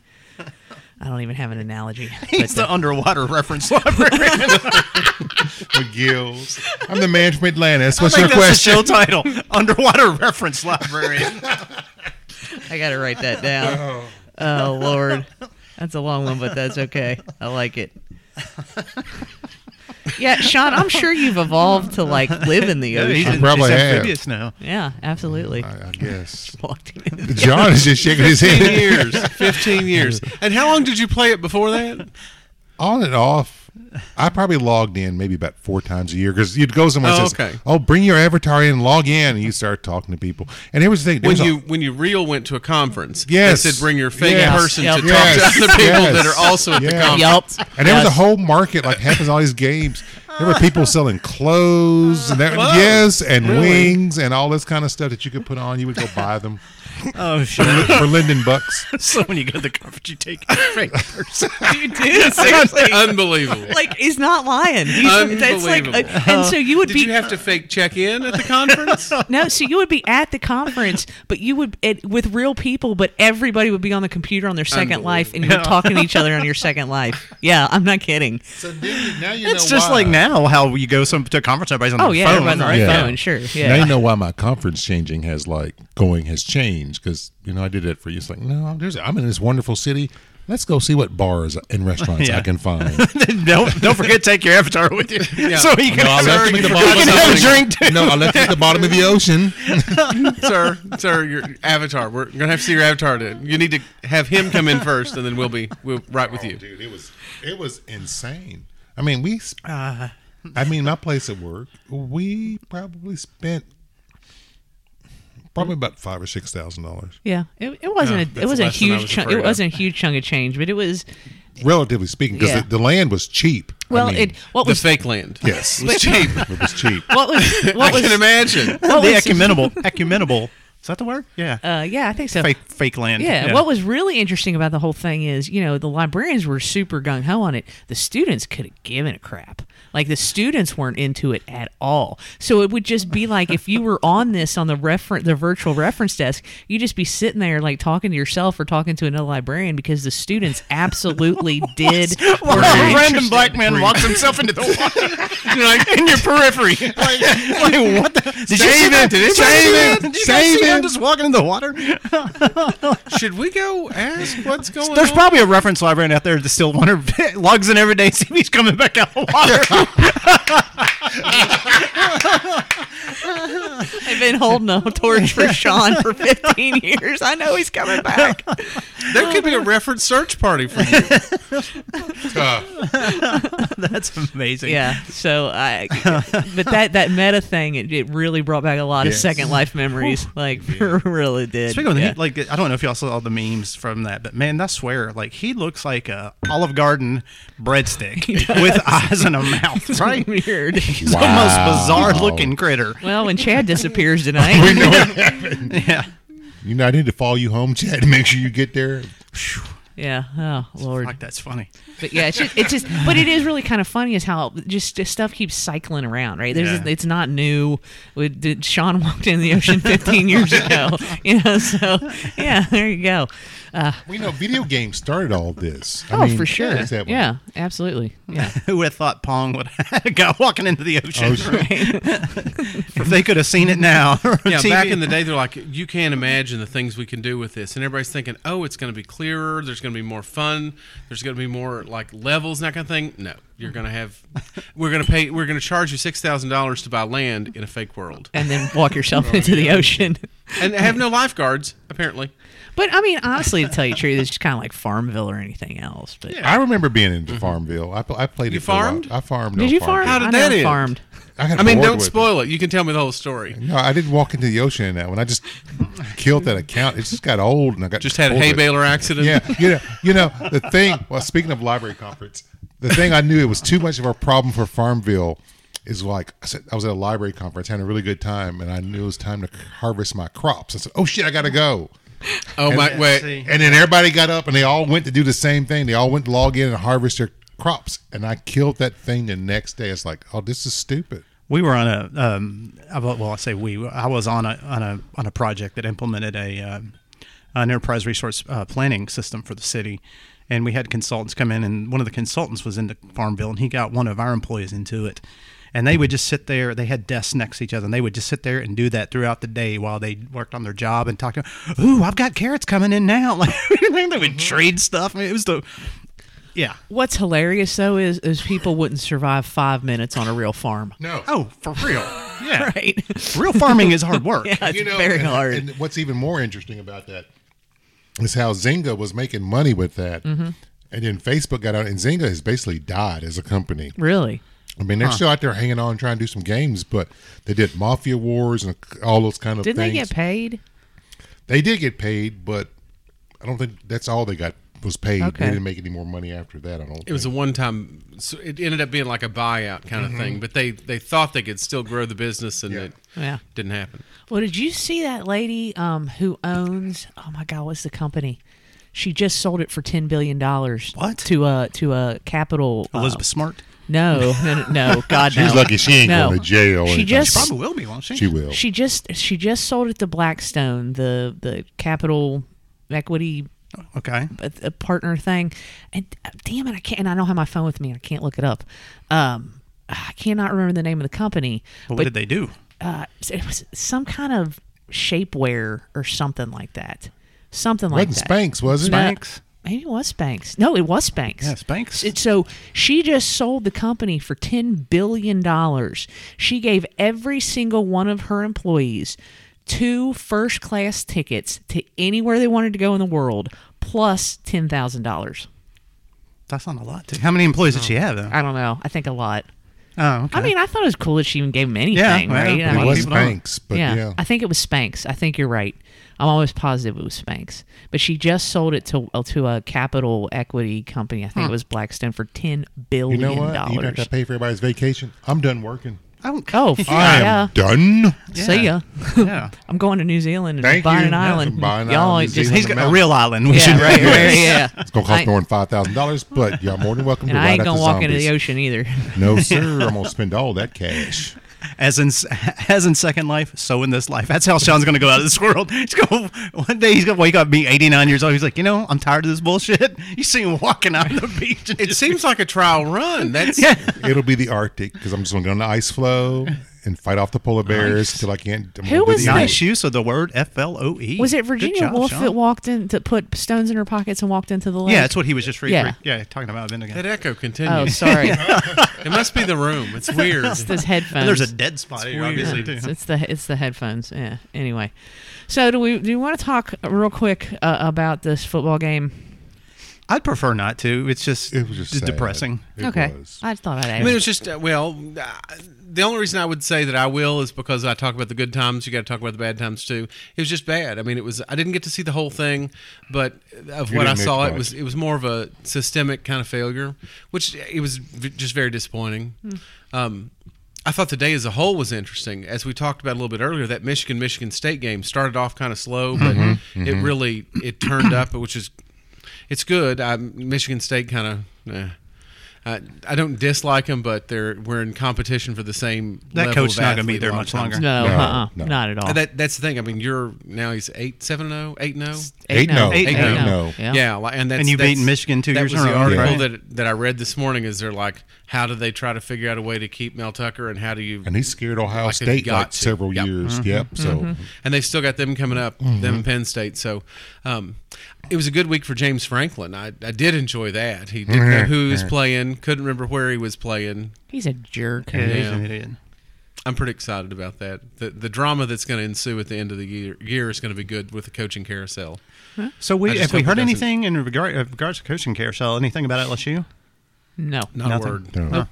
Speaker 1: I don't even have an analogy.
Speaker 4: He's the underwater reference library.
Speaker 2: McGill's. I'm the manager from Atlantis. What's
Speaker 4: I
Speaker 2: your
Speaker 4: think that's the
Speaker 2: question?
Speaker 4: show title: Underwater Reference Library.
Speaker 1: I gotta write that down. Oh Lord, that's a long one, but that's okay. I like it. Yeah, Sean, I'm sure you've evolved to like live in the
Speaker 4: he's,
Speaker 1: ocean.
Speaker 2: I probably
Speaker 4: he's
Speaker 2: have.
Speaker 4: amphibious now.
Speaker 1: Yeah, absolutely.
Speaker 2: I, I guess
Speaker 1: Walked in.
Speaker 2: John is just shaking his
Speaker 3: 15
Speaker 2: head
Speaker 3: years. 15 years. And how long did you play it before that?
Speaker 2: on and off. I probably logged in maybe about four times a year because you'd go somewhere and
Speaker 3: Oh,
Speaker 2: says,
Speaker 3: okay.
Speaker 2: "Oh, bring your avatar in, log in," and you start talking to people. And here's the thing: there
Speaker 3: When
Speaker 2: was a-
Speaker 3: you when you real went to a conference,
Speaker 2: Yes.
Speaker 3: they said bring your fake
Speaker 2: Yes.
Speaker 3: person
Speaker 1: Yep.
Speaker 3: to talk
Speaker 2: Yes.
Speaker 3: to other people
Speaker 2: Yes.
Speaker 3: that are also at the
Speaker 2: Yeah.
Speaker 3: conference.
Speaker 1: Yup.
Speaker 2: And there was a
Speaker 1: Yes.
Speaker 2: whole market like happens all these games. There were people selling clothes and that, yes, and wings and all this kind of stuff that you could put on. You would go buy them
Speaker 4: Oh shit!
Speaker 2: for Linden bucks.
Speaker 4: so when you go to the conference, you take a fake person.
Speaker 1: You do seriously.
Speaker 3: Unbelievable.
Speaker 1: like he's not lying. He's, that's like, a-
Speaker 3: Unbelievable.
Speaker 1: and so you would
Speaker 3: Did
Speaker 1: be
Speaker 3: you have to fake check in at the conference?
Speaker 1: no, so you would be at the conference, but you would it, with real people, but everybody would be on the computer on their Second Life, and you're talking to each other on your Second Life. Yeah, I'm not kidding.
Speaker 2: So now you
Speaker 4: It's just like now how you go some to a conference, everybody's on
Speaker 1: Oh
Speaker 4: their
Speaker 1: yeah,
Speaker 4: phone,
Speaker 1: everybody's on
Speaker 4: right?
Speaker 1: their
Speaker 2: Yeah.
Speaker 1: phone. Sure,
Speaker 2: Now you
Speaker 1: yeah.
Speaker 2: know why my conference changing has like going has changed because you know I did that for you. It's like no, there's I'm in this wonderful city. Let's go see what bars and restaurants
Speaker 4: Yeah.
Speaker 2: I can find.
Speaker 4: don't don't forget to take your avatar with you, so you can,
Speaker 2: No, I left
Speaker 4: serve-
Speaker 2: him at the
Speaker 4: you
Speaker 2: bottom
Speaker 4: can
Speaker 2: of
Speaker 4: Oh, have a
Speaker 2: the-
Speaker 4: drink too.
Speaker 2: no, I left it at the bottom of the ocean.
Speaker 3: sir, sir, your avatar. We're gonna have to see your avatar. To, you need to have him come in first, and then we'll be we'll right with
Speaker 2: Oh,
Speaker 3: you.
Speaker 2: dude. It was it was insane. I mean, we. sp-
Speaker 4: Uh.
Speaker 2: I mean, my place at work, we probably spent probably about five or six thousand dollars,
Speaker 1: Yeah, it, it wasn't a,
Speaker 3: that's
Speaker 1: it wasn't a
Speaker 3: less than I
Speaker 1: huge
Speaker 3: was
Speaker 1: chunk.
Speaker 3: afraid
Speaker 1: It
Speaker 3: of.
Speaker 1: wasn't a huge chunk of change, but it was
Speaker 2: relatively speaking, because
Speaker 1: Yeah.
Speaker 2: the, the land was cheap. I
Speaker 1: well.
Speaker 2: mean,
Speaker 1: it what
Speaker 3: The
Speaker 1: was
Speaker 3: fake land.
Speaker 2: yes,
Speaker 3: It was cheap.
Speaker 2: it was cheap.
Speaker 1: what was
Speaker 3: I
Speaker 1: what was
Speaker 3: can imagine.
Speaker 1: what
Speaker 4: the
Speaker 1: was-
Speaker 4: ecumenable, Oh, ecumenable. Is that the word? Yeah.
Speaker 1: uh, yeah, I think so.
Speaker 4: fake fake land.
Speaker 1: Yeah. What was really interesting about the whole thing is, you know, the librarians were super gung ho on it. The students could have given a crap. Like the students weren't into it at all. So it would just be like if you were on this on the reference, the virtual reference desk, you'd just be sitting there like talking to yourself or talking to another librarian because the students absolutely did.
Speaker 4: Well,
Speaker 1: were
Speaker 4: a random
Speaker 1: interested.
Speaker 4: black man walks himself into the water you know, like, in your periphery. Like, like, what the? Did you see
Speaker 2: Save
Speaker 4: that?
Speaker 2: him,
Speaker 4: Did you guys
Speaker 2: save
Speaker 4: see
Speaker 2: him,
Speaker 4: that? Did you guys
Speaker 2: save
Speaker 4: see him
Speaker 2: him.
Speaker 4: just walking in the water?
Speaker 3: Should we go ask what's going
Speaker 4: There's
Speaker 3: on?
Speaker 4: probably a reference librarian out there that still wonder logs in every day, see if he's coming back out of the water.
Speaker 1: I've been holding a torch for Sean for 15 years. I know he's coming back.
Speaker 3: there could be a reference search party for you.
Speaker 4: That's amazing.
Speaker 1: Yeah. So I, but that that meta thing, it, it really brought back a lot of
Speaker 2: Yes.
Speaker 1: Second Life memories. Like, really did.
Speaker 4: Speaking of the
Speaker 1: Yeah.
Speaker 4: heat, like I don't know if y'all saw the memes from that, but man, I swear, like he looks like a Olive Garden breadstick with eyes and a mouth, right?
Speaker 1: weird.
Speaker 4: He's the
Speaker 2: Wow.
Speaker 4: most bizarre looking critter.
Speaker 1: Well, when Chad disappears tonight,
Speaker 4: Yeah.
Speaker 2: You know, I need to follow you home, Chad. Make sure you get there.
Speaker 1: yeah, oh lord,
Speaker 4: Like that's funny.
Speaker 1: but yeah, it's just, it's just, but it is really kind of funny is how just, just stuff keeps cycling around, right? There's,
Speaker 4: Yeah.
Speaker 1: just- it's not new. We- did- Sean walked in the ocean 15 years ago, you know. So yeah, there you go. Uh,
Speaker 2: We know video games started all this. I
Speaker 1: oh,
Speaker 2: mean,
Speaker 1: for sure.
Speaker 2: it's that way.
Speaker 1: yeah, absolutely. Yeah.
Speaker 4: Who would have thought Pong would have a guy walking into the ocean? if they could have seen it now.
Speaker 3: Yeah, back in the day, they're like, you can't imagine the things we can do with this, and everybody's thinking, oh, it's going to be clearer. There's going to be more fun. There's going to be more like levels and that kind of thing. No, you're going to have, we're going to pay, we're going to charge you six thousand dollars to buy land in a fake world,
Speaker 1: And then walk yourself
Speaker 4: Oh,
Speaker 1: into the ocean.
Speaker 3: and have no lifeguards apparently.
Speaker 1: But I mean, honestly, to tell you the truth, it's just kind of like Farmville or anything else. But
Speaker 2: I remember being in Farmville. I, pl- I played
Speaker 3: You
Speaker 2: it. for a while.
Speaker 3: farmed?
Speaker 2: I farmed.
Speaker 1: did
Speaker 2: on
Speaker 1: you farm?
Speaker 2: Farmville.
Speaker 3: How did
Speaker 1: I never
Speaker 3: that end?
Speaker 1: farmed.
Speaker 2: I, got
Speaker 3: I mean,
Speaker 2: bored
Speaker 3: don't
Speaker 2: with it.
Speaker 3: spoil it. You can tell me the whole story.
Speaker 2: No, I didn't walk into the ocean in that one. I just killed that account. It just got old, and I got
Speaker 3: Just had a
Speaker 2: bored
Speaker 3: hay
Speaker 2: with it.
Speaker 3: baler accident.
Speaker 2: Yeah, you know, you know the thing. Well, speaking of library conference, the thing I knew it was too much of a problem for Farmville is like I said, I was at a library conference having a really good time, and I knew it was time to harvest my crops. I said, "Oh shit, I gotta go."
Speaker 3: Oh my, wait.
Speaker 4: see.
Speaker 2: And then everybody got up, and they all went to do the same thing. They all went to log in and harvest their crops, and I killed that thing the next day. It's like, oh, this is stupid.
Speaker 4: we were on a um, I wa- well, I say we. I was on a on a on a project that implemented a um, an enterprise resource uh, planning system for the city, and we had consultants come in, and one of the consultants was into Farmville, and he got one of our employees into it. And they would just sit there. They had desks next to each other, and they would just sit there and do that throughout the day while they worked on their job and talked to. Ooh, I've got carrots coming in now. Like they would
Speaker 1: Mm-hmm.
Speaker 4: trade stuff. I mean, it was the yeah.
Speaker 1: What's hilarious though is is people wouldn't survive five minutes on a real farm.
Speaker 2: No.
Speaker 4: Oh, for real. Yeah.
Speaker 1: Right?
Speaker 4: Real farming is hard work.
Speaker 1: Yeah, it's
Speaker 2: you know,
Speaker 1: very
Speaker 2: and,
Speaker 1: hard.
Speaker 2: and what's even more interesting about that is how Zynga was making money with that. And then Facebook got out, and Zynga has basically died as a company.
Speaker 1: really?
Speaker 2: I mean, they're still out there hanging on, trying to do some games, but they did Mafia Wars and all those kind of
Speaker 1: Didn't
Speaker 2: things.
Speaker 1: they get paid?
Speaker 2: They did get paid, but I don't think that's all they got was paid.
Speaker 1: Okay.
Speaker 2: They didn't make any more money after that. I don't.
Speaker 3: It was a one-time. So it ended up being like a buyout kind of thing, but they they thought they could still grow the business, and
Speaker 2: Mm-hmm. Yeah.
Speaker 3: it
Speaker 1: Yeah.
Speaker 3: didn't happen.
Speaker 1: Well, did you see that lady um, who owns? Oh my God, what's the company? She just sold it for ten billion dollars.
Speaker 4: What?
Speaker 1: to a to a capital? uh,
Speaker 4: Elizabeth Smart.
Speaker 1: no, no, no, no, God no.
Speaker 2: She's lucky she ain't
Speaker 1: No.
Speaker 2: going to jail. or
Speaker 1: She
Speaker 2: anything.
Speaker 1: just
Speaker 4: Probably will be, won't she?
Speaker 2: she will.
Speaker 1: She just she just sold it to Blackstone, the the capital equity
Speaker 4: Okay.
Speaker 1: a, a partner thing. And uh, damn it, I can't. And I don't have my phone with me. and I can't look it up. Um, I cannot remember the name of the company,
Speaker 4: But what
Speaker 1: but
Speaker 4: did they do?
Speaker 1: uh, it was some kind of shapewear or something like that. Something like
Speaker 2: wasn't
Speaker 1: that.
Speaker 2: Spanx, was it?
Speaker 1: No,
Speaker 4: Spanx?
Speaker 1: maybe it was Spanx. No, it was Spanx.
Speaker 4: Yeah, Spanx.
Speaker 1: It- so she just sold the company for ten billion dollars. She gave every single one of her employees two first class tickets to anywhere they wanted to go in the world, plus ten thousand dollars.
Speaker 4: That's not a lot. Too. How many employees did she have? Though?
Speaker 1: I don't know. I think a lot.
Speaker 4: Oh, okay.
Speaker 1: I mean, I thought it was cool that she even gave him anything,
Speaker 4: well,
Speaker 1: right? I
Speaker 2: It
Speaker 4: it
Speaker 1: mean,
Speaker 2: was
Speaker 4: People don't-
Speaker 2: Spanx, but
Speaker 1: yeah.
Speaker 2: yeah.
Speaker 1: I think it was Spanx. I think you're right. I'm almost positive it was Spanx. But she just sold it to uh, to a capital equity company. I think it was Blackstone for ten
Speaker 2: You
Speaker 1: billion
Speaker 2: know what? You don't
Speaker 1: dollars.
Speaker 2: have to pay for everybody's vacation. I'm done working.
Speaker 4: I don't.
Speaker 1: Oh,
Speaker 2: I am
Speaker 1: yeah.
Speaker 2: done.
Speaker 1: See ya.
Speaker 4: Yeah.
Speaker 1: I'm going to New Zealand and
Speaker 2: Thank
Speaker 1: buying
Speaker 2: you.
Speaker 1: an
Speaker 2: Yeah,
Speaker 1: island.
Speaker 2: buying an
Speaker 1: Y'all
Speaker 2: island, New
Speaker 1: just
Speaker 2: Zealand.
Speaker 4: He's got a real island. We
Speaker 1: yeah,
Speaker 4: should
Speaker 1: right, right, yeah.
Speaker 2: It's gonna cost
Speaker 1: I-
Speaker 2: more than five thousand dollars, but you're more than welcome
Speaker 1: And
Speaker 2: to
Speaker 1: I
Speaker 2: ride
Speaker 1: ain't
Speaker 2: out
Speaker 1: gonna
Speaker 2: the
Speaker 1: walk into
Speaker 2: zombies.
Speaker 1: the ocean either.
Speaker 2: No, sir. I'm gonna spend all that cash.
Speaker 4: As in, as in Second Life, so in this life. That's how Sean's going to go out of this world. He's going one day he's going to wake up, be 89 years old. He's like, you know, I'm tired of this bullshit. You see him walking out of the beach. and
Speaker 3: It
Speaker 4: just-
Speaker 3: seems like a trial run. That's
Speaker 2: It'll be the Arctic because I'm just gonna go on the ice floe and fight off the polar bears until I can't. I'm gonna
Speaker 1: Who
Speaker 2: do
Speaker 1: was
Speaker 2: the-
Speaker 1: that?
Speaker 4: nice use of the word F L O E.
Speaker 1: Was it
Speaker 4: Good
Speaker 1: Virginia
Speaker 4: job,
Speaker 1: Woolf
Speaker 4: Sean.
Speaker 1: that walked in to put stones in her pockets and walked into the lake?
Speaker 4: Yeah, that's what he was just re-
Speaker 1: Yeah.
Speaker 4: yeah. yeah talking about a minute ago.
Speaker 3: that echo
Speaker 1: Oh,
Speaker 3: continues.
Speaker 1: sorry.
Speaker 3: it must be the room. It's weird.
Speaker 1: It's those headphones.
Speaker 4: And there's a dead spot here,
Speaker 3: weird.
Speaker 4: obviously.
Speaker 1: it's,
Speaker 4: Too.
Speaker 1: it's the it's the headphones. Yeah. Anyway, so do we do you want to talk real quick uh, about this football game?
Speaker 4: I'd prefer not to. It's just,
Speaker 2: It was just
Speaker 4: d-
Speaker 2: sad.
Speaker 4: depressing.
Speaker 2: It
Speaker 1: okay.
Speaker 2: was.
Speaker 1: I thought I'd
Speaker 3: I mean,
Speaker 1: ask.
Speaker 3: it's just uh, well. Uh, the only reason I would say that I will is because I talk about the good times. You got to talk about the bad times too. It was just bad. I mean, it was. I didn't get to see the whole thing, but of
Speaker 2: You
Speaker 3: what
Speaker 2: didn't
Speaker 3: I
Speaker 2: miss
Speaker 3: saw, it
Speaker 2: much.
Speaker 3: was it was more of a systemic kind of failure, which it was v- just very disappointing. Um, I thought the day as a whole was interesting. As we talked about a little bit earlier, that Michigan Michigan State game started off kind of slow, but
Speaker 4: Mm-hmm,
Speaker 3: it really it turned up, which is it's good. I, Michigan State kind of. Eh. I, I don't dislike them, but they're we're in competition for the same.
Speaker 4: That
Speaker 3: level
Speaker 4: coach's
Speaker 3: of
Speaker 4: not going to
Speaker 3: athlete
Speaker 4: be
Speaker 3: a
Speaker 4: there
Speaker 3: lot of
Speaker 4: much
Speaker 3: times.
Speaker 4: longer.
Speaker 1: no,
Speaker 2: No,
Speaker 1: uh-uh,
Speaker 2: no.
Speaker 1: not at all.
Speaker 3: Uh, That, that's the thing. I mean, you're now he's eight, seven, oh, eight, no.
Speaker 2: Eight no.
Speaker 4: Eight no.
Speaker 2: no.
Speaker 1: Yeah.
Speaker 3: Yeah, like- and that's
Speaker 4: And you've
Speaker 3: that's-
Speaker 4: beaten Michigan two
Speaker 3: that
Speaker 4: years
Speaker 3: was
Speaker 4: in a
Speaker 3: the
Speaker 4: row,
Speaker 3: article
Speaker 4: right?
Speaker 3: that that I read this morning. Is they're like, how do they try to figure out a way to keep Mel Tucker, and how do you?
Speaker 2: And he scared Ohio
Speaker 3: Like they've
Speaker 2: State
Speaker 3: got
Speaker 2: like
Speaker 3: to.
Speaker 2: several
Speaker 3: Yep.
Speaker 2: years.
Speaker 1: Mm-hmm.
Speaker 2: Yep. So
Speaker 3: and they've still got them coming up, them and Penn State. So um, it was a good week for James Franklin. I, I did enjoy that. He didn't know who he was playing, couldn't remember where he was playing.
Speaker 1: He's a jerk.
Speaker 4: Yeah, he's
Speaker 3: Yeah.
Speaker 4: an idiot.
Speaker 3: I'm pretty excited about that. The, the drama that's going to ensue at the end of the year, year is going to be good with the coaching carousel.
Speaker 4: So we,
Speaker 3: I just
Speaker 4: have we
Speaker 3: hope it
Speaker 4: heard
Speaker 3: doesn't-
Speaker 4: anything in regard in regards to coaching carousel? Anything about LSU?
Speaker 1: No.
Speaker 3: Not
Speaker 4: Nothing.
Speaker 3: a word.
Speaker 2: No.
Speaker 4: No.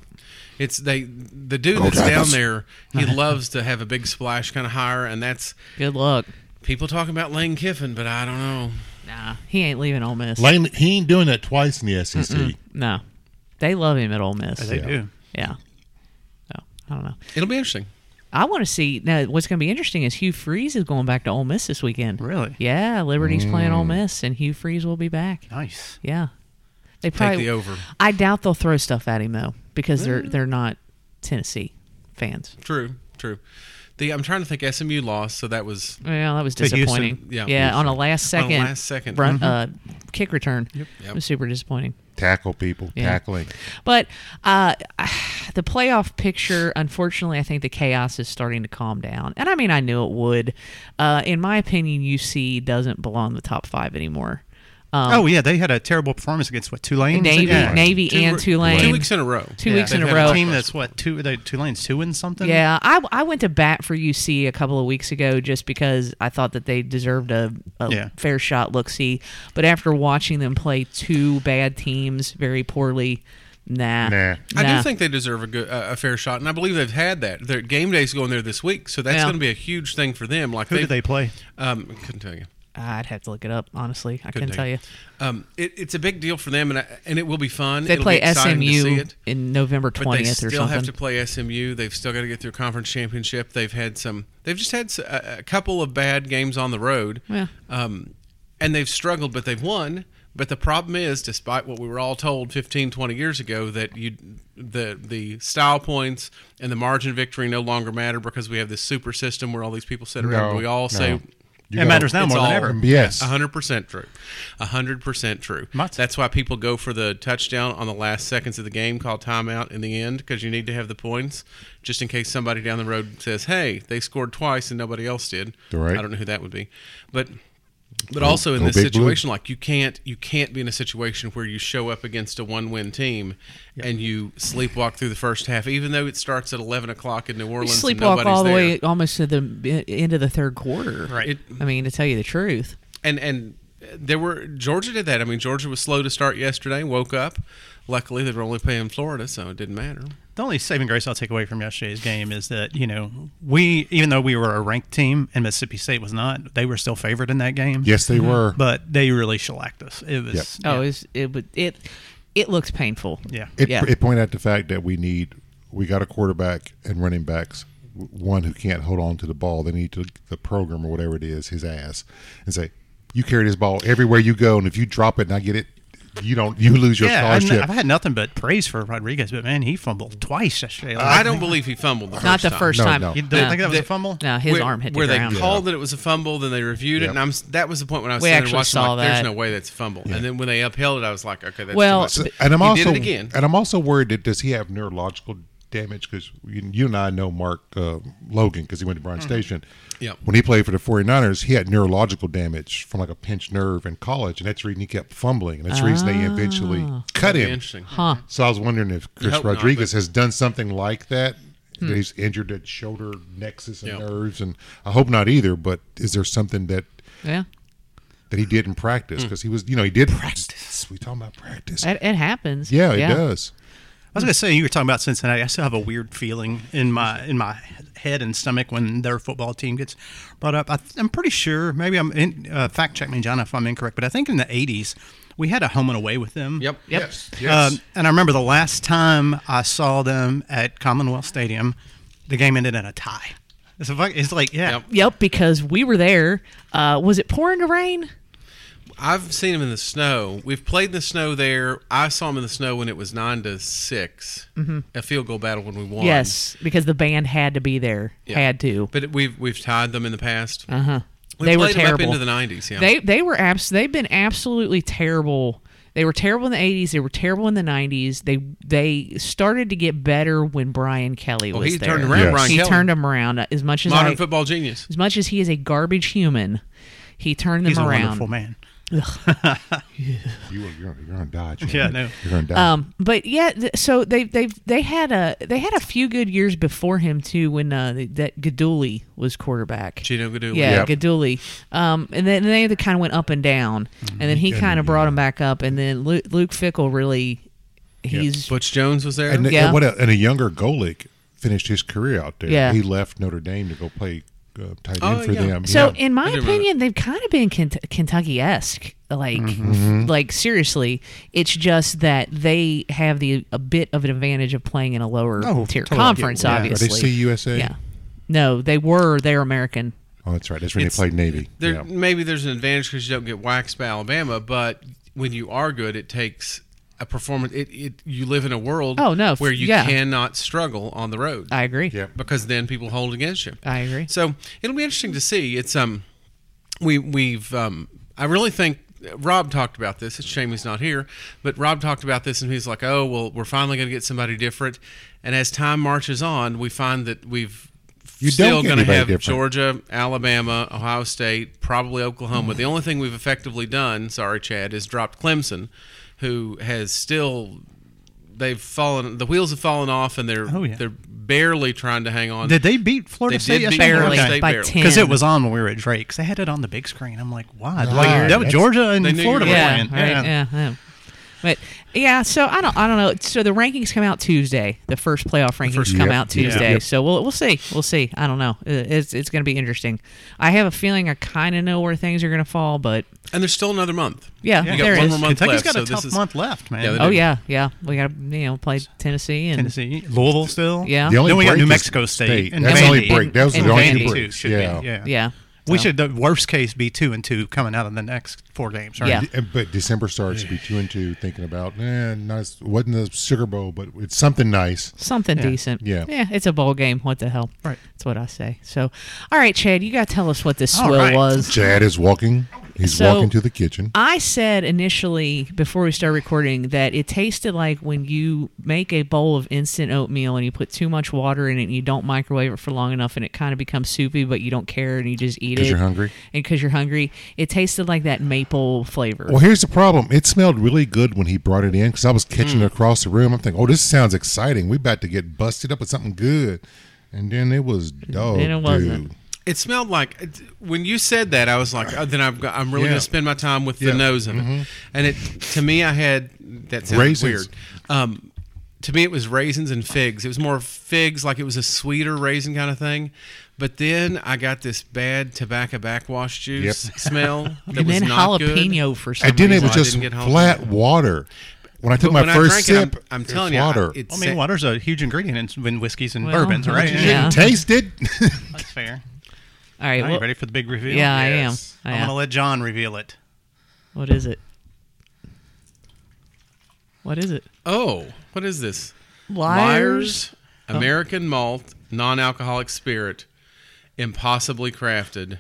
Speaker 3: It's they the dude
Speaker 2: Go
Speaker 3: that's down
Speaker 2: Tigers.
Speaker 3: there. He
Speaker 1: Uh-huh.
Speaker 3: loves to have a big splash kind of hire, and that's
Speaker 1: Good luck.
Speaker 3: people talking about Lane Kiffin, but I don't know.
Speaker 1: Nah, he ain't leaving Ole Miss.
Speaker 2: Lane, he ain't doing that twice in the E SEC.
Speaker 1: no, they love him at Ole Miss.
Speaker 4: They
Speaker 2: Yeah.
Speaker 4: do.
Speaker 1: yeah. So I don't know.
Speaker 3: It'll be interesting.
Speaker 1: I want to see now. What's going to be interesting is Hugh Freeze is going back to Ole Miss this weekend.
Speaker 4: Really?
Speaker 1: Yeah, Liberty's playing
Speaker 2: Mm.
Speaker 1: Ole Miss, and Hugh Freeze will be back.
Speaker 4: Nice.
Speaker 1: Yeah, they probably
Speaker 3: the over. Mm.
Speaker 1: I doubt they'll throw stuff at him though, because they're they're not Tennessee fans.
Speaker 3: True, true. The I'm trying to think. SMU lost, so that was
Speaker 1: Well, that was
Speaker 4: Houston,
Speaker 1: disappointing.
Speaker 3: yeah,
Speaker 1: on a last
Speaker 3: On a
Speaker 1: second,
Speaker 3: last second. mm-hmm.
Speaker 1: run, uh, kick return.
Speaker 3: Yep.
Speaker 1: It was super disappointing.
Speaker 2: Tackle people.
Speaker 1: Yeah.
Speaker 2: Tackling.
Speaker 1: But uh, the playoff picture, unfortunately, I think the chaos is starting to calm down. And I mean, I knew it would. Uh, in my opinion, UC doesn't belong in the top five anymore. Um,
Speaker 4: Oh yeah, they had a terrible performance against what Tulane. Is it?
Speaker 1: Navy,
Speaker 4: Yeah.
Speaker 1: Navy, and Tulane.
Speaker 3: two weeks in a row.
Speaker 1: Two weeks in a
Speaker 3: They've had
Speaker 1: row.
Speaker 4: A team that's what two? They, Tulane's two and something.
Speaker 1: Yeah, I, I went to bat for UC a couple of weeks ago just because I thought that they deserved a, a
Speaker 4: Yeah.
Speaker 1: fair shot look see. But after watching them play two bad teams very poorly, nah.
Speaker 2: Nah.
Speaker 3: I do think they deserve a good, uh, a fair shot, and I believe they've had that. Their game day's going there this week, so that's
Speaker 1: Yeah.
Speaker 3: going to be a huge thing for them. Like
Speaker 4: Who did they play?
Speaker 3: Um, I couldn't tell you.
Speaker 1: I'd have to look it up, honestly. I couldn't
Speaker 3: take
Speaker 1: tell you.
Speaker 3: Um, it, it's a big deal for them, and I, and it will be fun.
Speaker 1: They
Speaker 3: It'll be
Speaker 1: play
Speaker 3: exciting to see
Speaker 1: SMU
Speaker 3: it.
Speaker 1: in November
Speaker 3: But they
Speaker 1: 20th
Speaker 3: still
Speaker 1: or something.
Speaker 3: have to play SMU. They've still got to get through conference championship. They've had some. They've just had s- a, a couple of bad games on the road.
Speaker 1: Yeah.
Speaker 3: Um, and they've struggled, but they've won. But the problem is, despite what we were all told 15, 20 years ago, that you the the style points and the margin of victory no longer matter because we have this super system where all these people sit around. and we all say
Speaker 2: You
Speaker 4: it
Speaker 2: gotta-
Speaker 4: matters now
Speaker 3: it's
Speaker 4: more than
Speaker 3: all-
Speaker 4: ever.
Speaker 2: Yes.
Speaker 3: a hundred percent true. A hundred percent true.
Speaker 4: Mats.
Speaker 3: That's why people go for the touchdown on the last seconds of the game, call timeout in the end, because you need to have the points, just in case somebody down the road says, "Hey, they scored twice and nobody else did."
Speaker 2: Right.
Speaker 3: I don't know who that would be, but but also in
Speaker 2: go
Speaker 3: this
Speaker 2: Big Blue.
Speaker 3: situation, like you can't you can't be in a situation where you show up against a one win team and you sleepwalk through the first half, even though it starts at eleven o'clock in New
Speaker 1: You
Speaker 3: Orleans. and
Speaker 1: sleepwalk
Speaker 3: nobody's
Speaker 1: all the
Speaker 3: there.
Speaker 1: way almost to the uh, end of the third quarter.
Speaker 4: Right.
Speaker 3: It-
Speaker 1: I mean, to tell you the truth.
Speaker 3: and and there were Georgia did that. I mean, Georgia was slow to start yesterday. Woke up. Luckily, they were only playing Florida, so it didn't matter.
Speaker 4: The only saving grace I'll take away from yesterday's game is that you know we, even though we were a ranked team and Mississippi State was not, they were still favored in that game.
Speaker 2: Yes, they were.
Speaker 4: Mm-hmm. But they really shellacked us. It was.
Speaker 2: Yep.
Speaker 1: Oh, it, was, it would it it looks painful.
Speaker 4: yeah.
Speaker 2: it,
Speaker 1: Oh, Yeah.
Speaker 2: it pointed out the fact that we need we got a quarterback and running backs, w- one who can't hold on to the ball. They need to the program or whatever it is, his ass, and say, "You carry this ball everywhere you go, and if you drop it and I get it, you don't you lose your
Speaker 4: Yeah, I've,
Speaker 2: scholarship."
Speaker 4: I've had nothing but praise for Rodriguez, but man, he fumbled twice
Speaker 2: Uh,
Speaker 4: yesterday.
Speaker 3: I don't believe he fumbled the first
Speaker 1: Not the
Speaker 3: time.
Speaker 1: first
Speaker 2: No,
Speaker 1: time.
Speaker 2: no.
Speaker 4: You don't
Speaker 1: No.
Speaker 4: think that was a fumble?
Speaker 1: No, his
Speaker 3: where,
Speaker 1: arm hit the
Speaker 3: where
Speaker 1: ground.
Speaker 3: they called that it was a fumble, then they reviewed it,
Speaker 2: Yep.
Speaker 3: and I'm s- that was the point when I was
Speaker 1: We
Speaker 3: sitting there
Speaker 1: actually
Speaker 3: watching.
Speaker 1: saw
Speaker 3: like, There's
Speaker 1: that.
Speaker 3: no way that's a fumble. And then when they upheld it, I was like, okay, that's
Speaker 1: Well,
Speaker 3: too
Speaker 2: So-
Speaker 3: much.
Speaker 2: and I'm
Speaker 3: He
Speaker 2: also
Speaker 3: did it again.
Speaker 2: and I'm also worried that does he have neurological damage because you, you and I know Mark uh, Logan because he went to Bryan
Speaker 3: Mm-hmm.
Speaker 2: Station.
Speaker 3: Yep.
Speaker 2: When he played for the 49ers, he had neurological damage from like a pinched nerve in college, and that's the reason he kept fumbling, and that's the reason they eventually cut him.
Speaker 3: Interesting.
Speaker 1: Huh.
Speaker 2: So I was wondering if Chris
Speaker 3: hope Ah. not, Hmm.
Speaker 2: Rodriguez has done something like that. that He's injured at shoulder nexus and
Speaker 3: Yep.
Speaker 2: nerves, and I hope not either. But is there something that
Speaker 1: Yeah.
Speaker 2: that he did in practice?
Speaker 3: Hmm.
Speaker 2: Because he was, you know, he did practice. We talking about practice?
Speaker 1: It, it happens.
Speaker 2: Yeah, it does.
Speaker 4: I was going to say you were talking about Cincinnati. I still have a weird feeling in my in my head and stomach when their football team gets brought up. I, I'm pretty sure. Maybe I'm in, uh, fact check me, John, if I'm incorrect. But I think in the '80s we had a home and away with them.
Speaker 3: Yep.
Speaker 1: Yep.
Speaker 4: Um, and I remember the last time I saw them at Commonwealth Stadium, the game ended in a tie. It's, a, fuck- it's like yeah.
Speaker 3: Yep.
Speaker 1: Yep, because we were there. Uh, was it pouring to rain?
Speaker 3: I've seen him in the snow. We've played in the snow there. I saw him in the snow when it was nine to 6 A field goal battle when we won.
Speaker 1: Mm-hmm. Yes, because the band had to be there.
Speaker 3: Yeah.
Speaker 1: Had to.
Speaker 3: But we've we've tied them in the past.
Speaker 1: Uh huh.
Speaker 3: we
Speaker 1: They were
Speaker 3: played them
Speaker 1: terrible.
Speaker 3: up into the nineties. Yeah.
Speaker 1: They they were abs- they've been absolutely terrible. They were terrible in the 80s, they were terrible in the 90s. They they started to get better when Brian Kelly was
Speaker 3: well, Oh, he
Speaker 1: there.
Speaker 3: turned around.
Speaker 2: Yes.
Speaker 3: Brian
Speaker 1: he
Speaker 3: Kelly,
Speaker 1: turned them around as much as
Speaker 3: modern
Speaker 1: I,
Speaker 3: football genius.
Speaker 1: as much as he is a garbage human. He turned them
Speaker 4: He's a
Speaker 1: around.
Speaker 4: wonderful man.
Speaker 2: You, are you're, you're on Dodge. man.
Speaker 4: Yeah, I know.
Speaker 2: You're on Dodge.
Speaker 1: Um, but yeah, th- so they they they had a they had a few good years before him too when uh, that Gaduli was quarterback.
Speaker 3: Gino Gadula.
Speaker 1: Yeah,
Speaker 2: Yep.
Speaker 1: Gaduli. Um, and then they kind of went up and down, and then he kind of brought him back up, and then Luke, Luke Fickle really, he's
Speaker 3: Butch Jones was there.
Speaker 2: and,
Speaker 1: yeah.
Speaker 2: and what a, and a younger Golick finished his career out there.
Speaker 1: Yeah.
Speaker 2: He left Notre Dame to go play uh, tight end
Speaker 3: Oh,
Speaker 2: for
Speaker 3: yeah.
Speaker 2: them.
Speaker 1: so
Speaker 2: yeah.
Speaker 1: in my
Speaker 3: I do remember
Speaker 1: opinion, they've kind of been Kent- Kentucky esque. Like,
Speaker 2: Mm-hmm.
Speaker 1: like seriously, it's just that they have the a bit of an advantage of playing in a lower
Speaker 4: Oh,
Speaker 1: tier
Speaker 4: totally.
Speaker 1: conference,
Speaker 4: Yeah. Are they
Speaker 2: are they
Speaker 1: obviously.
Speaker 2: CUSA?
Speaker 1: Yeah. No, they were. They're American.
Speaker 2: Oh, that's right. That's when
Speaker 3: It's-
Speaker 2: they played Navy.
Speaker 3: There,
Speaker 2: Yeah.
Speaker 3: Maybe there's an advantage because you don't get waxed by Alabama, but when you are good, it takes a performance. It, it you live in a world
Speaker 1: Oh, no, f-
Speaker 3: where you
Speaker 1: yeah.
Speaker 3: cannot struggle on the road
Speaker 1: I agree.
Speaker 2: Yeah.
Speaker 3: because then people hold against you.
Speaker 1: I agree.
Speaker 3: So it'll be interesting to see. It's um, we we've um, I really think Rob talked about this. It's a shame he's not here, but Rob talked about this and he's like, oh well, we're finally going to get somebody different. And as time marches on, we find that we've
Speaker 2: You don't
Speaker 3: still
Speaker 2: get
Speaker 3: going to
Speaker 2: anybody
Speaker 3: have
Speaker 2: different.
Speaker 3: Georgia, Alabama, Ohio State, probably Oklahoma.
Speaker 2: Hmm.
Speaker 3: The only thing we've effectively done, sorry Chad, is dropped Clemson, who has still. They've fallen. The wheels have fallen off, and they're
Speaker 4: Oh, yeah.
Speaker 3: they're barely trying to hang on.
Speaker 4: Did they beat Florida
Speaker 3: They
Speaker 4: State?
Speaker 3: did beat
Speaker 4: yesterday?
Speaker 3: Florida
Speaker 1: Barely
Speaker 3: Okay. State
Speaker 1: by
Speaker 3: Barely.
Speaker 1: ten.
Speaker 4: because it was on when we were at Drake's. They had it on the big screen. I'm like, why?
Speaker 2: Ah,
Speaker 4: like that was
Speaker 2: that's-
Speaker 4: Georgia and
Speaker 3: They knew you
Speaker 4: Florida
Speaker 3: were
Speaker 4: were
Speaker 1: yeah,
Speaker 4: playing.
Speaker 1: right, yeah. yeah. But yeah, so I don't, I don't know. So the rankings come out Tuesday. The first playoff rankings come
Speaker 2: Yep.
Speaker 1: out Tuesday.
Speaker 2: Yep.
Speaker 1: So we'll we'll see, we'll see. I don't know. Uh, It's it's going to be interesting. I have a feeling I kind of know where things are going to fall, but
Speaker 3: And there's still another month.
Speaker 1: yeah,
Speaker 4: Yeah.
Speaker 3: You got
Speaker 1: there
Speaker 3: one
Speaker 1: it is.
Speaker 3: more month left,
Speaker 4: Kentucky's got
Speaker 3: so
Speaker 4: a
Speaker 3: this
Speaker 4: tough
Speaker 3: is-
Speaker 4: month left, man.
Speaker 3: Yeah, they
Speaker 1: Oh
Speaker 3: do.
Speaker 1: yeah, yeah. We got to you know play Tennessee and
Speaker 4: Tennessee, Louisville still.
Speaker 1: Yeah.
Speaker 2: The only
Speaker 4: then we got
Speaker 2: break
Speaker 4: New
Speaker 2: is
Speaker 4: Mexico State. and
Speaker 2: That's the only
Speaker 4: Vandy.
Speaker 2: break. That was
Speaker 1: And
Speaker 2: the only
Speaker 1: Vandy,
Speaker 2: two
Speaker 1: too,
Speaker 2: breaks.
Speaker 4: should be,
Speaker 2: Yeah.
Speaker 4: yeah.
Speaker 1: yeah.
Speaker 4: We
Speaker 1: So-
Speaker 4: should the worst case be two and two coming out in the next four games, right?
Speaker 1: Yeah.
Speaker 2: And- But December starts to be two and two, thinking about, eh, nice. Wasn't the Sugar Bowl, but it's something nice.
Speaker 1: something decent.
Speaker 2: Yeah.
Speaker 1: yeah. It's a bowl game. What the hell?
Speaker 4: Right.
Speaker 1: That's what I say. So, all right, Chad, you got to tell us what this
Speaker 4: All
Speaker 1: swill
Speaker 4: right.
Speaker 1: was.
Speaker 2: Chad is walking. He's
Speaker 1: So-
Speaker 2: walking to the kitchen.
Speaker 1: I said initially before we started recording that it tasted like when you make a bowl of instant oatmeal and you put too much water in it and you don't microwave it for long enough and it kind of becomes soupy, but you don't care and you just eat it.
Speaker 2: 'Cause you're hungry?
Speaker 1: And because you're hungry. It tasted like that maple flavor.
Speaker 2: Well, here's the problem. It smelled really good when he brought it in because I was catching
Speaker 1: Mm.
Speaker 2: it across the room. I'm thinking, oh, this sounds exciting. We about to get busted up with something good. And then it was dog.
Speaker 1: Then it wasn't.
Speaker 2: dude.
Speaker 3: It smelled like it- when you said that, I was like, oh, then I've got, I'm really
Speaker 2: Yeah.
Speaker 3: going to spend my time with the
Speaker 2: Yeah.
Speaker 3: nose of it. And it to me, I had that sounds
Speaker 2: Raisins.
Speaker 3: weird. Um, to me, it was raisins and figs. It was more figs, like it was a sweeter raisin kind of thing. But then I got this bad tobacco backwash juice smell. That
Speaker 1: and
Speaker 3: was
Speaker 1: then
Speaker 3: not
Speaker 1: jalapeno for some
Speaker 2: And then
Speaker 1: reason.
Speaker 2: it was
Speaker 3: I didn't
Speaker 2: just
Speaker 3: get home.
Speaker 2: flat water. When I took
Speaker 3: But
Speaker 2: my first
Speaker 3: I drank
Speaker 2: sip,
Speaker 3: it, I'm, I'm
Speaker 2: it's
Speaker 3: telling
Speaker 2: water.
Speaker 3: you, I- it's
Speaker 4: I mean,
Speaker 3: sa-
Speaker 4: water's a huge ingredient in, in whiskeys and
Speaker 1: Well,
Speaker 4: bourbons, right?
Speaker 1: yeah.
Speaker 2: Taste it.
Speaker 3: Oh,
Speaker 4: That's fair.
Speaker 1: All right.
Speaker 4: Are
Speaker 1: well-
Speaker 4: you ready for the big reveal?
Speaker 1: yeah,
Speaker 3: Yes.
Speaker 1: I
Speaker 4: I'm
Speaker 1: am. I am.
Speaker 4: going to let John reveal it.
Speaker 1: What is it? What is it?
Speaker 3: Oh, what is this?
Speaker 1: Liars?
Speaker 3: Liars,
Speaker 2: Oh.
Speaker 3: American malt, non-alcoholic spirit, impossibly crafted.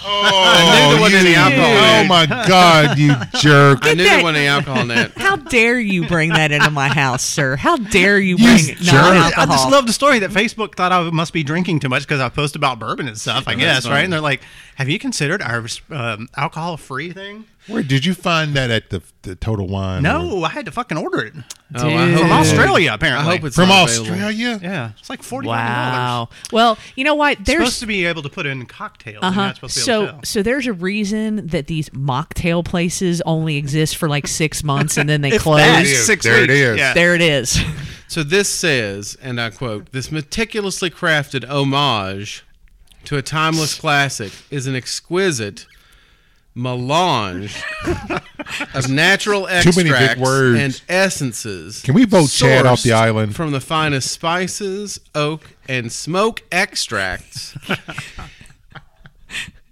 Speaker 3: I knew there wasn't any alcohol. in
Speaker 2: Oh
Speaker 3: it.
Speaker 2: my god, you jerk!
Speaker 3: I knew
Speaker 1: that-
Speaker 3: there wasn't any alcohol in that.
Speaker 1: How dare you bring that into my house, sir? How dare you bring
Speaker 2: jerk.
Speaker 4: I
Speaker 1: non-alcohol?
Speaker 4: just love the story that Facebook thought I must be drinking too much because I post about bourbon and stuff, I guess, right? And they're like, have you considered our um, alcohol free thing?
Speaker 2: Where did you find that at the, the Total Wine? or-
Speaker 4: No, I had to fucking order it.
Speaker 3: Oh, I hope
Speaker 1: Dude.
Speaker 4: From
Speaker 3: it's-
Speaker 4: Australia,
Speaker 3: I
Speaker 4: apparently.
Speaker 3: hope it's
Speaker 2: from
Speaker 3: not available.
Speaker 2: Australia.
Speaker 4: Yeah, it's like $40.
Speaker 1: Wow. Well, you know what?
Speaker 4: They're
Speaker 1: There's
Speaker 4: supposed to be able to put in cocktails. and
Speaker 1: Uh-huh.
Speaker 4: You're not supposed to be
Speaker 1: so,
Speaker 4: able to tell.
Speaker 1: so there's a reason that these mocktail places only exist for like six months and then they
Speaker 4: If
Speaker 1: close.
Speaker 4: that.
Speaker 2: There it is.
Speaker 4: Six
Speaker 2: There it
Speaker 4: weeks.
Speaker 2: is.
Speaker 4: Yeah.
Speaker 1: There it is.
Speaker 3: So this says, and I quote, this meticulously crafted homage to a timeless classic is an exquisite melange of natural
Speaker 2: Too many big
Speaker 3: extracts
Speaker 2: words.
Speaker 3: and essences.
Speaker 2: Can we vote Chad off the
Speaker 3: sourced
Speaker 2: island?
Speaker 3: From the finest spices, oak, and smoke extracts.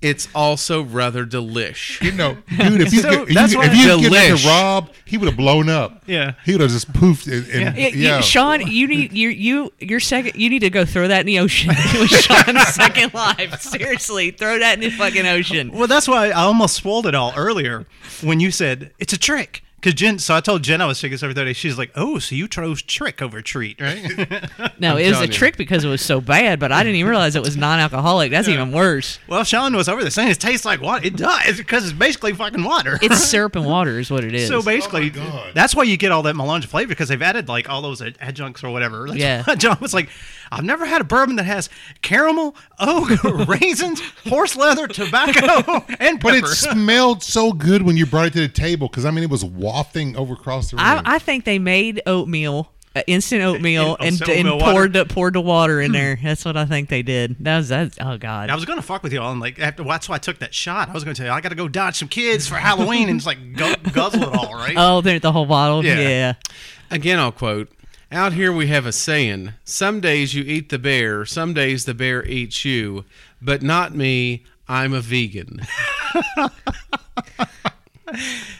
Speaker 3: it's also rather delish.
Speaker 2: You know, dude, if you
Speaker 4: So
Speaker 2: could- if
Speaker 4: that's
Speaker 2: you,
Speaker 4: why-
Speaker 2: if you could get it
Speaker 3: Delish.
Speaker 2: to Rob, he would have blown up.
Speaker 4: Yeah.
Speaker 2: he would have just poofed. And, and,
Speaker 1: Yeah,
Speaker 2: yeah.
Speaker 1: you- Sean, you need you you your second. You need to go throw that in the ocean. It was Sean's second life. Seriously, throw that in the fucking ocean.
Speaker 4: Well, that's why I almost spoiled it all earlier when you said it's a trick. Because Jen, so I told Jen I was taking this every Thursday. She's like, "Oh, so you chose trick over treat, right?"
Speaker 1: No, it was a
Speaker 3: telling you.
Speaker 1: trick because it was so bad. But I didn't even realize it was non-alcoholic. That's even worse.
Speaker 4: well, Sean was over there saying it tastes like water. It does because it's basically fucking water.
Speaker 1: It's syrup and water, is what it is.
Speaker 4: so basically,
Speaker 2: Oh God.
Speaker 4: that's why you get all that melange flavor because they've added like all those adjuncts or whatever. That's
Speaker 1: Yeah.
Speaker 4: why John was like, "I've never had a bourbon that has caramel, oak, raisins, horse leather, tobacco, and
Speaker 2: But it
Speaker 4: pepper."
Speaker 2: smelled so good when you brought it to the table because I mean it was wafting over across the room.
Speaker 1: I, I think they made oatmeal, uh, instant oatmeal,
Speaker 4: In-
Speaker 1: and,
Speaker 4: oatmeal
Speaker 1: and
Speaker 4: water. Hmm.
Speaker 1: poured the, poured the water in there. That's what I think they did. That was that. Oh God.
Speaker 4: And I was gonna fuck with y'all, and like after, well, that's why I took that shot. I was gonna tell you I gotta go dodge some kids for Halloween and just like go, guzzle it all, right?
Speaker 1: oh, there the whole bottle. Yeah.
Speaker 4: Yeah.
Speaker 3: Again, I'll quote Out here we have a saying Some days you eat the bear, some days the bear eats you, but not me. I'm a vegan.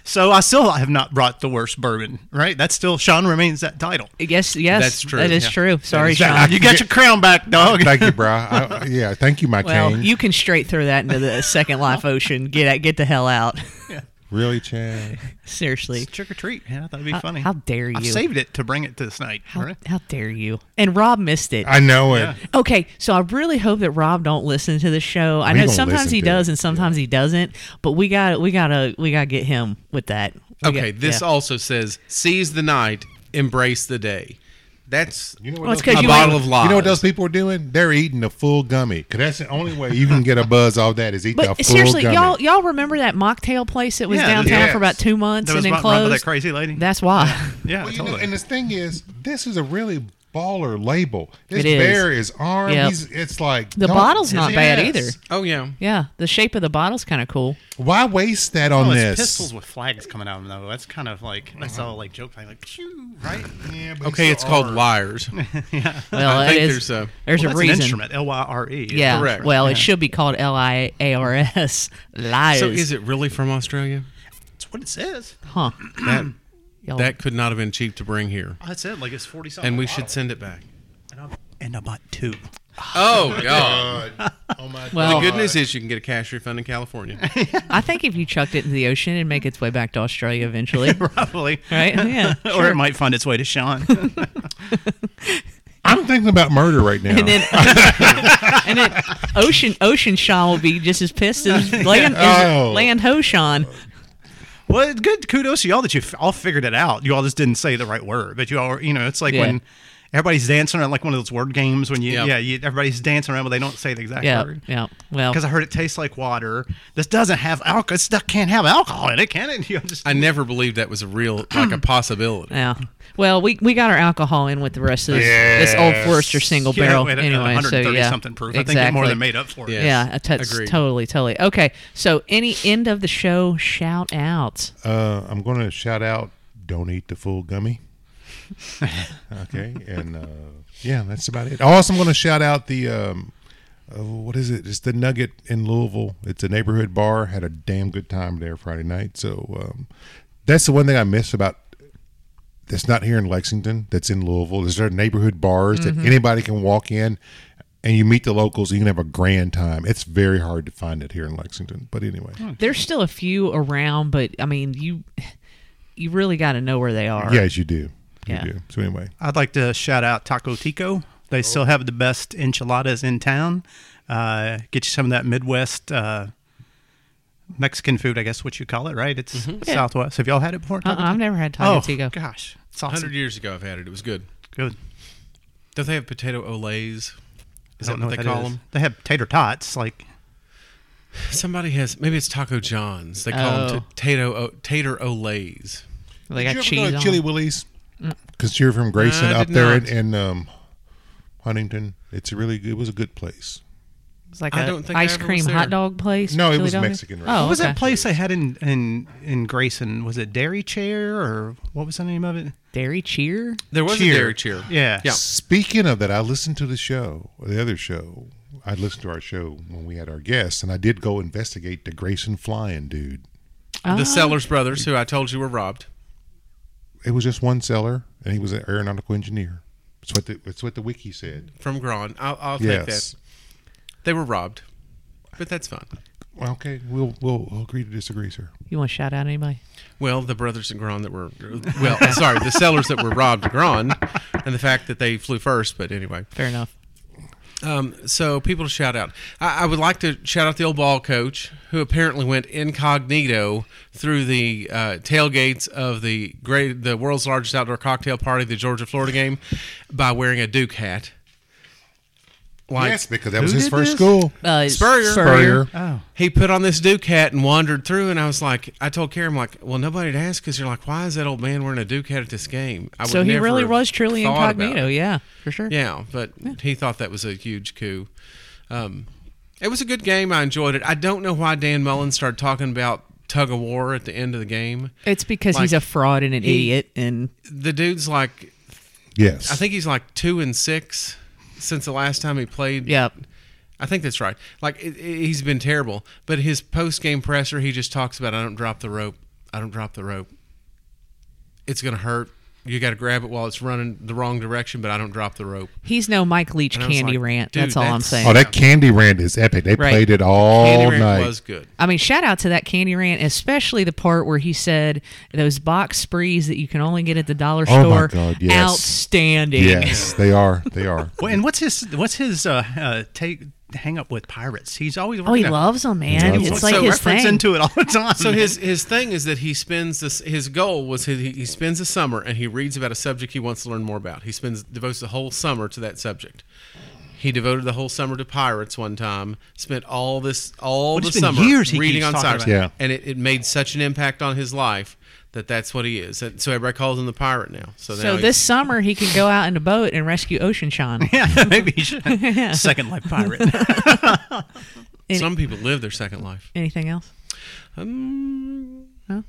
Speaker 4: So I still have not brought the worst bourbon, right? That's still Sean remains that title.
Speaker 1: Yes. Yes.
Speaker 3: That's true,
Speaker 1: That is
Speaker 3: yeah.
Speaker 1: true. Sorry, Sean.
Speaker 4: You got your crown back, dog.
Speaker 2: thank you, bro. I, yeah, thank you, my
Speaker 1: Well,
Speaker 2: king.
Speaker 1: you can straight throw that into the Second Life Ocean. Get out, get the hell out.
Speaker 2: really, Chad?
Speaker 1: Seriously.
Speaker 4: Trick or treat, man. I thought it'd be funny.
Speaker 1: how dare
Speaker 4: I
Speaker 1: you.
Speaker 4: saved it to bring it to this night. all
Speaker 1: How,
Speaker 4: right?
Speaker 1: how dare you? And Rob missed it.
Speaker 2: I know it.
Speaker 1: Okay, so I really hope that Rob don't listen to the show. I
Speaker 2: He
Speaker 1: know
Speaker 2: don't
Speaker 1: sometimes
Speaker 2: listen
Speaker 1: he
Speaker 2: to
Speaker 1: does
Speaker 2: it.
Speaker 1: and sometimes he doesn't, but we got we gotta we gotta get him with that. We
Speaker 3: Okay,
Speaker 1: got-
Speaker 3: this
Speaker 1: yeah.
Speaker 3: also says seize the night, embrace the day. That's
Speaker 2: You know what?
Speaker 1: Well, it's
Speaker 2: those
Speaker 1: 'cause
Speaker 2: people-
Speaker 3: a
Speaker 1: you
Speaker 3: bottle
Speaker 1: ain't-
Speaker 3: of lies.
Speaker 2: You know what those people are doing? They're eating a full gummy. Cause that's the only way you can get a buzz off that is eat
Speaker 1: But
Speaker 2: a full
Speaker 1: seriously,
Speaker 2: gummy.
Speaker 1: y'all y'all remember that mocktail place that was
Speaker 4: Yeah,
Speaker 1: downtown
Speaker 2: yes.
Speaker 1: for about two months
Speaker 4: That was
Speaker 1: and then
Speaker 4: run, run by
Speaker 1: closed?
Speaker 4: that crazy lady.
Speaker 1: That's why.
Speaker 4: yeah,
Speaker 2: Well, you know,
Speaker 4: totally.
Speaker 2: and the thing is, this is a really baller label. This
Speaker 1: It is.
Speaker 2: bear is armed.
Speaker 1: Yep.
Speaker 2: He's, it's like
Speaker 1: The
Speaker 2: don't-
Speaker 1: bottle's not bad
Speaker 2: Yes.
Speaker 1: either.
Speaker 3: oh yeah.
Speaker 1: Yeah, the shape of the bottle's kind of cool.
Speaker 2: Why waste that on
Speaker 4: Oh, it's
Speaker 2: this?
Speaker 4: pistols with flags coming out of them though. That's kind of like that's all like joke thing, like phew, right?
Speaker 2: Yeah, but
Speaker 3: Okay,
Speaker 2: he's
Speaker 3: it's
Speaker 2: so
Speaker 3: called
Speaker 2: armed.
Speaker 3: liars.
Speaker 1: Well,
Speaker 3: I
Speaker 1: it
Speaker 3: think
Speaker 1: is-
Speaker 3: there's a-
Speaker 1: there's
Speaker 4: Well,
Speaker 1: a
Speaker 4: that's
Speaker 1: reason.
Speaker 4: an instrument, L Y R E.
Speaker 1: Yeah.
Speaker 3: Correct.
Speaker 1: Well, it should be called L I A R S. Liars.
Speaker 3: So is it really from Australia?
Speaker 4: that's what it says.
Speaker 1: Huh.
Speaker 3: That
Speaker 2: Oh.
Speaker 1: Y'all-
Speaker 3: that could not have been cheap to bring here.
Speaker 4: That's it. Like it's forty something.
Speaker 3: And we should send it back.
Speaker 4: And I bought two.
Speaker 3: Oh god.
Speaker 2: God. Oh my
Speaker 1: Well-
Speaker 2: God.
Speaker 3: Good news is you can get a cash refund in California.
Speaker 1: I think if you chucked it into the ocean and make its way back to Australia eventually,
Speaker 4: Probably.
Speaker 1: right? Yeah.
Speaker 4: Or it might find its way to Sean.
Speaker 2: I'm thinking about murder right now.
Speaker 1: And then,
Speaker 4: Oh.
Speaker 1: and then ocean ocean Sean will be just as pissed as land
Speaker 2: Oh.
Speaker 1: as land ho Sean.
Speaker 4: well, it's good kudos to y'all that you f- all figured it out. You all just didn't say the right word, but you all, you know, it's like
Speaker 1: Yeah.
Speaker 4: when everybody's dancing around like one of those word games when you,
Speaker 3: Yeah.
Speaker 4: yeah, you, everybody's dancing around, but they don't say the exact
Speaker 1: Yeah.
Speaker 4: word.
Speaker 1: Yeah. Well.
Speaker 4: Because I heard it tastes like water. This doesn't have alcohol. This stuff can't have alcohol in it, can it? You just
Speaker 3: I never believed that was a real like a possibility.
Speaker 1: Yeah. Well, we, we got our alcohol in with the rest of this, this old Forester single
Speaker 4: Yeah,
Speaker 1: barrel
Speaker 4: we had a- a
Speaker 1: anyway. So
Speaker 4: 130
Speaker 1: yeah,
Speaker 4: something proof.
Speaker 1: Exactly.
Speaker 4: I think it more than made up for it.
Speaker 3: Yeah.
Speaker 1: Yeah,
Speaker 3: Yes.
Speaker 1: I t-
Speaker 3: Agreed.
Speaker 1: totally, totally. Okay, so any end of the show shout outs?
Speaker 2: uh, I'm going to Uh, shout out don't eat the full gummy. okay, and uh, yeah, that's about it. Also, I'm going to shout out the um, uh, what is it? It's the Nugget in Louisville. It's a neighborhood bar. Had a damn good time there Friday night. So um, that's the one thing I miss about that's not here in Lexington. That's in Louisville. Is there neighborhood bars that anybody can walk in? And you meet the locals, and you can have a grand time. It's very hard to find it here in Lexington, but anyway,
Speaker 1: There's still a few around, but I mean, you you really got to know where they are.
Speaker 2: yes, you do, you
Speaker 1: Yeah.
Speaker 2: do. So anyway,
Speaker 4: I'd like to shout out Taco Tico. They still have the best enchiladas in town. Uh, get you some of that Midwest uh, Mexican food, I guess what you call it, right? It's
Speaker 3: Mm-hmm.
Speaker 4: Southwest. Have y'all had it before?
Speaker 1: Uh-uh,
Speaker 4: Taco
Speaker 1: I've never had
Speaker 4: Tico?
Speaker 1: Taco Tico.
Speaker 4: Oh, gosh. It's awesome.
Speaker 3: Hundred years ago, I've had it. It was good.
Speaker 4: Good.
Speaker 3: Don't they have potato olays? Is that
Speaker 4: I don't know
Speaker 3: what they
Speaker 4: what that
Speaker 3: call
Speaker 4: is.
Speaker 3: them?
Speaker 4: They have tater tots. Like,
Speaker 3: Somebody has. Maybe it's Taco John's. They call
Speaker 1: Oh.
Speaker 3: them potato o- tater olays.
Speaker 1: They
Speaker 2: Did
Speaker 1: got
Speaker 2: you ever
Speaker 1: cheese
Speaker 2: go
Speaker 1: on.
Speaker 2: to Chili Willie's? Because you're from Grayson
Speaker 3: I
Speaker 2: up
Speaker 3: did
Speaker 2: there in,
Speaker 3: not.
Speaker 2: in um, Huntington. It's a really good, it was a good place.
Speaker 1: It's like
Speaker 3: I
Speaker 1: a
Speaker 3: don't think I
Speaker 1: ice
Speaker 3: ever was
Speaker 1: cream hot
Speaker 3: there.
Speaker 1: dog place.
Speaker 2: No, it
Speaker 1: chili
Speaker 2: was
Speaker 1: dog. Oh,
Speaker 2: Mexican restaurant.
Speaker 4: what was
Speaker 1: okay.
Speaker 4: that place they had in, in, in Grayson? Was it Dairy Chair or what was the name of it?
Speaker 1: Dairy cheer.
Speaker 3: There was
Speaker 4: Cheer.
Speaker 3: a dairy cheer.
Speaker 4: Yeah.
Speaker 3: Yeah.
Speaker 2: Speaking of that, I listened to the show, or the other show. I listened to our show when we had our guests, and I did go investigate the Grayson flying dude.
Speaker 1: Oh.
Speaker 3: The Sellers brothers, who I told you were robbed.
Speaker 2: It was just one seller, and he was an aeronautical engineer. That's what the, that's what the wiki said.
Speaker 3: from Gron. I'll, I'll take
Speaker 2: yes.
Speaker 3: that. They were robbed, but that's fine.
Speaker 2: Well, okay, we'll, we'll we'll agree to disagree, sir.
Speaker 1: You want to shout out anybody?
Speaker 3: Well, the brothers in Gron that were, well, sorry, the sellers that were robbed at Gron, and the fact that they flew first. But anyway,
Speaker 1: Fair enough.
Speaker 3: um, so people to shout out. I, I would like to shout out the old ball coach who apparently went incognito through the uh, tailgates of the great, the world's largest outdoor cocktail party, the Georgia Florida game, by wearing a Duke hat. Like,
Speaker 2: yes, because that was
Speaker 4: who
Speaker 2: his
Speaker 4: did
Speaker 2: first
Speaker 4: this?
Speaker 2: school.
Speaker 1: Uh,
Speaker 3: Spurrier.
Speaker 2: Spurrier.
Speaker 4: Oh.
Speaker 3: he put on this Duke hat and wandered through, and I was like, I told Karen, I'm like, well, nobody would ask because you're like, why is that old man wearing a Duke hat at this game? I would
Speaker 1: So he
Speaker 3: never
Speaker 1: really
Speaker 3: have
Speaker 1: was truly
Speaker 3: thought about
Speaker 1: incognito.
Speaker 3: it.
Speaker 1: Yeah, for sure.
Speaker 3: Yeah, but he thought that was a huge coup. Um, it was a good game. I enjoyed it. I don't know why Dan Mullen started talking about tug of war at the end of the game.
Speaker 1: It's because he's a
Speaker 3: Like,
Speaker 1: fraud and an
Speaker 3: he-
Speaker 1: idiot, and
Speaker 3: The dude's like,
Speaker 2: Yes,
Speaker 3: I think he's like two and six since the last time he played.
Speaker 1: yeah,
Speaker 3: I think that's right. Like it, it- he's been terrible, but his post game presser, he just talks about I don't drop the rope. I don't drop the rope. It's gonna hurt. You got to grab it while it's running the wrong direction, but I don't drop the rope.
Speaker 1: he's no Mike Leach
Speaker 3: And I was
Speaker 1: candy
Speaker 3: like,
Speaker 1: rant.
Speaker 3: dude,
Speaker 1: That's all I'm
Speaker 3: that's-
Speaker 1: saying.
Speaker 2: Oh, that Candy Rand is epic. They
Speaker 1: Right.
Speaker 2: played it all
Speaker 3: Andy Rand
Speaker 2: night.
Speaker 3: was good.
Speaker 1: I mean, shout out to that candy rant, especially the part where he said those box sprees that you can only get at the dollar
Speaker 2: Oh my
Speaker 1: store.
Speaker 2: God, yes.
Speaker 1: Outstanding.
Speaker 2: Yes, they are. They are.
Speaker 4: Well, and what's his what's his uh, uh, take hang up with pirates? He's always
Speaker 1: Oh, he
Speaker 4: working at-
Speaker 1: loves them, man.
Speaker 2: loves
Speaker 1: it's
Speaker 2: them.
Speaker 1: like
Speaker 3: So
Speaker 1: his
Speaker 4: reference
Speaker 1: thing.
Speaker 4: into it all the time.
Speaker 3: So his his thing is that he spends this his goal was his, he spends the summer and he reads about a subject he wants to learn more about. He spends devotes the whole summer to that subject. He devoted the whole summer to pirates one time. Spent all this all
Speaker 4: Well,
Speaker 3: the
Speaker 4: it's been
Speaker 3: summer
Speaker 4: years he
Speaker 3: reading
Speaker 4: keeps
Speaker 3: on
Speaker 4: talking
Speaker 3: pirates,
Speaker 2: about it. Yeah.
Speaker 3: and it, it made such an impact on his life that that's what he is. And so everybody calls him the pirate now. So, now
Speaker 1: so
Speaker 3: he-
Speaker 1: this summer he can go out in a boat and rescue Ocean Shine.
Speaker 4: yeah, maybe he should. Second Life pirate.
Speaker 3: some people live their second life.
Speaker 1: Anything else?
Speaker 3: Um,
Speaker 1: No?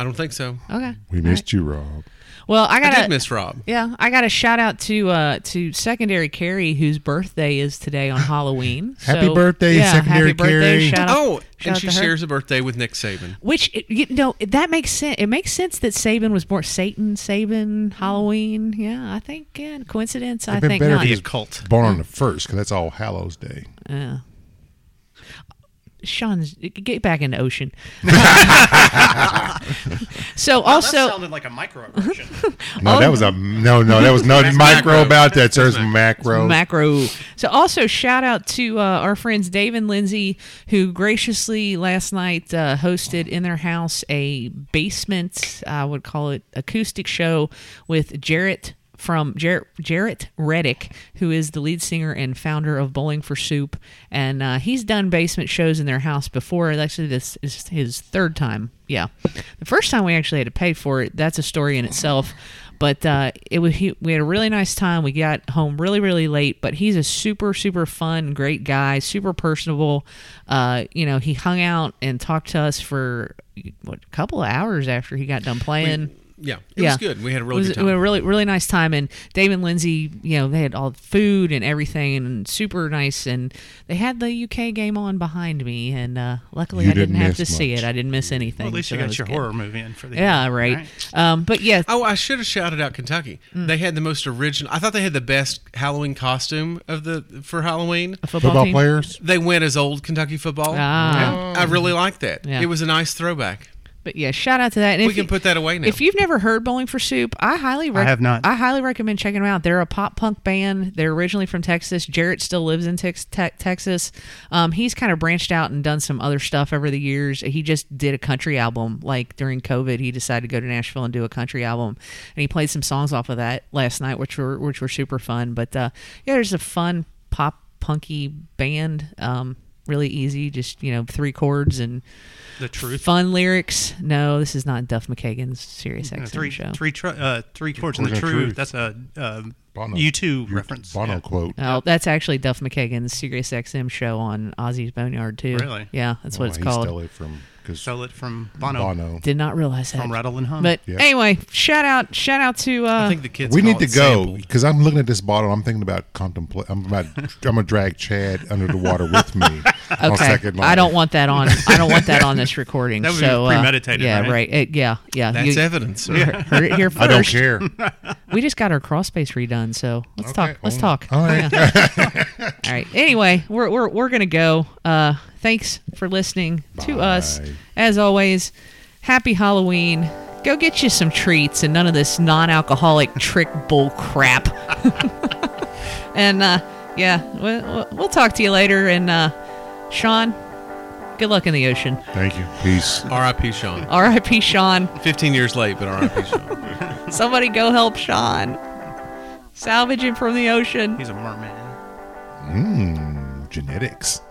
Speaker 3: I don't think so.
Speaker 1: Okay.
Speaker 2: We missed you, Rob.
Speaker 1: Well, I
Speaker 3: I
Speaker 1: got
Speaker 3: did miss Rob.
Speaker 1: Yeah, I got a shout out to uh, to secondary Carrie, whose birthday is today on Halloween.
Speaker 2: Happy birthday,
Speaker 1: yeah,
Speaker 2: Secondary
Speaker 1: happy birthday,
Speaker 2: Carrie.
Speaker 1: Shout out,
Speaker 3: Oh,
Speaker 1: shout
Speaker 3: and
Speaker 1: out
Speaker 3: she
Speaker 1: to her.
Speaker 3: shares a birthday with Nick Saban.
Speaker 1: Which it- you know that makes sense. It makes sense that Saban was born Satan, Saban, Halloween. Yeah, I think yeah, coincidence. I
Speaker 2: been
Speaker 1: think
Speaker 2: better
Speaker 1: not.
Speaker 2: if
Speaker 4: the
Speaker 2: he's-
Speaker 4: occult.
Speaker 2: Born on the first, because that's All Hallows Day.
Speaker 1: Yeah. Sean's get back in the ocean. so also
Speaker 4: like a micro version.
Speaker 2: No,
Speaker 1: Oh.
Speaker 2: that was a no, no, that was no micro,
Speaker 3: macro.
Speaker 2: about that. There's
Speaker 3: That's
Speaker 2: macro.
Speaker 1: macro. So also shout out to uh, our friends Dave and Lindsay, who graciously last night uh, hosted in their house a basement, I would call it acoustic show with Jarrett from Jarrett, Jarrett Reddick, who is the lead singer and founder of Bowling for Soup, and uh, he's done basement shows in their house before. Actually, this is his third time. Yeah, the first time we actually had to pay for it. That's a story in itself. But uh, it was he, we had a really nice time. We got home really really late, but he's a super super fun, great guy, super personable. Uh, you know, he hung out and talked to us for what a couple of hours after he got done playing.
Speaker 3: Yeah, it was good. We had a
Speaker 1: It
Speaker 3: really
Speaker 1: was-
Speaker 3: good
Speaker 1: it
Speaker 3: time.
Speaker 1: was a really, really nice time. And Dave and Lindsay, you know, they had all the food and everything and super nice. And they had the UK game on behind me. And uh, luckily,
Speaker 2: You
Speaker 1: I didn't,
Speaker 2: didn't
Speaker 1: have to
Speaker 2: miss
Speaker 1: see
Speaker 2: much.
Speaker 1: it. I didn't miss anything.
Speaker 4: Well, at least
Speaker 1: so
Speaker 4: you
Speaker 1: that
Speaker 4: got
Speaker 1: was
Speaker 4: your
Speaker 1: good.
Speaker 4: horror movie in for the
Speaker 1: Yeah,
Speaker 4: year,
Speaker 1: right. Um, but yeah,
Speaker 3: Oh, I should have shouted out Kentucky.
Speaker 1: Mm.
Speaker 3: They had the most original. I thought they had the best Halloween costume of the for Halloween.
Speaker 1: football,
Speaker 2: Football
Speaker 1: team.
Speaker 2: players?
Speaker 3: They went as old Kentucky football.
Speaker 1: Ah.
Speaker 3: I really liked that.
Speaker 1: Yeah.
Speaker 3: It was a nice throwback.
Speaker 1: But yeah, shout out to that. And
Speaker 3: We
Speaker 1: if
Speaker 3: can
Speaker 1: you-
Speaker 3: put that away now.
Speaker 1: If you've never heard Bowling for Soup, I highly rec-
Speaker 4: I have not.
Speaker 1: I highly recommend checking them out. They're a pop punk band. They're originally from Texas. Jarrett still lives in tex- te- Texas. Um, he's kind of branched out and done some other stuff over the years. He just did a country album. Like during COVID, he decided to go to Nashville and do a country album, and he played some songs off of that last night, which were which were super fun. But uh, yeah, there's a fun pop punky band. Um, really easy, just you know, three chords and
Speaker 4: the truth.
Speaker 1: fun lyrics. No, this is not Duff McKagan's Serious XM
Speaker 4: Mm-hmm. three,
Speaker 1: show.
Speaker 4: three, tr- uh, three chords in the
Speaker 2: Chords in the
Speaker 4: truth.
Speaker 2: Truth.
Speaker 4: That's a um,
Speaker 2: Bono.
Speaker 4: U2
Speaker 2: Your
Speaker 4: reference.
Speaker 2: Bono
Speaker 4: Yeah.
Speaker 2: quote.
Speaker 1: Oh, that's actually Duff McKagan's Serious XM show on Ozzy's Boneyard too.
Speaker 4: Really?
Speaker 1: Yeah, that's
Speaker 2: Well,
Speaker 1: what it's
Speaker 2: Oh, he
Speaker 1: called.
Speaker 2: stole it from 'cause
Speaker 4: Stole it from Bono.
Speaker 2: Bono.
Speaker 1: Did not realize that.
Speaker 4: From Rattle and Hum.
Speaker 1: But
Speaker 2: Yep.
Speaker 1: anyway, shout out, shout out to. Uh,
Speaker 3: I think the kids.
Speaker 2: we
Speaker 3: call
Speaker 2: need to
Speaker 3: it
Speaker 2: go
Speaker 3: sampled.
Speaker 2: because I'm looking at this bottle. I'm thinking about contemplate. I'm about. I'm gonna drag Chad under the water with me on
Speaker 1: okay,
Speaker 2: second line.
Speaker 1: I don't want that on. I don't want that on this recording.
Speaker 4: That would be
Speaker 1: so, uh,
Speaker 4: premeditated,
Speaker 1: yeah,
Speaker 4: right?
Speaker 1: It- yeah, yeah.
Speaker 3: That's
Speaker 1: you,
Speaker 3: evidence. sir.
Speaker 1: Heard it here first.
Speaker 2: I don't care.
Speaker 1: We just got our cross space redone, so let's
Speaker 2: Okay,
Speaker 1: talk. Let's
Speaker 2: well,
Speaker 1: talk.
Speaker 2: all right.
Speaker 1: Yeah. all right. Anyway, we're we're we're gonna go. Uh, thanks for listening to us.
Speaker 2: Bye.
Speaker 1: As always, happy Halloween. Go get you some treats and none of this non-alcoholic trick bull crap. and uh, yeah, we'll, we'll talk to you later. And uh, Sean, good luck in the ocean.
Speaker 2: Thank you. Peace.
Speaker 3: R.I.P. Sean.
Speaker 1: R.I.P. Sean.
Speaker 3: Fifteen years late, but R.I.P. Sean.
Speaker 1: Somebody go help Sean. Salvage him from the ocean.
Speaker 4: He's a merman.
Speaker 2: Mm, genetics.